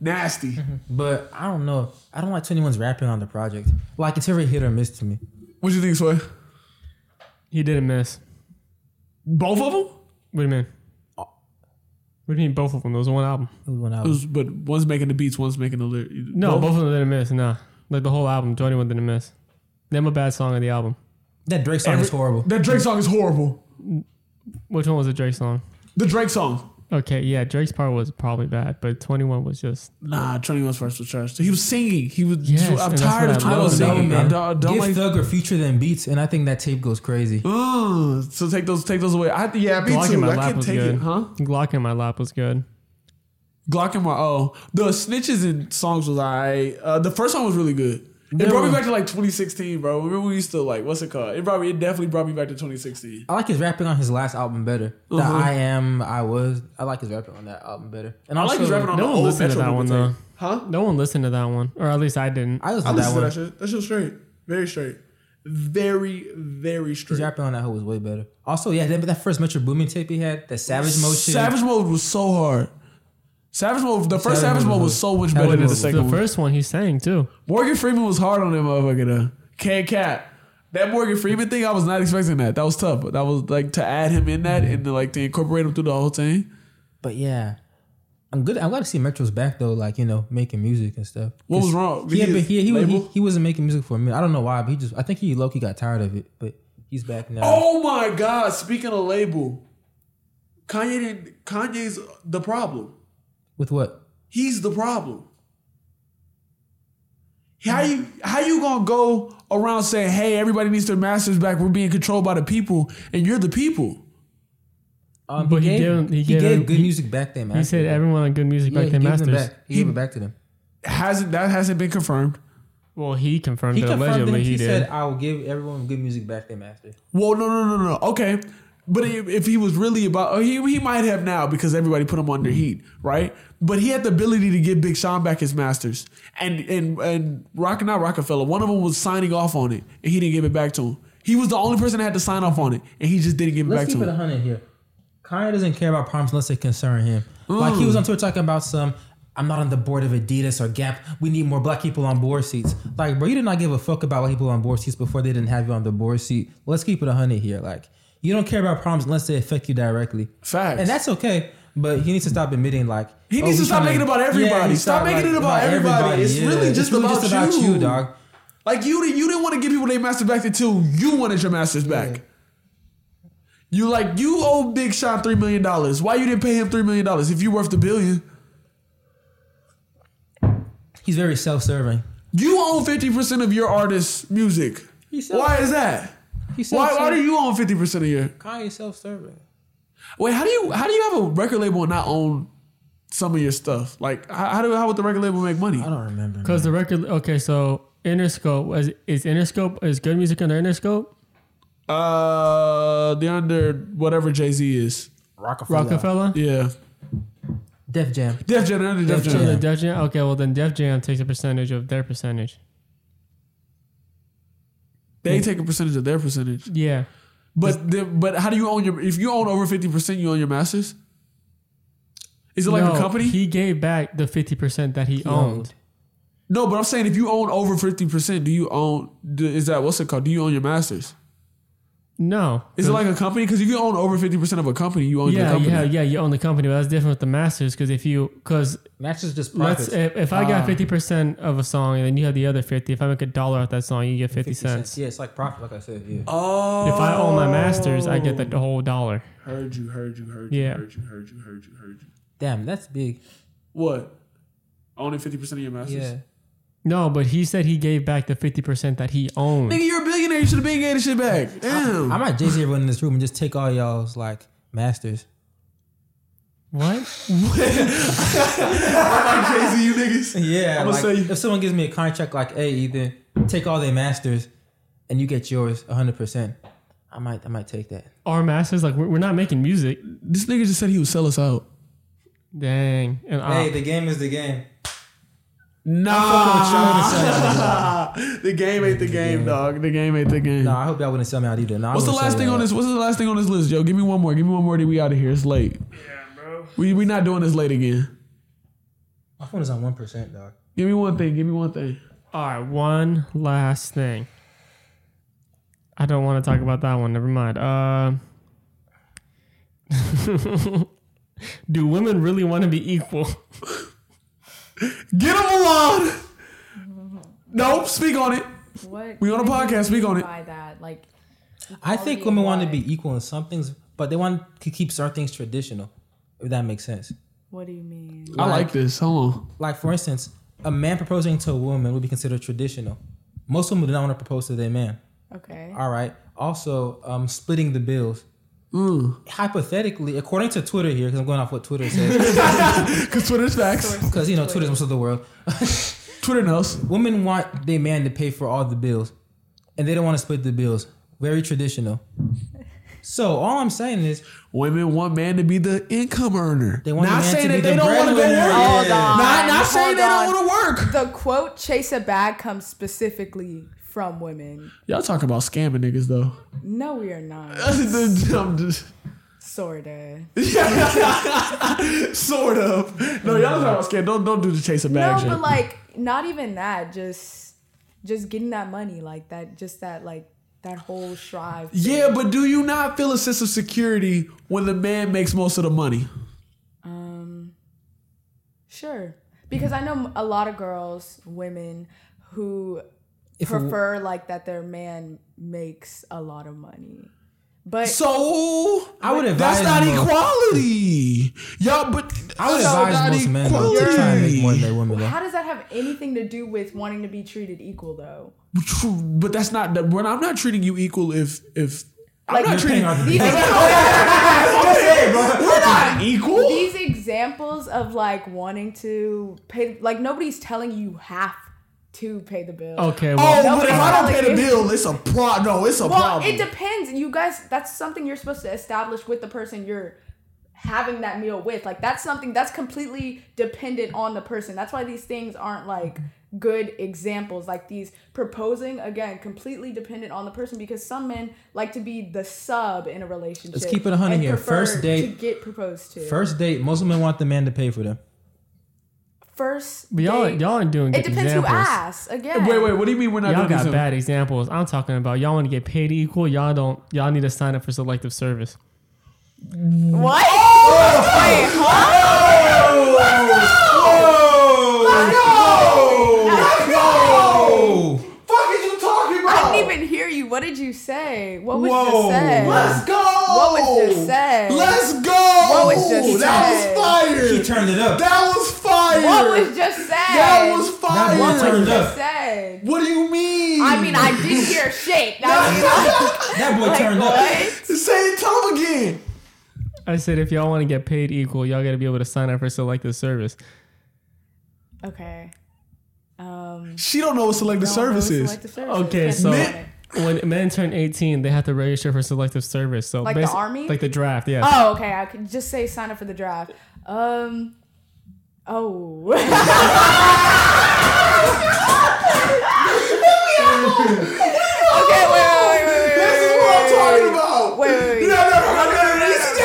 Speaker 3: nasty.
Speaker 1: but I don't know. I don't like 21's rapping on the project. Like it's every hit or miss to me.
Speaker 3: What you think, Sway?
Speaker 4: He didn't miss.
Speaker 3: Both of them?
Speaker 4: What do you mean?
Speaker 1: Uh.
Speaker 4: What do you mean both of them? There was one album.
Speaker 1: It was when I
Speaker 3: It
Speaker 1: was,
Speaker 3: was, but one's making the beats, one's making the lyrics.
Speaker 4: No, both of them didn't miss. Nah. Like the whole album, 21 didn't miss. Name a bad song on the album.
Speaker 1: that Drake song is horrible.
Speaker 3: That Drake song is horrible.
Speaker 4: Which one was a Drake song?
Speaker 3: The Drake song.
Speaker 4: Okay, yeah, Drake's part was probably bad, but 21 was just.
Speaker 3: Nah, Twenty One's first was trash. He was singing. He was.
Speaker 4: Yes,
Speaker 3: I'm
Speaker 4: and that's
Speaker 3: tired of
Speaker 4: what I
Speaker 3: Twenty One
Speaker 4: love about
Speaker 3: singing.
Speaker 4: him,
Speaker 3: I
Speaker 1: man.
Speaker 3: don't, I don't
Speaker 1: Give
Speaker 3: like
Speaker 1: Thug or Future than beats, and I think that tape goes crazy.
Speaker 3: Uh, so take those, take those away. I, yeah, me
Speaker 4: Glock in
Speaker 3: too.
Speaker 4: my
Speaker 3: I
Speaker 4: lap
Speaker 3: can
Speaker 4: was
Speaker 3: take
Speaker 4: good.
Speaker 3: it, huh?
Speaker 4: Glock in my lap was good.
Speaker 3: Glock in my oh, the snitches and songs was alright. Uh, the first one was really good. It
Speaker 1: Yeah.
Speaker 3: brought me back to like 2016, bro. Remember we used to like what's it called? It brought me. It definitely brought me back to 2016.
Speaker 1: I like his rapping on his last album better. The
Speaker 3: Uh-huh.
Speaker 1: I am, I was. I like his rapping on that album better. And
Speaker 3: I like his rapping on
Speaker 4: no
Speaker 3: the
Speaker 4: one
Speaker 3: old
Speaker 4: listened to
Speaker 3: Metro
Speaker 4: that
Speaker 3: Boomin
Speaker 4: one,
Speaker 3: tape. Huh?
Speaker 4: No one listened to that one, or at least I didn't.
Speaker 1: I
Speaker 3: I
Speaker 1: listened to that
Speaker 3: listened to
Speaker 1: one.
Speaker 3: that shit. That shit was straight, very straight, very very straight.
Speaker 1: His rapping on that hoe was way better. Also, yeah, that, that first Metro Boomin tape he had, that Savage Motion.
Speaker 3: Savage Mode was so hard. Savage Mode, the first Savage, Mode was so much better
Speaker 1: Mode
Speaker 3: than the
Speaker 1: was-
Speaker 3: second
Speaker 4: the
Speaker 3: one.
Speaker 4: first one he sang too.
Speaker 3: Morgan Freeman was hard on that motherfucker though. Can't cap. That Morgan Freeman thing, I was not expecting that. That was tough. That was like to add him in that and to, like to incorporate him through the whole thing.
Speaker 1: But yeah, I'm good. I'm glad to see Metro's back though. Like you know, making music and stuff.
Speaker 3: What was wrong?
Speaker 1: He, had
Speaker 3: His
Speaker 1: been, he, he, was- he,
Speaker 3: label?
Speaker 1: he wasn't making music for a minute. I don't know why, but he just I think he low key got tired of it. But he's back now.
Speaker 3: oh my god! Speaking of label, Kanye didn't, Kanye's the problem.
Speaker 1: With what?
Speaker 3: He's the problem. How you how you gonna go around saying, "Hey, everybody needs their masters back. We're being controlled by the people, and you're the people."
Speaker 1: Um,
Speaker 4: But he
Speaker 1: gave,
Speaker 4: gave him- he gave
Speaker 1: gave
Speaker 4: him-
Speaker 1: good
Speaker 4: he-
Speaker 1: music back then.
Speaker 4: He said everyone on Good Music back then masters.
Speaker 1: back. He, gave it back to them.
Speaker 3: Hasn't that hasn't been confirmed?
Speaker 4: Well, he confirmed
Speaker 1: He
Speaker 4: that
Speaker 1: confirmed
Speaker 4: allegedly
Speaker 1: it. He,
Speaker 4: he, did.
Speaker 1: said, "I will give everyone good music back then, master."
Speaker 3: Well, no, no, no, no. Okay, but if, if he was really about, oh, he he might have now because everybody put him under heat, right? But he had the ability to give Big Sean back his masters, and and and Rock not Rockefeller. One of them was signing off on it, and he didn't give it back to him. He was the only person that had to sign off on it, and he just didn't give it
Speaker 1: Let's
Speaker 3: back
Speaker 1: keep
Speaker 3: to
Speaker 1: it
Speaker 3: him.
Speaker 1: hundred here. Kanye doesn't care about problems unless they concern him. Like he was on Twitter talking about some. I'm not on the board of Adidas or Gap. We need more black people on board seats. Like, bro, you did not give a fuck about black people on board seats before they didn't have you on the board seat. Let's keep it hundred here. Like, you don't care about problems unless they affect you directly,
Speaker 3: Facts.
Speaker 1: and that's okay. But he needs to stop admitting like "Oh,
Speaker 3: He needs to
Speaker 1: we
Speaker 3: stop
Speaker 1: tryna-
Speaker 3: making it about everybody. Stop making it about everybody. It's really just about you.
Speaker 1: dog.
Speaker 3: Like you, didn't- you didn't want to give people their masters back until you wanted your masters back. You like you owe Big Sean three million dollars. Why you didn't pay him three million dollars if you worth a billion?
Speaker 1: He's very self-serving.
Speaker 3: You own fifty percent of your artist's music.
Speaker 1: He's self-
Speaker 3: Why is that?
Speaker 1: He's
Speaker 3: Why,
Speaker 1: self-serving.
Speaker 3: why do you own fifty percent of your?
Speaker 1: Kanye self-serving.
Speaker 3: Wait, how do you how do you have a record label and not own some of your stuff? Like how, how do how would the record label make money?
Speaker 1: I don't remember.
Speaker 4: Because the record, okay, so Interscope is, is Interscope is good music under Interscope.
Speaker 3: Uh, the under whatever Jay Z is.
Speaker 1: Rockefeller.
Speaker 4: Rockefeller.
Speaker 3: Yeah,
Speaker 1: Def Jam.
Speaker 3: Def Jam. Under Def,
Speaker 1: Def
Speaker 3: Jam.
Speaker 4: So the
Speaker 1: Yeah.
Speaker 4: Def Jam. Okay, well then Def Jam takes a percentage of their percentage.
Speaker 3: They take a percentage of their percentage.
Speaker 4: Yeah,
Speaker 3: But the, but how do you own your? If you own over fifty percent, you own your masters. Is it like
Speaker 4: No,
Speaker 3: a company?
Speaker 4: He gave back the fifty percent that he, owned.
Speaker 1: owned.
Speaker 3: no, but I'm saying if you own over fifty percent, do you own? do- Is that what's it called? Do you own your masters?
Speaker 4: No.
Speaker 3: Is it like a company? Because if you own over fifty percent of a company, you own your
Speaker 4: yeah,
Speaker 3: company.
Speaker 4: yeah, yeah. You own the company, but that's different with the masters. Because if you, because
Speaker 1: That's just just
Speaker 4: let's
Speaker 1: profits.
Speaker 4: if, if I got
Speaker 3: Ah.
Speaker 1: Um,
Speaker 4: fifty percent of a song and then you have the other fifty, if I make a dollar off that song, you get fifty, cents.
Speaker 1: Yeah, it's like profit, like I said. Yeah.
Speaker 3: Oh.
Speaker 4: If I own my masters, I get the whole dollar.
Speaker 3: Heard you. Heard you. Heard you.
Speaker 4: Yeah.
Speaker 3: Heard you. Heard you. Heard you. Heard you.
Speaker 1: Damn, that's big.
Speaker 3: What? Owning fifty percent of your masters.
Speaker 1: Yeah.
Speaker 4: No, but he said he gave back the fifty percent that he owned.
Speaker 3: Nigga, you're a billionaire. You should have been getting shit back. Damn.
Speaker 1: I might Jay Z everyone in this room and just take all y'all's like masters.
Speaker 4: What?
Speaker 3: Jay Z, you niggas.
Speaker 1: Yeah,
Speaker 3: I'ma
Speaker 1: like,
Speaker 3: say-
Speaker 1: if someone gives me a contract like, hey, Ethan, take all their masters, and you get yours 100. percent I might, I might take that.
Speaker 4: Our masters, like we're, we're not making music.
Speaker 3: This nigga just said he would sell us out.
Speaker 4: Dang. And uh, I,
Speaker 1: Hey, the game is the game.
Speaker 3: Nah. the game ain't the game, dog. The game ain't the game.
Speaker 1: No, I hope y'all wouldn't sell me out either. No, I
Speaker 3: What's the
Speaker 1: wouldn't
Speaker 3: last
Speaker 1: sell
Speaker 3: thing
Speaker 1: y'all
Speaker 3: on
Speaker 1: out.
Speaker 3: this? What's the last thing on this list, yo? Give me one more. Give me one more. Then we out of here. It's late. Yeah, bro. We we not doing this late again.
Speaker 1: My phone is on one percent, dog.
Speaker 3: Give me one thing. Give me one thing.
Speaker 4: all right, one last thing. I don't want to talk about that one. Never mind. Uh, do women really want to be equal?
Speaker 3: Get him on. Nope. Speak on it.
Speaker 5: What?
Speaker 3: We on a
Speaker 5: what do you
Speaker 3: podcast, speak
Speaker 5: mean
Speaker 3: on it.
Speaker 5: By that, like,
Speaker 1: I think women want to be equal in some things, but they want to keep certain things traditional. If that makes sense.
Speaker 5: what do you mean?
Speaker 3: I like this. Hold on.
Speaker 1: Like for instance, a man proposing to a woman would be considered traditional. Most women do not want to propose to their man.
Speaker 5: Okay.
Speaker 1: All right. Also, um, splitting the bills.
Speaker 3: Mm.
Speaker 1: Hypothetically, according to Twitter here, because I'm going off what Twitter says,
Speaker 3: Cause Twitter's Mm. facts.
Speaker 1: because you know Twitter's most of the world.
Speaker 3: Twitter knows.
Speaker 1: Women want their man to pay for all the bills, and they don't want to split the bills. Very traditional. So all I'm saying is,
Speaker 3: Women want man to be the income earner.
Speaker 1: They want
Speaker 3: not
Speaker 1: the man
Speaker 3: saying
Speaker 1: to
Speaker 3: that
Speaker 1: be
Speaker 3: they
Speaker 1: the
Speaker 3: don't want to go
Speaker 1: breadwinner.
Speaker 3: work. Oh,
Speaker 1: Hold
Speaker 5: on,
Speaker 3: Not, not saying
Speaker 5: hold
Speaker 3: they don't
Speaker 5: on.
Speaker 3: want to work.
Speaker 5: The quote "chase a bag" comes specifically from women.
Speaker 3: Y'all talking about scamming niggas though.
Speaker 5: No, we are not.
Speaker 3: I'm just-
Speaker 5: Sorta.
Speaker 3: sort of. No, y'all talking about scamming. Don't don't do the chase of
Speaker 5: No,
Speaker 3: bag shit.
Speaker 5: but like, not even that. Just, just getting that money, like that. Just that, like that whole strive.
Speaker 3: yeah, but do you not feel a sense of security when the man makes most of the money?
Speaker 5: Um, sure. Because I know a lot of girls, women, who
Speaker 1: if a-
Speaker 5: prefer like that their man makes a lot of money. But
Speaker 3: So
Speaker 1: I would advise
Speaker 3: that's not
Speaker 1: most-
Speaker 3: equality. Y'all, but
Speaker 1: I would
Speaker 3: that's
Speaker 1: advise
Speaker 3: not
Speaker 1: most men though, to try and make more than their women. Though.
Speaker 5: how does that have anything to do with wanting to be treated equal, though?
Speaker 3: True, but that's not. that- When I'm not treating you equal, if if I'm
Speaker 5: Like,
Speaker 3: not
Speaker 5: you're
Speaker 1: paying
Speaker 3: treating
Speaker 1: off
Speaker 5: These,
Speaker 3: we're not equal.
Speaker 5: these examples of like wanting to pay, like nobody's telling you have to pay the bill.
Speaker 4: Okay.
Speaker 3: Oh,
Speaker 4: Well,
Speaker 5: No,
Speaker 3: but
Speaker 5: but
Speaker 3: if
Speaker 5: it's
Speaker 3: I don't
Speaker 5: not
Speaker 3: pay the
Speaker 5: like-
Speaker 3: bill, it's a pro. No, it's a
Speaker 5: Well,
Speaker 3: problem.
Speaker 5: it depends. You guys, that's something you're supposed to establish with the person you're having that meal with. Like, that's something that's completely dependent on the person. That's why these things aren't like good examples. Like, these proposing, again, completely dependent on the person because some men like to be the sub in a relationship.
Speaker 1: Let's keep it 100
Speaker 5: and
Speaker 1: here.
Speaker 5: prefer
Speaker 1: First date-
Speaker 5: To get proposed to. First,
Speaker 1: First date, most women want the man to pay for them.
Speaker 4: but y'all,
Speaker 5: date-
Speaker 4: y'all aren't doing good
Speaker 5: it depends
Speaker 4: examples.
Speaker 5: who asks. Again.
Speaker 3: Wait, wait. What do you mean we're not
Speaker 4: Y'all
Speaker 3: doing
Speaker 4: got
Speaker 3: this?
Speaker 4: bad examples. I'm talking about y'all want to get paid equal. Y'all don't. Y'all need to sign up for selective service.
Speaker 5: What? Wait, huh?
Speaker 1: Oh,
Speaker 3: Fuck is you talking
Speaker 5: I didn't even hear you. What did you say? What was
Speaker 3: Whoa.
Speaker 5: just said?
Speaker 3: Let's go.
Speaker 5: What was just said?
Speaker 3: Let's go.
Speaker 5: What was just
Speaker 3: that
Speaker 5: said?
Speaker 1: he
Speaker 3: was fire.
Speaker 1: turned it up.
Speaker 3: That was fire.
Speaker 5: What was just said?
Speaker 3: that
Speaker 1: That
Speaker 3: was fire.
Speaker 1: one turned
Speaker 5: just
Speaker 1: up.
Speaker 5: said?
Speaker 3: What do you mean?
Speaker 5: I mean, I did hear shit. That was
Speaker 1: That boy turned up.
Speaker 5: like,
Speaker 3: Say it, tell him again.
Speaker 4: I said, if y'all want to get paid equal, y'all got to be able to sign up for selective service.
Speaker 5: Okay. Um,
Speaker 3: She don't know what selective
Speaker 5: don't
Speaker 3: service
Speaker 5: know
Speaker 3: is.
Speaker 5: selective services.
Speaker 4: Okay,
Speaker 5: Can't
Speaker 4: so-
Speaker 5: do it.
Speaker 4: When men turn 18, they have to register for selective service. So
Speaker 5: Like the
Speaker 4: basi-
Speaker 5: army?
Speaker 4: like the draft. Yeah.
Speaker 5: Oh, okay. I could just say sign up for the draft. Um. Oh. okay. Wait. Wait. Wait. Wait.
Speaker 3: This is what I'm talking about.
Speaker 5: Wait, wait, wait.
Speaker 3: You never heard that? This is the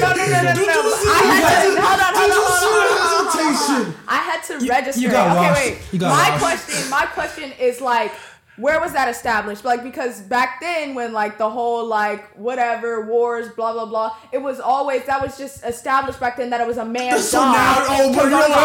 Speaker 3: hesitation.
Speaker 5: No, no, no, no,
Speaker 3: Did
Speaker 5: no.
Speaker 3: you see
Speaker 5: I
Speaker 3: the
Speaker 5: had to-
Speaker 3: hesi-
Speaker 5: hold on,
Speaker 3: Did
Speaker 5: hold
Speaker 3: you
Speaker 5: on,
Speaker 3: see
Speaker 5: hold on,
Speaker 3: the
Speaker 5: hold on, hold on,
Speaker 3: hesitation?
Speaker 5: I had to register.
Speaker 1: you got
Speaker 5: okay,
Speaker 1: washed.
Speaker 5: wait.
Speaker 1: You got
Speaker 5: my
Speaker 1: washed.
Speaker 5: question, my question is like, where was that established? Like, because back then, when like the whole like whatever wars, blah blah blah, it was always that was just established back then that it was a man's
Speaker 3: So
Speaker 5: job.
Speaker 3: now, oh, but
Speaker 5: to
Speaker 3: you know
Speaker 5: run
Speaker 3: what
Speaker 5: the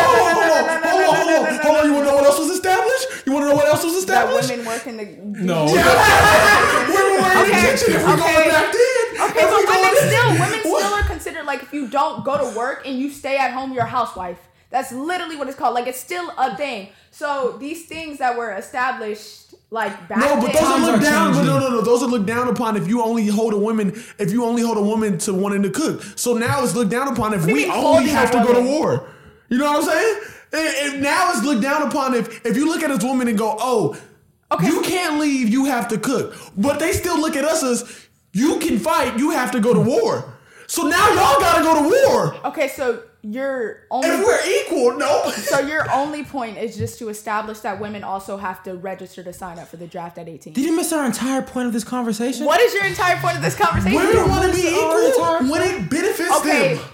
Speaker 3: else was
Speaker 5: army.
Speaker 3: established? Hold on, hold on, hold on, hold on, hold on. You want to know what else was established? You want to know what else was
Speaker 5: That
Speaker 3: established? Oh,
Speaker 5: women work in the
Speaker 3: No. We were wearing the
Speaker 5: Okay,
Speaker 3: kitchen if we're going
Speaker 5: okay.
Speaker 3: back then.
Speaker 5: Okay,
Speaker 3: if
Speaker 5: so
Speaker 3: we going
Speaker 5: women
Speaker 3: back-
Speaker 5: still women
Speaker 3: What?
Speaker 5: still are considered like if you don't go to work and you stay at home, you're a housewife. That's literally what it's called. Like it's still a thing. So these things that were established like back
Speaker 3: No, but those are
Speaker 5: then,
Speaker 1: Times
Speaker 3: looked
Speaker 1: are
Speaker 3: down. But no, no,
Speaker 1: changing.
Speaker 3: no. Those are looked down upon if you only hold a woman. If you only hold a woman to wanting to cook. So now it's looked down upon if
Speaker 5: do you
Speaker 3: we
Speaker 5: mean
Speaker 3: only
Speaker 5: holding
Speaker 3: have to
Speaker 5: a
Speaker 3: go to
Speaker 5: woman?
Speaker 3: war. You know what I'm saying? If, now it's looked down upon if if you look at this woman and go, oh,
Speaker 5: Okay.
Speaker 3: you can't leave. You have to cook. But they still look at us as you can fight. You have to go to war. So now y'all gotta go to war.
Speaker 5: Okay, so your
Speaker 3: If
Speaker 5: only
Speaker 3: we're equal, no.
Speaker 5: so your only point is just to establish that women also have to register to sign up for the draft at 18.
Speaker 1: Did you miss our entire point of this conversation?
Speaker 5: What is your entire point of this conversation?
Speaker 3: Women want to be
Speaker 1: Our entire-
Speaker 3: equal when it benefits
Speaker 5: Okay.
Speaker 3: them.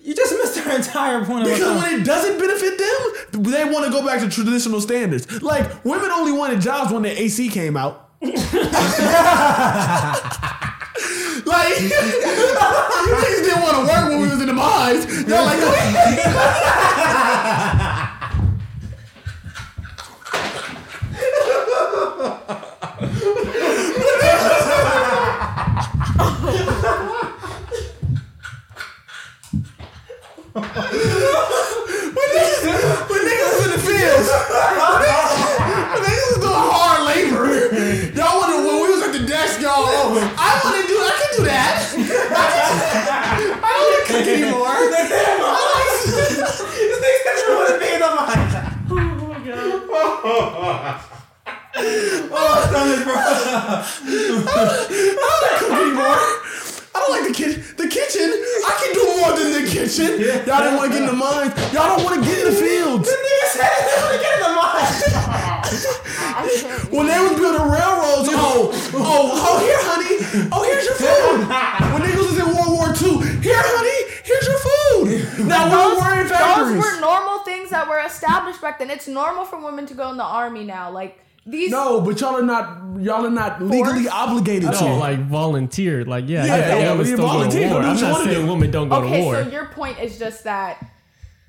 Speaker 1: You just missed our entire point of our
Speaker 3: Because
Speaker 1: conversation.
Speaker 3: when it doesn't benefit them, they want to go back to traditional standards. Like women only wanted jobs when the AC came out. like you niggas didn't want to work when we was in the mines. They're like, But niggas was in the fields. But niggas was doing hard labor. Y'all wanna when we was at the desk, y'all. oh, I wanna do. I can do that. I don't wanna cook anymore. I like-
Speaker 1: This nigga said you wasn't being on my
Speaker 3: Oh,
Speaker 1: Oh my god.
Speaker 3: I don't like cooking anymore. I don't like the kitchen. The kitchen. I can do more than the kitchen. Y'all didn't want to get in the mines. Y'all don't want to get in the fields.
Speaker 1: nigga said it was getting the mind.
Speaker 5: I can't-
Speaker 3: When they was building railroads, oh, oh, oh, here, honey. Oh, here's your food. When niggas was in World War II, here, honey, here's your food. Now we're worrying
Speaker 5: Those
Speaker 3: factories.
Speaker 5: were normal things that were established back then. It's normal for women to go in the army now. Like these
Speaker 3: no, but y'all are not, y'all are not legally obligated to.
Speaker 4: No, like volunteer. Like yeah,
Speaker 3: Yeah,
Speaker 4: I think
Speaker 3: yeah,
Speaker 4: women
Speaker 3: we
Speaker 4: still go to
Speaker 3: volunteer,
Speaker 4: war.
Speaker 3: but
Speaker 4: I'm
Speaker 3: we
Speaker 4: not
Speaker 3: wanna
Speaker 4: saying
Speaker 3: do-
Speaker 4: women don't go
Speaker 5: Okay,
Speaker 4: to war.
Speaker 5: so your point is just that.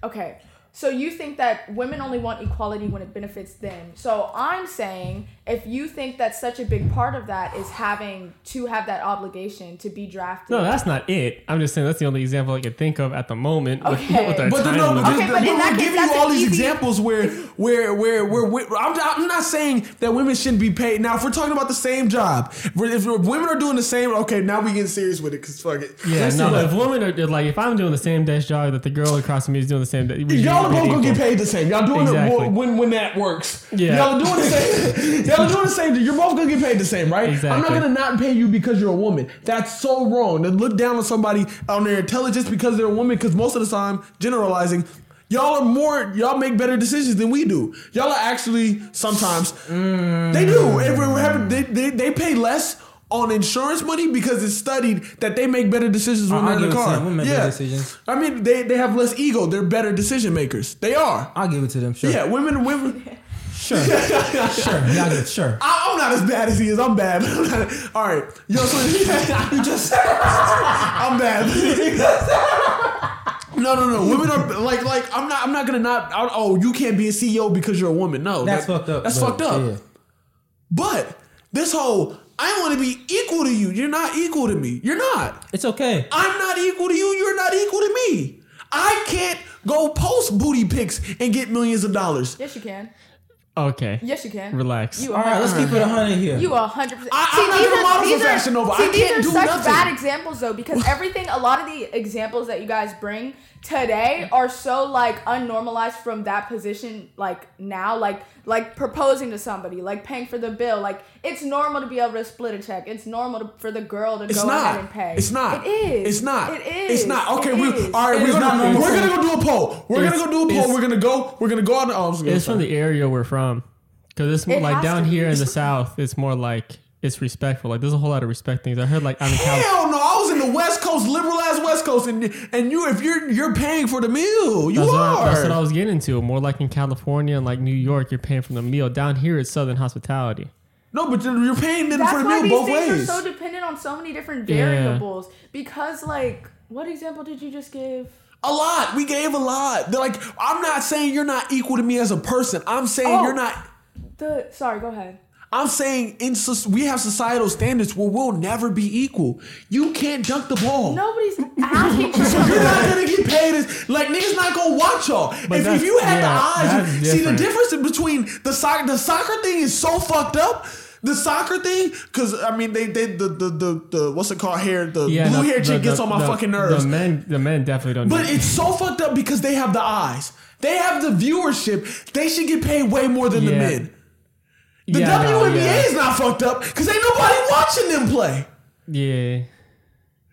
Speaker 5: Okay, so you think that women only want equality when it benefits them. So I'm saying if you think that such a big part of that is having to have that obligation to be drafted.
Speaker 4: no, that's not it. I'm just saying that's the only example I could think of at the moment. with-
Speaker 5: Okay.
Speaker 4: with our
Speaker 3: But
Speaker 4: time
Speaker 3: no, but,
Speaker 4: limit.
Speaker 5: Okay,
Speaker 3: the-
Speaker 5: but
Speaker 3: but
Speaker 5: in that
Speaker 3: we're
Speaker 5: case,
Speaker 3: giving you
Speaker 5: that's
Speaker 3: all
Speaker 5: an
Speaker 3: these
Speaker 5: easy-
Speaker 3: examples where, where, where, where, where I'm, not- I'm not saying that women shouldn't be paid. Now, if we're talking about the same job, if, we're- if women are doing the same, okay, now we getting serious with it because fuck it.
Speaker 4: Yeah,
Speaker 3: Let's
Speaker 4: no,
Speaker 3: do
Speaker 4: but
Speaker 3: it.
Speaker 4: if women are they're like, if I'm doing the same desk job that the girl across from me is doing the same, that we should
Speaker 3: Y'all are
Speaker 4: be
Speaker 3: both gonna get
Speaker 4: equal.
Speaker 3: paid the same. Y'all doing
Speaker 4: Exactly.
Speaker 3: it when when that works.
Speaker 4: Yeah.
Speaker 3: Y'all are doing the same. y'all are doing the same. You're both gonna get paid the same, right? I'm not
Speaker 4: Exactly.
Speaker 3: gonna not pay you because you're a woman. That's so wrong. To look down on somebody on their intelligence because they're a woman. Because most of the time, generalizing. Y'all are more. Y'all make better decisions than we do. Y'all are actually sometimes. They
Speaker 1: Mm-hmm.
Speaker 3: do. If we're having- they, they, they pay less on insurance money because it's studied that they make better decisions when
Speaker 1: I'll
Speaker 3: they're in the
Speaker 1: give it to
Speaker 3: car.
Speaker 1: them. Women make better decisions.
Speaker 3: I mean, they, they have less ego. They're better decision makers. They are.
Speaker 1: I'll give it to them, sure.
Speaker 3: Yeah, women, women.
Speaker 1: Sure. sure. Y'all get sure.
Speaker 3: I, I'm not as bad as he is. I'm bad. I'm not- all right, yo, so you just I'm bad. No, no, no. Women are like, like I'm not. I'm not gonna not. I, oh, you can't be a CEO because you're a woman. No,
Speaker 1: That's
Speaker 3: that-
Speaker 1: fucked up.
Speaker 3: That's
Speaker 1: but,
Speaker 3: fucked up.
Speaker 1: yeah.
Speaker 3: But this whole I want to be equal to you. You're not equal to me. You're not.
Speaker 1: It's okay.
Speaker 3: I'm not equal to you. You're not equal to me. I can't go post booty pics and get millions of dollars.
Speaker 5: yes, you can.
Speaker 4: Okay.
Speaker 5: Yes, you can.
Speaker 4: Relax.
Speaker 5: You
Speaker 1: All right, let's keep it 100 here.
Speaker 5: You are 100. percent
Speaker 3: I- I'm not even a model profession, though, but I can't
Speaker 5: these
Speaker 3: do
Speaker 5: are such
Speaker 3: nothing.
Speaker 5: bad examples though, because everything, a lot of the examples that you guys bring today are so like unnormalized from that position, like now, like like proposing to somebody, like paying for the bill, like it's normal to be able to split a check. It's normal to, for the girl to
Speaker 3: It's
Speaker 5: go
Speaker 3: not.
Speaker 5: ahead and pay.
Speaker 3: It's not.
Speaker 5: It is.
Speaker 3: It's not.
Speaker 5: It is.
Speaker 3: It's not. Okay,
Speaker 5: It
Speaker 3: we
Speaker 5: is.
Speaker 3: all right.
Speaker 1: It
Speaker 3: We're
Speaker 1: is
Speaker 3: gonna
Speaker 1: not normal.
Speaker 3: we're gonna go do a poll. We're
Speaker 4: It's-
Speaker 3: gonna go do a
Speaker 4: it's-
Speaker 3: poll. We're gonna go. We're gonna go on. Oh, I'm just gonna
Speaker 4: It's from the area we're from, because it's more
Speaker 5: It
Speaker 4: like
Speaker 5: has
Speaker 4: down
Speaker 5: to be.
Speaker 4: here in the south. It's more like it's respectful. Like there's a whole lot of respect things. I heard like I'm in California.
Speaker 3: Hell no! I was in the West Coast, liberal ass West Coast, and and you if you're you're paying for the meal, you
Speaker 4: That's what, I,
Speaker 3: are.
Speaker 4: that's what I was getting into. More like in California and like New York, you're paying for the meal. Down here, it's Southern hospitality.
Speaker 3: no, but you're you're paying them
Speaker 5: That's
Speaker 3: for the meal
Speaker 5: why these
Speaker 3: both
Speaker 5: things
Speaker 3: ways.
Speaker 5: are so dependent on so many different
Speaker 4: Yeah.
Speaker 5: variables. Because like, what example did you just give?
Speaker 3: a lot. We gave a lot. They're like, I'm not saying you're not equal to me as a person. I'm saying
Speaker 5: Oh.
Speaker 3: you're not.
Speaker 5: The sorry, go ahead.
Speaker 3: I'm saying in soc- we have societal standards where we'll never be equal. You can't dunk the ball.
Speaker 5: Nobody's asking for
Speaker 3: You're not gonna get paid as like niggas not gonna watch y'all. If,
Speaker 4: But
Speaker 3: if
Speaker 4: that's-
Speaker 3: you had
Speaker 4: yeah,
Speaker 3: the eyes,
Speaker 4: that's
Speaker 3: you- see the
Speaker 4: different.
Speaker 3: difference in between the soccer the soccer thing is so fucked up. The soccer thing, because I mean they they the the the, the what's it called hair the
Speaker 4: Yeah,
Speaker 3: blue
Speaker 4: the-
Speaker 3: hair
Speaker 4: the-
Speaker 3: chick gets
Speaker 4: the-
Speaker 3: on my
Speaker 4: the-
Speaker 3: fucking nerves.
Speaker 4: The men, the men definitely don't.
Speaker 3: But
Speaker 4: do
Speaker 3: it's so fucked up because they have the eyes. They have the viewership. They should get paid way more than the
Speaker 4: Yeah.
Speaker 3: men. The
Speaker 4: Yeah, no,
Speaker 3: WNBA
Speaker 4: yeah.
Speaker 3: is not fucked up because ain't nobody watching them play.
Speaker 4: yeah,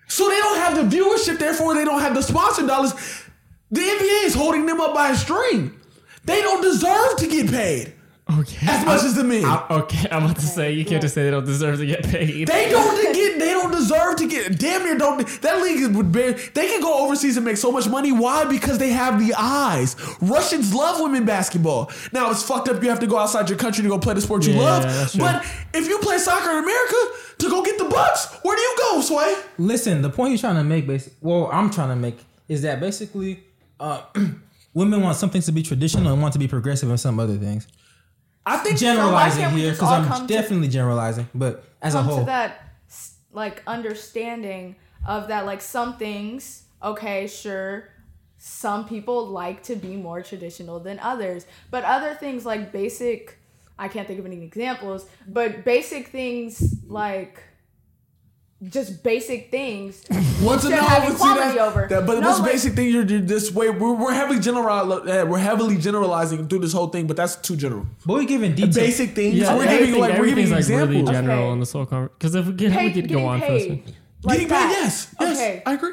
Speaker 3: So they don't have the viewership, therefore they don't have the sponsor dollars. The NBA is holding them up by a string. They don't deserve to get paid
Speaker 4: okay,
Speaker 3: as much as the men.
Speaker 4: okay. I'm about to say you can't just say they don't deserve to get paid.
Speaker 3: They don't de- get. They don't deserve to get. Damn near don't. That league would bear. They can go overseas and make so much money. Why? Because they have the eyes. Russians love women basketball. Now it's fucked up. You have to go outside your country to go play the sport you
Speaker 4: Yeah,
Speaker 3: love.
Speaker 4: that's true.
Speaker 3: But if you play soccer in America to go get the bucks, where do you go, Sway?
Speaker 1: Listen, the point you're trying to make, basic, well, I'm trying to make, is that basically uh, women want some things to be traditional and want to be progressive in some other things.
Speaker 3: I think
Speaker 1: Generalizing
Speaker 5: can't we
Speaker 1: here,
Speaker 5: just
Speaker 1: because
Speaker 5: all come
Speaker 1: I'm
Speaker 5: to-
Speaker 1: definitely generalizing, but as a
Speaker 5: come to
Speaker 1: whole,
Speaker 5: that s- like understanding of that like some things okay sure some people like to be more traditional than others but other things like basic i can't think of any examples but basic things like just basic things
Speaker 3: What's
Speaker 5: should have equality over.
Speaker 3: but
Speaker 5: No,
Speaker 3: what's
Speaker 5: like-
Speaker 3: basic thing you're, you're this way? We're, we're heavily general. uh, We're heavily generalizing through this whole thing, but that's too general.
Speaker 1: but we're giving details.
Speaker 3: Basic things.
Speaker 4: Yeah,
Speaker 3: we're
Speaker 4: everything,
Speaker 3: giving like we're giving
Speaker 4: everything's like
Speaker 3: examples.
Speaker 4: really general
Speaker 5: Okay.
Speaker 4: on this whole conversation. Because if we could,
Speaker 5: Pay-
Speaker 4: we could go
Speaker 5: getting
Speaker 4: on for this.
Speaker 5: paid
Speaker 4: one.
Speaker 5: like
Speaker 3: Getting
Speaker 5: that.
Speaker 3: paid, yes, yes,
Speaker 5: okay
Speaker 3: I agree.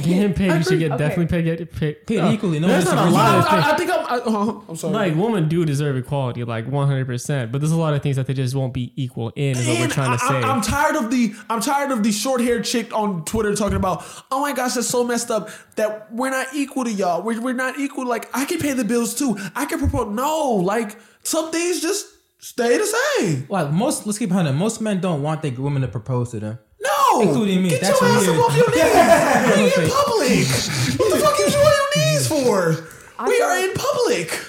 Speaker 4: Getting paid, you should
Speaker 3: agree.
Speaker 4: get
Speaker 5: Okay.
Speaker 4: definitely paid. Get paid,
Speaker 1: Paid
Speaker 4: Oh.
Speaker 1: equally. No one
Speaker 3: There's not a
Speaker 1: disagrees
Speaker 3: lot.
Speaker 1: with that.
Speaker 3: I, I think I'm. I, uh, I'm sorry.
Speaker 4: Like women do deserve equality, like 100. percent But there's a lot of things that they just won't be equal in. Is what we're
Speaker 3: And
Speaker 4: trying to
Speaker 3: I,
Speaker 4: say.
Speaker 3: I, am tired of the I'm tired of the short haired chick on Twitter talking about oh my gosh that's so messed up that we're not equal to y'all we're, we're not equal like I can pay the bills too I can propose no like some things just stay the same
Speaker 1: Like most, let's keep it hundred. Most men don't want their women to propose to them.
Speaker 3: no
Speaker 1: Including me.
Speaker 3: get
Speaker 1: That's
Speaker 3: your ass
Speaker 1: weird.
Speaker 3: up off your knees we in
Speaker 1: Okay.
Speaker 3: public what the fuck is you on your knees for we
Speaker 5: feel
Speaker 3: are
Speaker 5: like-
Speaker 3: in public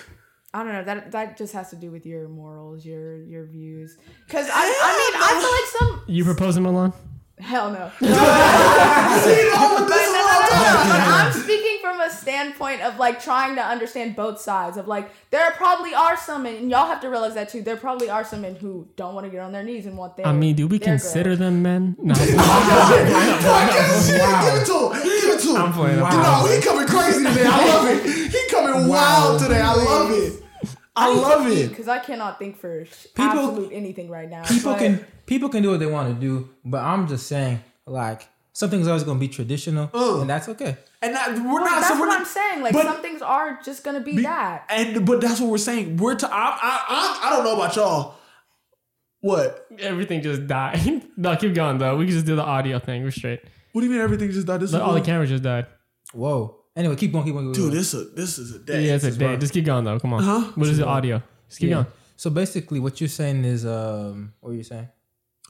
Speaker 5: I don't know. That that just has to do with your morals, your your views. Because I, I mean, I feel like some
Speaker 4: you proposing, Milan?
Speaker 5: hell no.
Speaker 3: see oh, this is what I'm talking
Speaker 5: But
Speaker 3: about.
Speaker 5: I'm speaking from a standpoint of like trying to understand both sides of like there probably are some men, and y'all have to realize that too. There probably are some men who don't want to get on their knees and want their.
Speaker 4: I mean, do we
Speaker 5: their
Speaker 4: consider
Speaker 5: girl.
Speaker 4: them men? No.
Speaker 3: Fuck this shit. Give it to him. Give it to him.
Speaker 4: I'm playing, I'm
Speaker 3: Wow. No,
Speaker 4: playing.
Speaker 3: he coming crazy today. I love it. He coming wild today. I love it. I love it.
Speaker 5: because I cannot think for sh-
Speaker 1: People-
Speaker 5: absolute anything right now.
Speaker 1: People
Speaker 5: but
Speaker 1: can people can do what they want to do, but I'm just saying, like something's always gonna be traditional,
Speaker 3: Ugh.
Speaker 1: and that's okay.
Speaker 3: And that, we're
Speaker 5: Well,
Speaker 3: not.
Speaker 5: that's
Speaker 3: so we're
Speaker 5: what
Speaker 3: not-
Speaker 5: I'm saying. Like
Speaker 3: but-
Speaker 5: some things are just gonna be,
Speaker 3: be-
Speaker 5: that.
Speaker 3: And but that's what we're saying. We're. To, I, I, I, I don't know about y'all. What?
Speaker 4: Everything just died. no, keep going though. We can just do the audio thing. We're straight. oh,
Speaker 3: What do you mean everything just died? This
Speaker 4: The- all the
Speaker 3: is
Speaker 4: cameras just died.
Speaker 1: Whoa. Anyway, keep going, keep going, keep going.
Speaker 3: dude. This a this is a day.
Speaker 4: Yeah, it's a
Speaker 3: This is
Speaker 4: day.
Speaker 3: rough.
Speaker 4: Just keep going though. Come on.
Speaker 3: Uh-huh.
Speaker 4: What is the audio? Just keep
Speaker 1: Yeah.
Speaker 4: going.
Speaker 1: So basically, what you're saying is, um, what are you saying?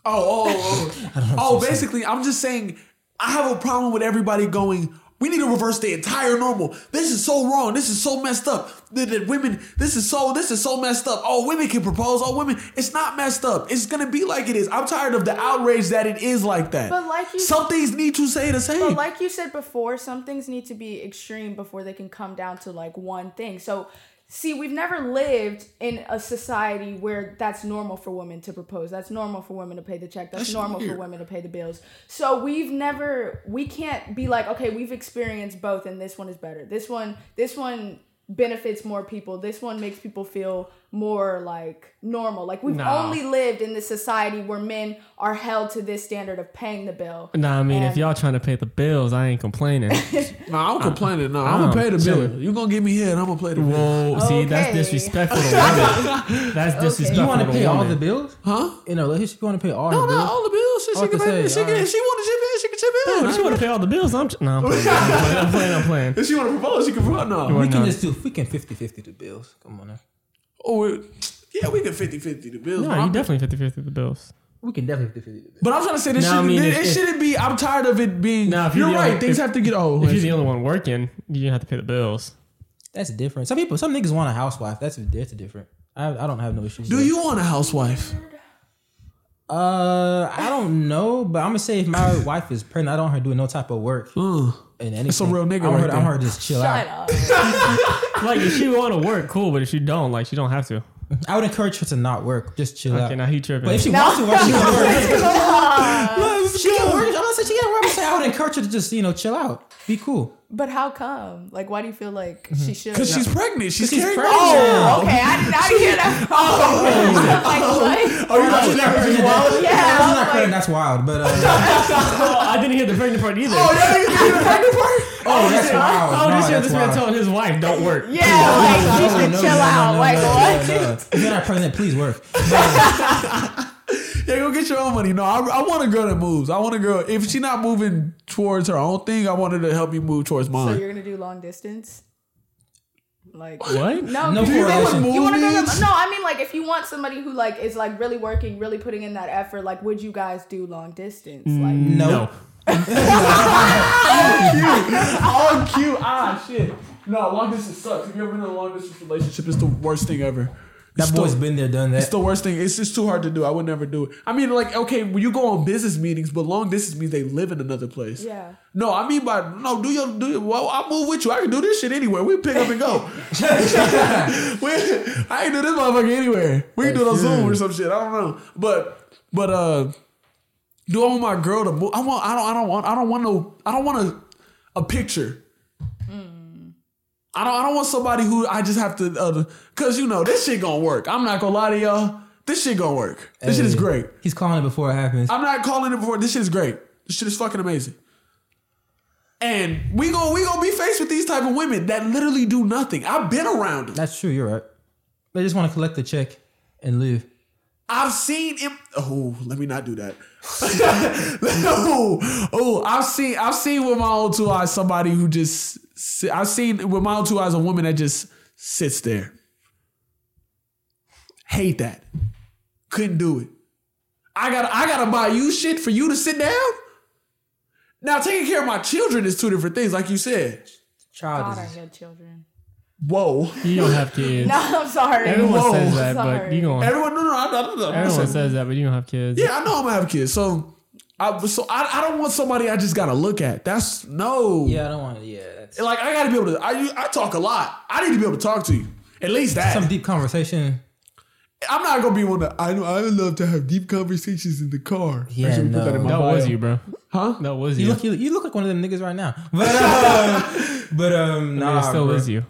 Speaker 3: Oh, oh, oh. oh basically, I'm just saying I have a problem with everybody going, we need to reverse the entire normal. This is so wrong. This is so messed up. That, that women, this is so, this is so messed up. Oh, women can propose. Oh, women, it's not messed up. It's gonna be like it is. I'm tired of the outrage that it is like that.
Speaker 5: But like you-
Speaker 3: some things need to say the same.
Speaker 5: But like you said before, some things need to be extreme before they can come down to like one thing. So see, we've never lived in a society where that's normal for women to propose. That's normal for women to pay the check. That's,
Speaker 3: That's
Speaker 5: normal
Speaker 3: weird.
Speaker 5: for women to pay the bills. So we've never, we can't be like, okay, we've experienced both, and this one is better. This one, this one benefits more people. This one makes people feel more like normal. Like we've
Speaker 4: Nah.
Speaker 5: only lived in this society where men are held to this standard of paying the bill.
Speaker 4: Nah, I mean, if
Speaker 5: And-
Speaker 4: y'all trying to pay the bills, I ain't complaining.
Speaker 3: Nah, I'm complaining. Nah, I'm
Speaker 4: I'm
Speaker 3: gonna pay the bill.
Speaker 4: chilling.
Speaker 3: You gonna give me head? I'm gonna play the bill.
Speaker 4: Whoa, see, that's
Speaker 5: Okay.
Speaker 4: disrespectful to women. That's disrespectful
Speaker 1: You want to
Speaker 4: to
Speaker 1: pay all the
Speaker 4: women.
Speaker 1: bills?
Speaker 3: Huh?
Speaker 1: You know, like, you want to pay all
Speaker 3: No,
Speaker 1: the bills?
Speaker 3: not all the bills. She,
Speaker 1: I
Speaker 3: she
Speaker 1: was
Speaker 3: can
Speaker 1: gonna say,
Speaker 3: pay. she can.
Speaker 1: alright.
Speaker 3: She want to chip in. She can chip in.
Speaker 4: If you want to pay all the bills, I'm. Ch- nah, I'm playing. I'm playing. I'm playing.
Speaker 3: If she want to propose, she can propose. No.
Speaker 1: We can
Speaker 4: Why not?
Speaker 1: just do we can 50-50 the bills. Come on now.
Speaker 3: Oh, it, yeah, we can 50-50 the bills. but
Speaker 4: No,
Speaker 3: I'm-
Speaker 4: you definitely 50 50 the bills.
Speaker 1: We can definitely 50-50 the bills.
Speaker 3: But I'm trying to say this
Speaker 4: No, I
Speaker 3: shouldn't,
Speaker 4: mean,
Speaker 3: it,
Speaker 4: if-
Speaker 3: it
Speaker 4: if-
Speaker 3: shouldn't be. I'm tired of it being.
Speaker 4: No, if you're
Speaker 3: you're
Speaker 4: the
Speaker 3: right.
Speaker 4: only-
Speaker 3: things
Speaker 4: if-
Speaker 3: have to get. Oh,
Speaker 4: If you're the only one working, you have to pay the bills.
Speaker 1: That's different. Some people, some niggas want a housewife. That's that's different. I, I don't have no issues.
Speaker 3: do
Speaker 1: with
Speaker 3: you want a housewife?
Speaker 1: that. Uh, I don't know, but I'm gonna say if my wife is pregnant, I don't want her doing no type of work
Speaker 3: Uh,
Speaker 1: and anything.
Speaker 3: a real nigga
Speaker 1: I want her,
Speaker 3: right
Speaker 1: I want
Speaker 3: there.
Speaker 1: her to just chill out.
Speaker 5: Shut up.
Speaker 4: Like, if she want to work, cool, but if she don't, like, she don't have to.
Speaker 1: I would encourage her to not work, just chill
Speaker 4: Okay,
Speaker 1: out.
Speaker 4: now he tripping.
Speaker 1: Uh, But if she wants to work, she can work.
Speaker 3: let's
Speaker 1: She can
Speaker 3: go.
Speaker 1: work. I'm not saying she can work. I'm saying I would encourage her to just you know chill out, be cool.
Speaker 5: But how come? Like, why do you feel like she should?
Speaker 3: Because she's pregnant. She's,
Speaker 1: she's
Speaker 3: carrying.
Speaker 1: pregnant.
Speaker 5: Oh, okay. I did not hear that. Oh, like, what?
Speaker 3: you not pregnant?
Speaker 1: That's
Speaker 5: Yeah, I was
Speaker 1: not
Speaker 5: like-
Speaker 1: pregnant. That's wild. But uh,
Speaker 4: oh, I didn't hear the pregnant part either.
Speaker 3: Oh, that nigga carrying the pregnant part?
Speaker 1: oh, that's wild.
Speaker 4: Oh,
Speaker 1: No,
Speaker 4: this,
Speaker 1: that's
Speaker 4: this man
Speaker 1: wild.
Speaker 4: telling his wife, don't work.
Speaker 5: Yeah, like she should
Speaker 1: No,
Speaker 5: chill
Speaker 1: no, no,
Speaker 5: out.
Speaker 1: no,
Speaker 5: like
Speaker 1: no,
Speaker 5: what?
Speaker 1: no, no. If you're not pregnant, please work.
Speaker 3: Yeah, go get your own money. No, I, I want a girl that moves. I want a girl. If she's not moving towards her own thing, I want her to help me move towards
Speaker 5: So
Speaker 3: mine.
Speaker 5: you're gonna do long distance? Like
Speaker 4: What?
Speaker 5: no,
Speaker 1: No
Speaker 5: you-
Speaker 3: Do you know what
Speaker 1: correlation.
Speaker 3: move
Speaker 5: you want to go?
Speaker 3: is?
Speaker 5: To, no, I mean like if you want somebody who like is like really working, really putting in that effort, like would you guys do long distance? Like
Speaker 1: Mm, No.
Speaker 3: Oh, cute. Ah, shit. No, long distance sucks. If you ever been in a long distance relationship, it's the worst thing ever.
Speaker 1: That
Speaker 3: It's
Speaker 1: boy's
Speaker 3: the,
Speaker 1: been there, done
Speaker 3: It's
Speaker 1: that.
Speaker 3: the worst thing. It's just too hard to do. I would never do it. I mean, like, okay, when you go on business meetings, but long distance means they live in another place.
Speaker 5: Yeah.
Speaker 3: No, I mean by no. Do your do. Your, well, I move with you. I can do this shit anywhere. We pick up and go. we, I can do this motherfucker anywhere. We can do it on Zoom or some shit. I don't know. But but uh, do I want my girl to move? I want. I don't. I don't want. I don't want no. I don't want a a picture. I don't. I don't want somebody who I just have to. Uh, Cause you know this shit gonna work. I'm not gonna lie to y'all. This shit gonna work. This shit is
Speaker 1: Hey,
Speaker 3: great.
Speaker 1: He's calling it before it happens.
Speaker 3: I'm not calling it before. This shit is great. This shit is fucking amazing. And we go, we gonna be faced with these type of women that literally do nothing. I've been around them.
Speaker 1: That's true. You're right. They just want to collect the check and leave.
Speaker 3: I've seen him. Oh, let me not do that. oh, oh, I've seen, I've seen with my own two eyes somebody who just, si- I've seen with my own two eyes a woman that just sits there. Hate that. Couldn't do it. I gotta, I gotta buy you shit for you to sit down. Now taking care of my children is two different things, like you said.
Speaker 1: Child
Speaker 5: God, I
Speaker 1: is
Speaker 5: had children.
Speaker 3: Whoa.
Speaker 4: You don't have kids.
Speaker 5: No, I'm sorry.
Speaker 4: Everyone
Speaker 3: Whoa.
Speaker 4: says that, but
Speaker 5: Sorry.
Speaker 4: you going
Speaker 3: Everyone, no, no, I, I, I, I,
Speaker 4: Everyone says that, but you don't have kids.
Speaker 3: Yeah, I know I'm gonna have kids. So I so I, I don't want somebody I just gotta look at. That's no.
Speaker 1: yeah, I don't want to. Yeah, that's
Speaker 3: Like I gotta be able to. I you- I talk a lot. I need to be able to talk to you. At least that.
Speaker 1: some deep conversation.
Speaker 3: I'm not gonna be one that I know. I love to have deep conversations in the car.
Speaker 1: Yeah,
Speaker 3: Actually, we
Speaker 1: no.
Speaker 3: my
Speaker 4: That
Speaker 3: bio.
Speaker 4: was you, bro.
Speaker 3: huh?
Speaker 4: That was
Speaker 1: You
Speaker 4: you.
Speaker 1: look, you, you look like one of them niggas right now. But um, but um,
Speaker 4: I mean,
Speaker 1: nah,
Speaker 4: it still
Speaker 1: bro.
Speaker 4: is you.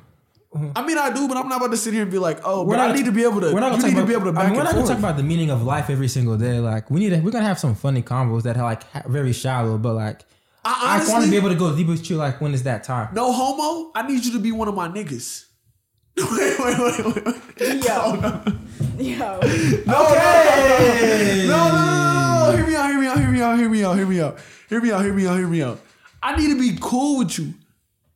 Speaker 3: I mean, I do, but I'm not about to sit here and be like, oh,
Speaker 1: We're
Speaker 3: but I
Speaker 1: not-
Speaker 3: need to be able to.
Speaker 1: We're not gonna talk
Speaker 3: you need
Speaker 1: about,
Speaker 3: to be able to
Speaker 1: I
Speaker 3: back
Speaker 1: mean, we're
Speaker 3: and
Speaker 1: not gonna
Speaker 3: forth.
Speaker 1: talk about the meaning of life every single day. Like we need, to, we're gonna have some funny combos that are like ha- very shallow, but like
Speaker 3: I
Speaker 1: I want to
Speaker 3: honestly,
Speaker 1: be able to go deep with you. Like when is that time?
Speaker 3: no homo. I need you to be one of my niggas. wait, wait, wait, wait, wait.
Speaker 5: Yo.
Speaker 3: Oh, no.
Speaker 5: Yo,
Speaker 3: No, no, no, no, no, no, no, no, no, no, no, no, no, no, Oh, hear me out, hear me out, hear me out, hear me out, hear me out, hear me out, hear me out, hear me out. I need to be cool with you.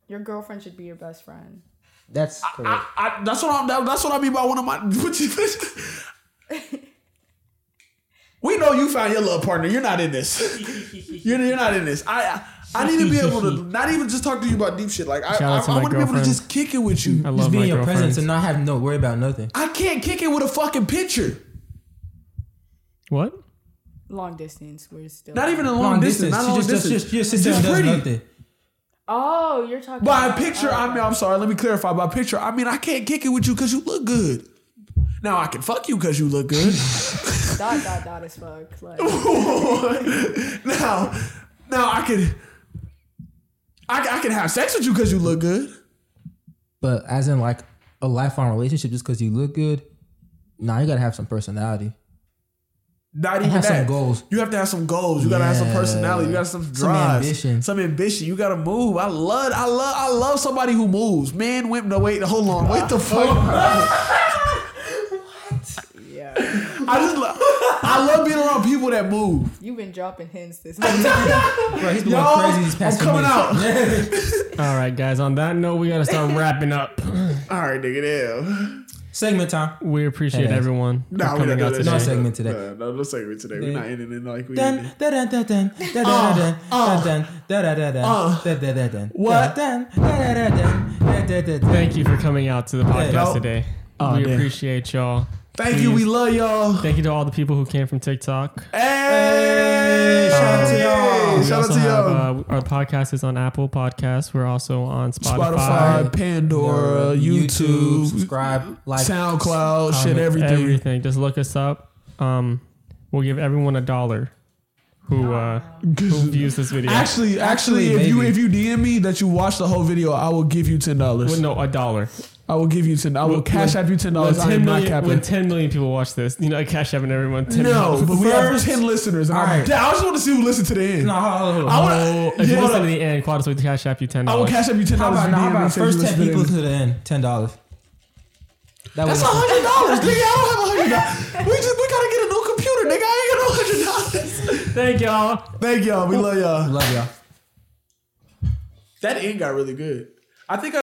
Speaker 5: your girlfriend should be your best friend.
Speaker 1: That's correct.
Speaker 3: I, I, that's what I'm. That, that's what I mean by one of my. what you- we know you found your love partner. You're not in this. you're, you're not in this. I I need to be able to not even just talk to you about deep shit. Like I
Speaker 4: Shout
Speaker 3: I,
Speaker 4: out
Speaker 3: I,
Speaker 4: to my
Speaker 3: want to be able to
Speaker 4: girlfriend.
Speaker 3: just kick it with you.
Speaker 4: I love
Speaker 1: Just be
Speaker 4: my
Speaker 1: in your presence
Speaker 4: girlfriends.
Speaker 1: and not have no worry about nothing.
Speaker 3: I can't kick it with a fucking picture.
Speaker 4: What?
Speaker 5: Long distance, we're still
Speaker 3: Not even a long,
Speaker 1: Long
Speaker 3: distance.
Speaker 1: distance.
Speaker 3: Not
Speaker 1: She
Speaker 3: long
Speaker 1: just,
Speaker 3: distance.
Speaker 1: just, just, just sits there and does
Speaker 3: pretty.
Speaker 1: nothing.
Speaker 5: Oh, you're talking.
Speaker 3: By
Speaker 5: about-
Speaker 3: picture,
Speaker 5: oh,
Speaker 3: I mean,
Speaker 5: okay.
Speaker 3: I'm sorry, let me clarify. By picture, I mean, I can't kick it with you because you look good. Now I can fuck you because you look good.
Speaker 5: dot dot dot as fuck. Like,
Speaker 3: now, now I could, I, I can have sex with you because you look good.
Speaker 1: But as in like a lifelong relationship, just because you look good, nah, you gotta have some personality.
Speaker 3: Not even
Speaker 1: have some
Speaker 3: that.
Speaker 1: goals.
Speaker 3: You have to have some goals. You gotta have some
Speaker 1: Yeah.
Speaker 3: personality. You gotta have some
Speaker 1: Some
Speaker 3: drive.
Speaker 1: ambition.
Speaker 3: Some ambition. You gotta move. I love. I love. I love somebody who moves. Man, women. No, wait. Hold on. Wait the fuck.
Speaker 5: yeah,
Speaker 3: I just. Love, I love being around people that move.
Speaker 5: you've been dropping hints this whole time.
Speaker 1: Bro, he's been
Speaker 3: Y'all,
Speaker 1: going crazy these past
Speaker 3: I'm
Speaker 1: few
Speaker 3: coming out.
Speaker 1: minutes.
Speaker 4: All right, guys. On that note, we gotta start wrapping up.
Speaker 3: All right, nigga. Damn.
Speaker 1: Segment time.
Speaker 4: We appreciate
Speaker 1: Hey.
Speaker 4: everyone for
Speaker 3: Nah, we
Speaker 4: coming
Speaker 3: don't do
Speaker 4: out
Speaker 3: that.
Speaker 4: today.
Speaker 1: No segment today.
Speaker 3: Nah, No, no segment today. We're not ending it like we.
Speaker 1: Dun,
Speaker 3: ended.
Speaker 1: dun, dun, dun, dun, dun, dun, dun, dun, dun, dun, dun,
Speaker 3: Uh.
Speaker 1: dun, dun, dun, dun,
Speaker 3: What?
Speaker 1: dun, dun, dun, dun, dun, dun, dun, dun.
Speaker 4: Thank you for coming out to the podcast
Speaker 3: No.
Speaker 4: today.
Speaker 3: Oh,
Speaker 4: we
Speaker 3: damn.
Speaker 4: appreciate y'all.
Speaker 3: Thank you. We
Speaker 4: Please.
Speaker 3: love y'all.
Speaker 4: Thank you to all the people who came from TikTok.
Speaker 3: Hey, shout out to y'all.
Speaker 4: We
Speaker 3: Shout out
Speaker 4: also
Speaker 3: to
Speaker 4: have,
Speaker 3: y'all.
Speaker 4: uh, our podcast is on Apple Podcasts. We're also on uh, Spotify,
Speaker 3: Spotify, Pandora, YouTube,
Speaker 1: subscribe, like,
Speaker 3: SoundCloud, shit,
Speaker 4: Comment,
Speaker 3: everything.
Speaker 4: Just look us up. Um, we'll give everyone a dollar who uh, who views this video.
Speaker 3: Actually, actually,
Speaker 1: Actually,
Speaker 3: if you
Speaker 1: maybe.
Speaker 3: if you DM me that you watch the whole video, I will give you ten
Speaker 4: Well,
Speaker 3: dollars.
Speaker 4: no, a dollar.
Speaker 3: I will give you ten. I will
Speaker 4: When-
Speaker 3: cash
Speaker 4: when-
Speaker 3: app you ten
Speaker 4: When
Speaker 3: dollars. I
Speaker 4: 10,
Speaker 3: am not
Speaker 4: million, when
Speaker 3: capping.
Speaker 4: 10 million people watch this, you know, I cash having everyone 10
Speaker 3: No,
Speaker 4: million.
Speaker 3: but we have
Speaker 1: First-
Speaker 3: ten listeners. And I'm,
Speaker 1: Alright.
Speaker 3: I just want to see who listen to the end.
Speaker 1: No, hold on, hold on.
Speaker 3: I
Speaker 4: Oh,
Speaker 3: want
Speaker 4: if you listen to
Speaker 3: to.
Speaker 4: the end, Quadus will cash app you ten
Speaker 3: I will
Speaker 4: dollars.
Speaker 3: cash app you ten
Speaker 1: How
Speaker 3: dollars.
Speaker 1: about,
Speaker 3: if you
Speaker 1: how
Speaker 3: DM me
Speaker 1: about
Speaker 3: and say you
Speaker 1: first
Speaker 3: listen
Speaker 1: ten
Speaker 3: to the
Speaker 1: people
Speaker 3: end.
Speaker 1: to the end, ten dollars. That
Speaker 3: That's
Speaker 1: was
Speaker 3: a hundred dollars, nigga. I don't have a hundred dollars. We just we gotta get a new computer, nigga. I ain't got no hundred dollars.
Speaker 4: Thank y'all.
Speaker 3: Thank y'all. We love y'all.
Speaker 1: love y'all.
Speaker 3: That end got really good. I think I.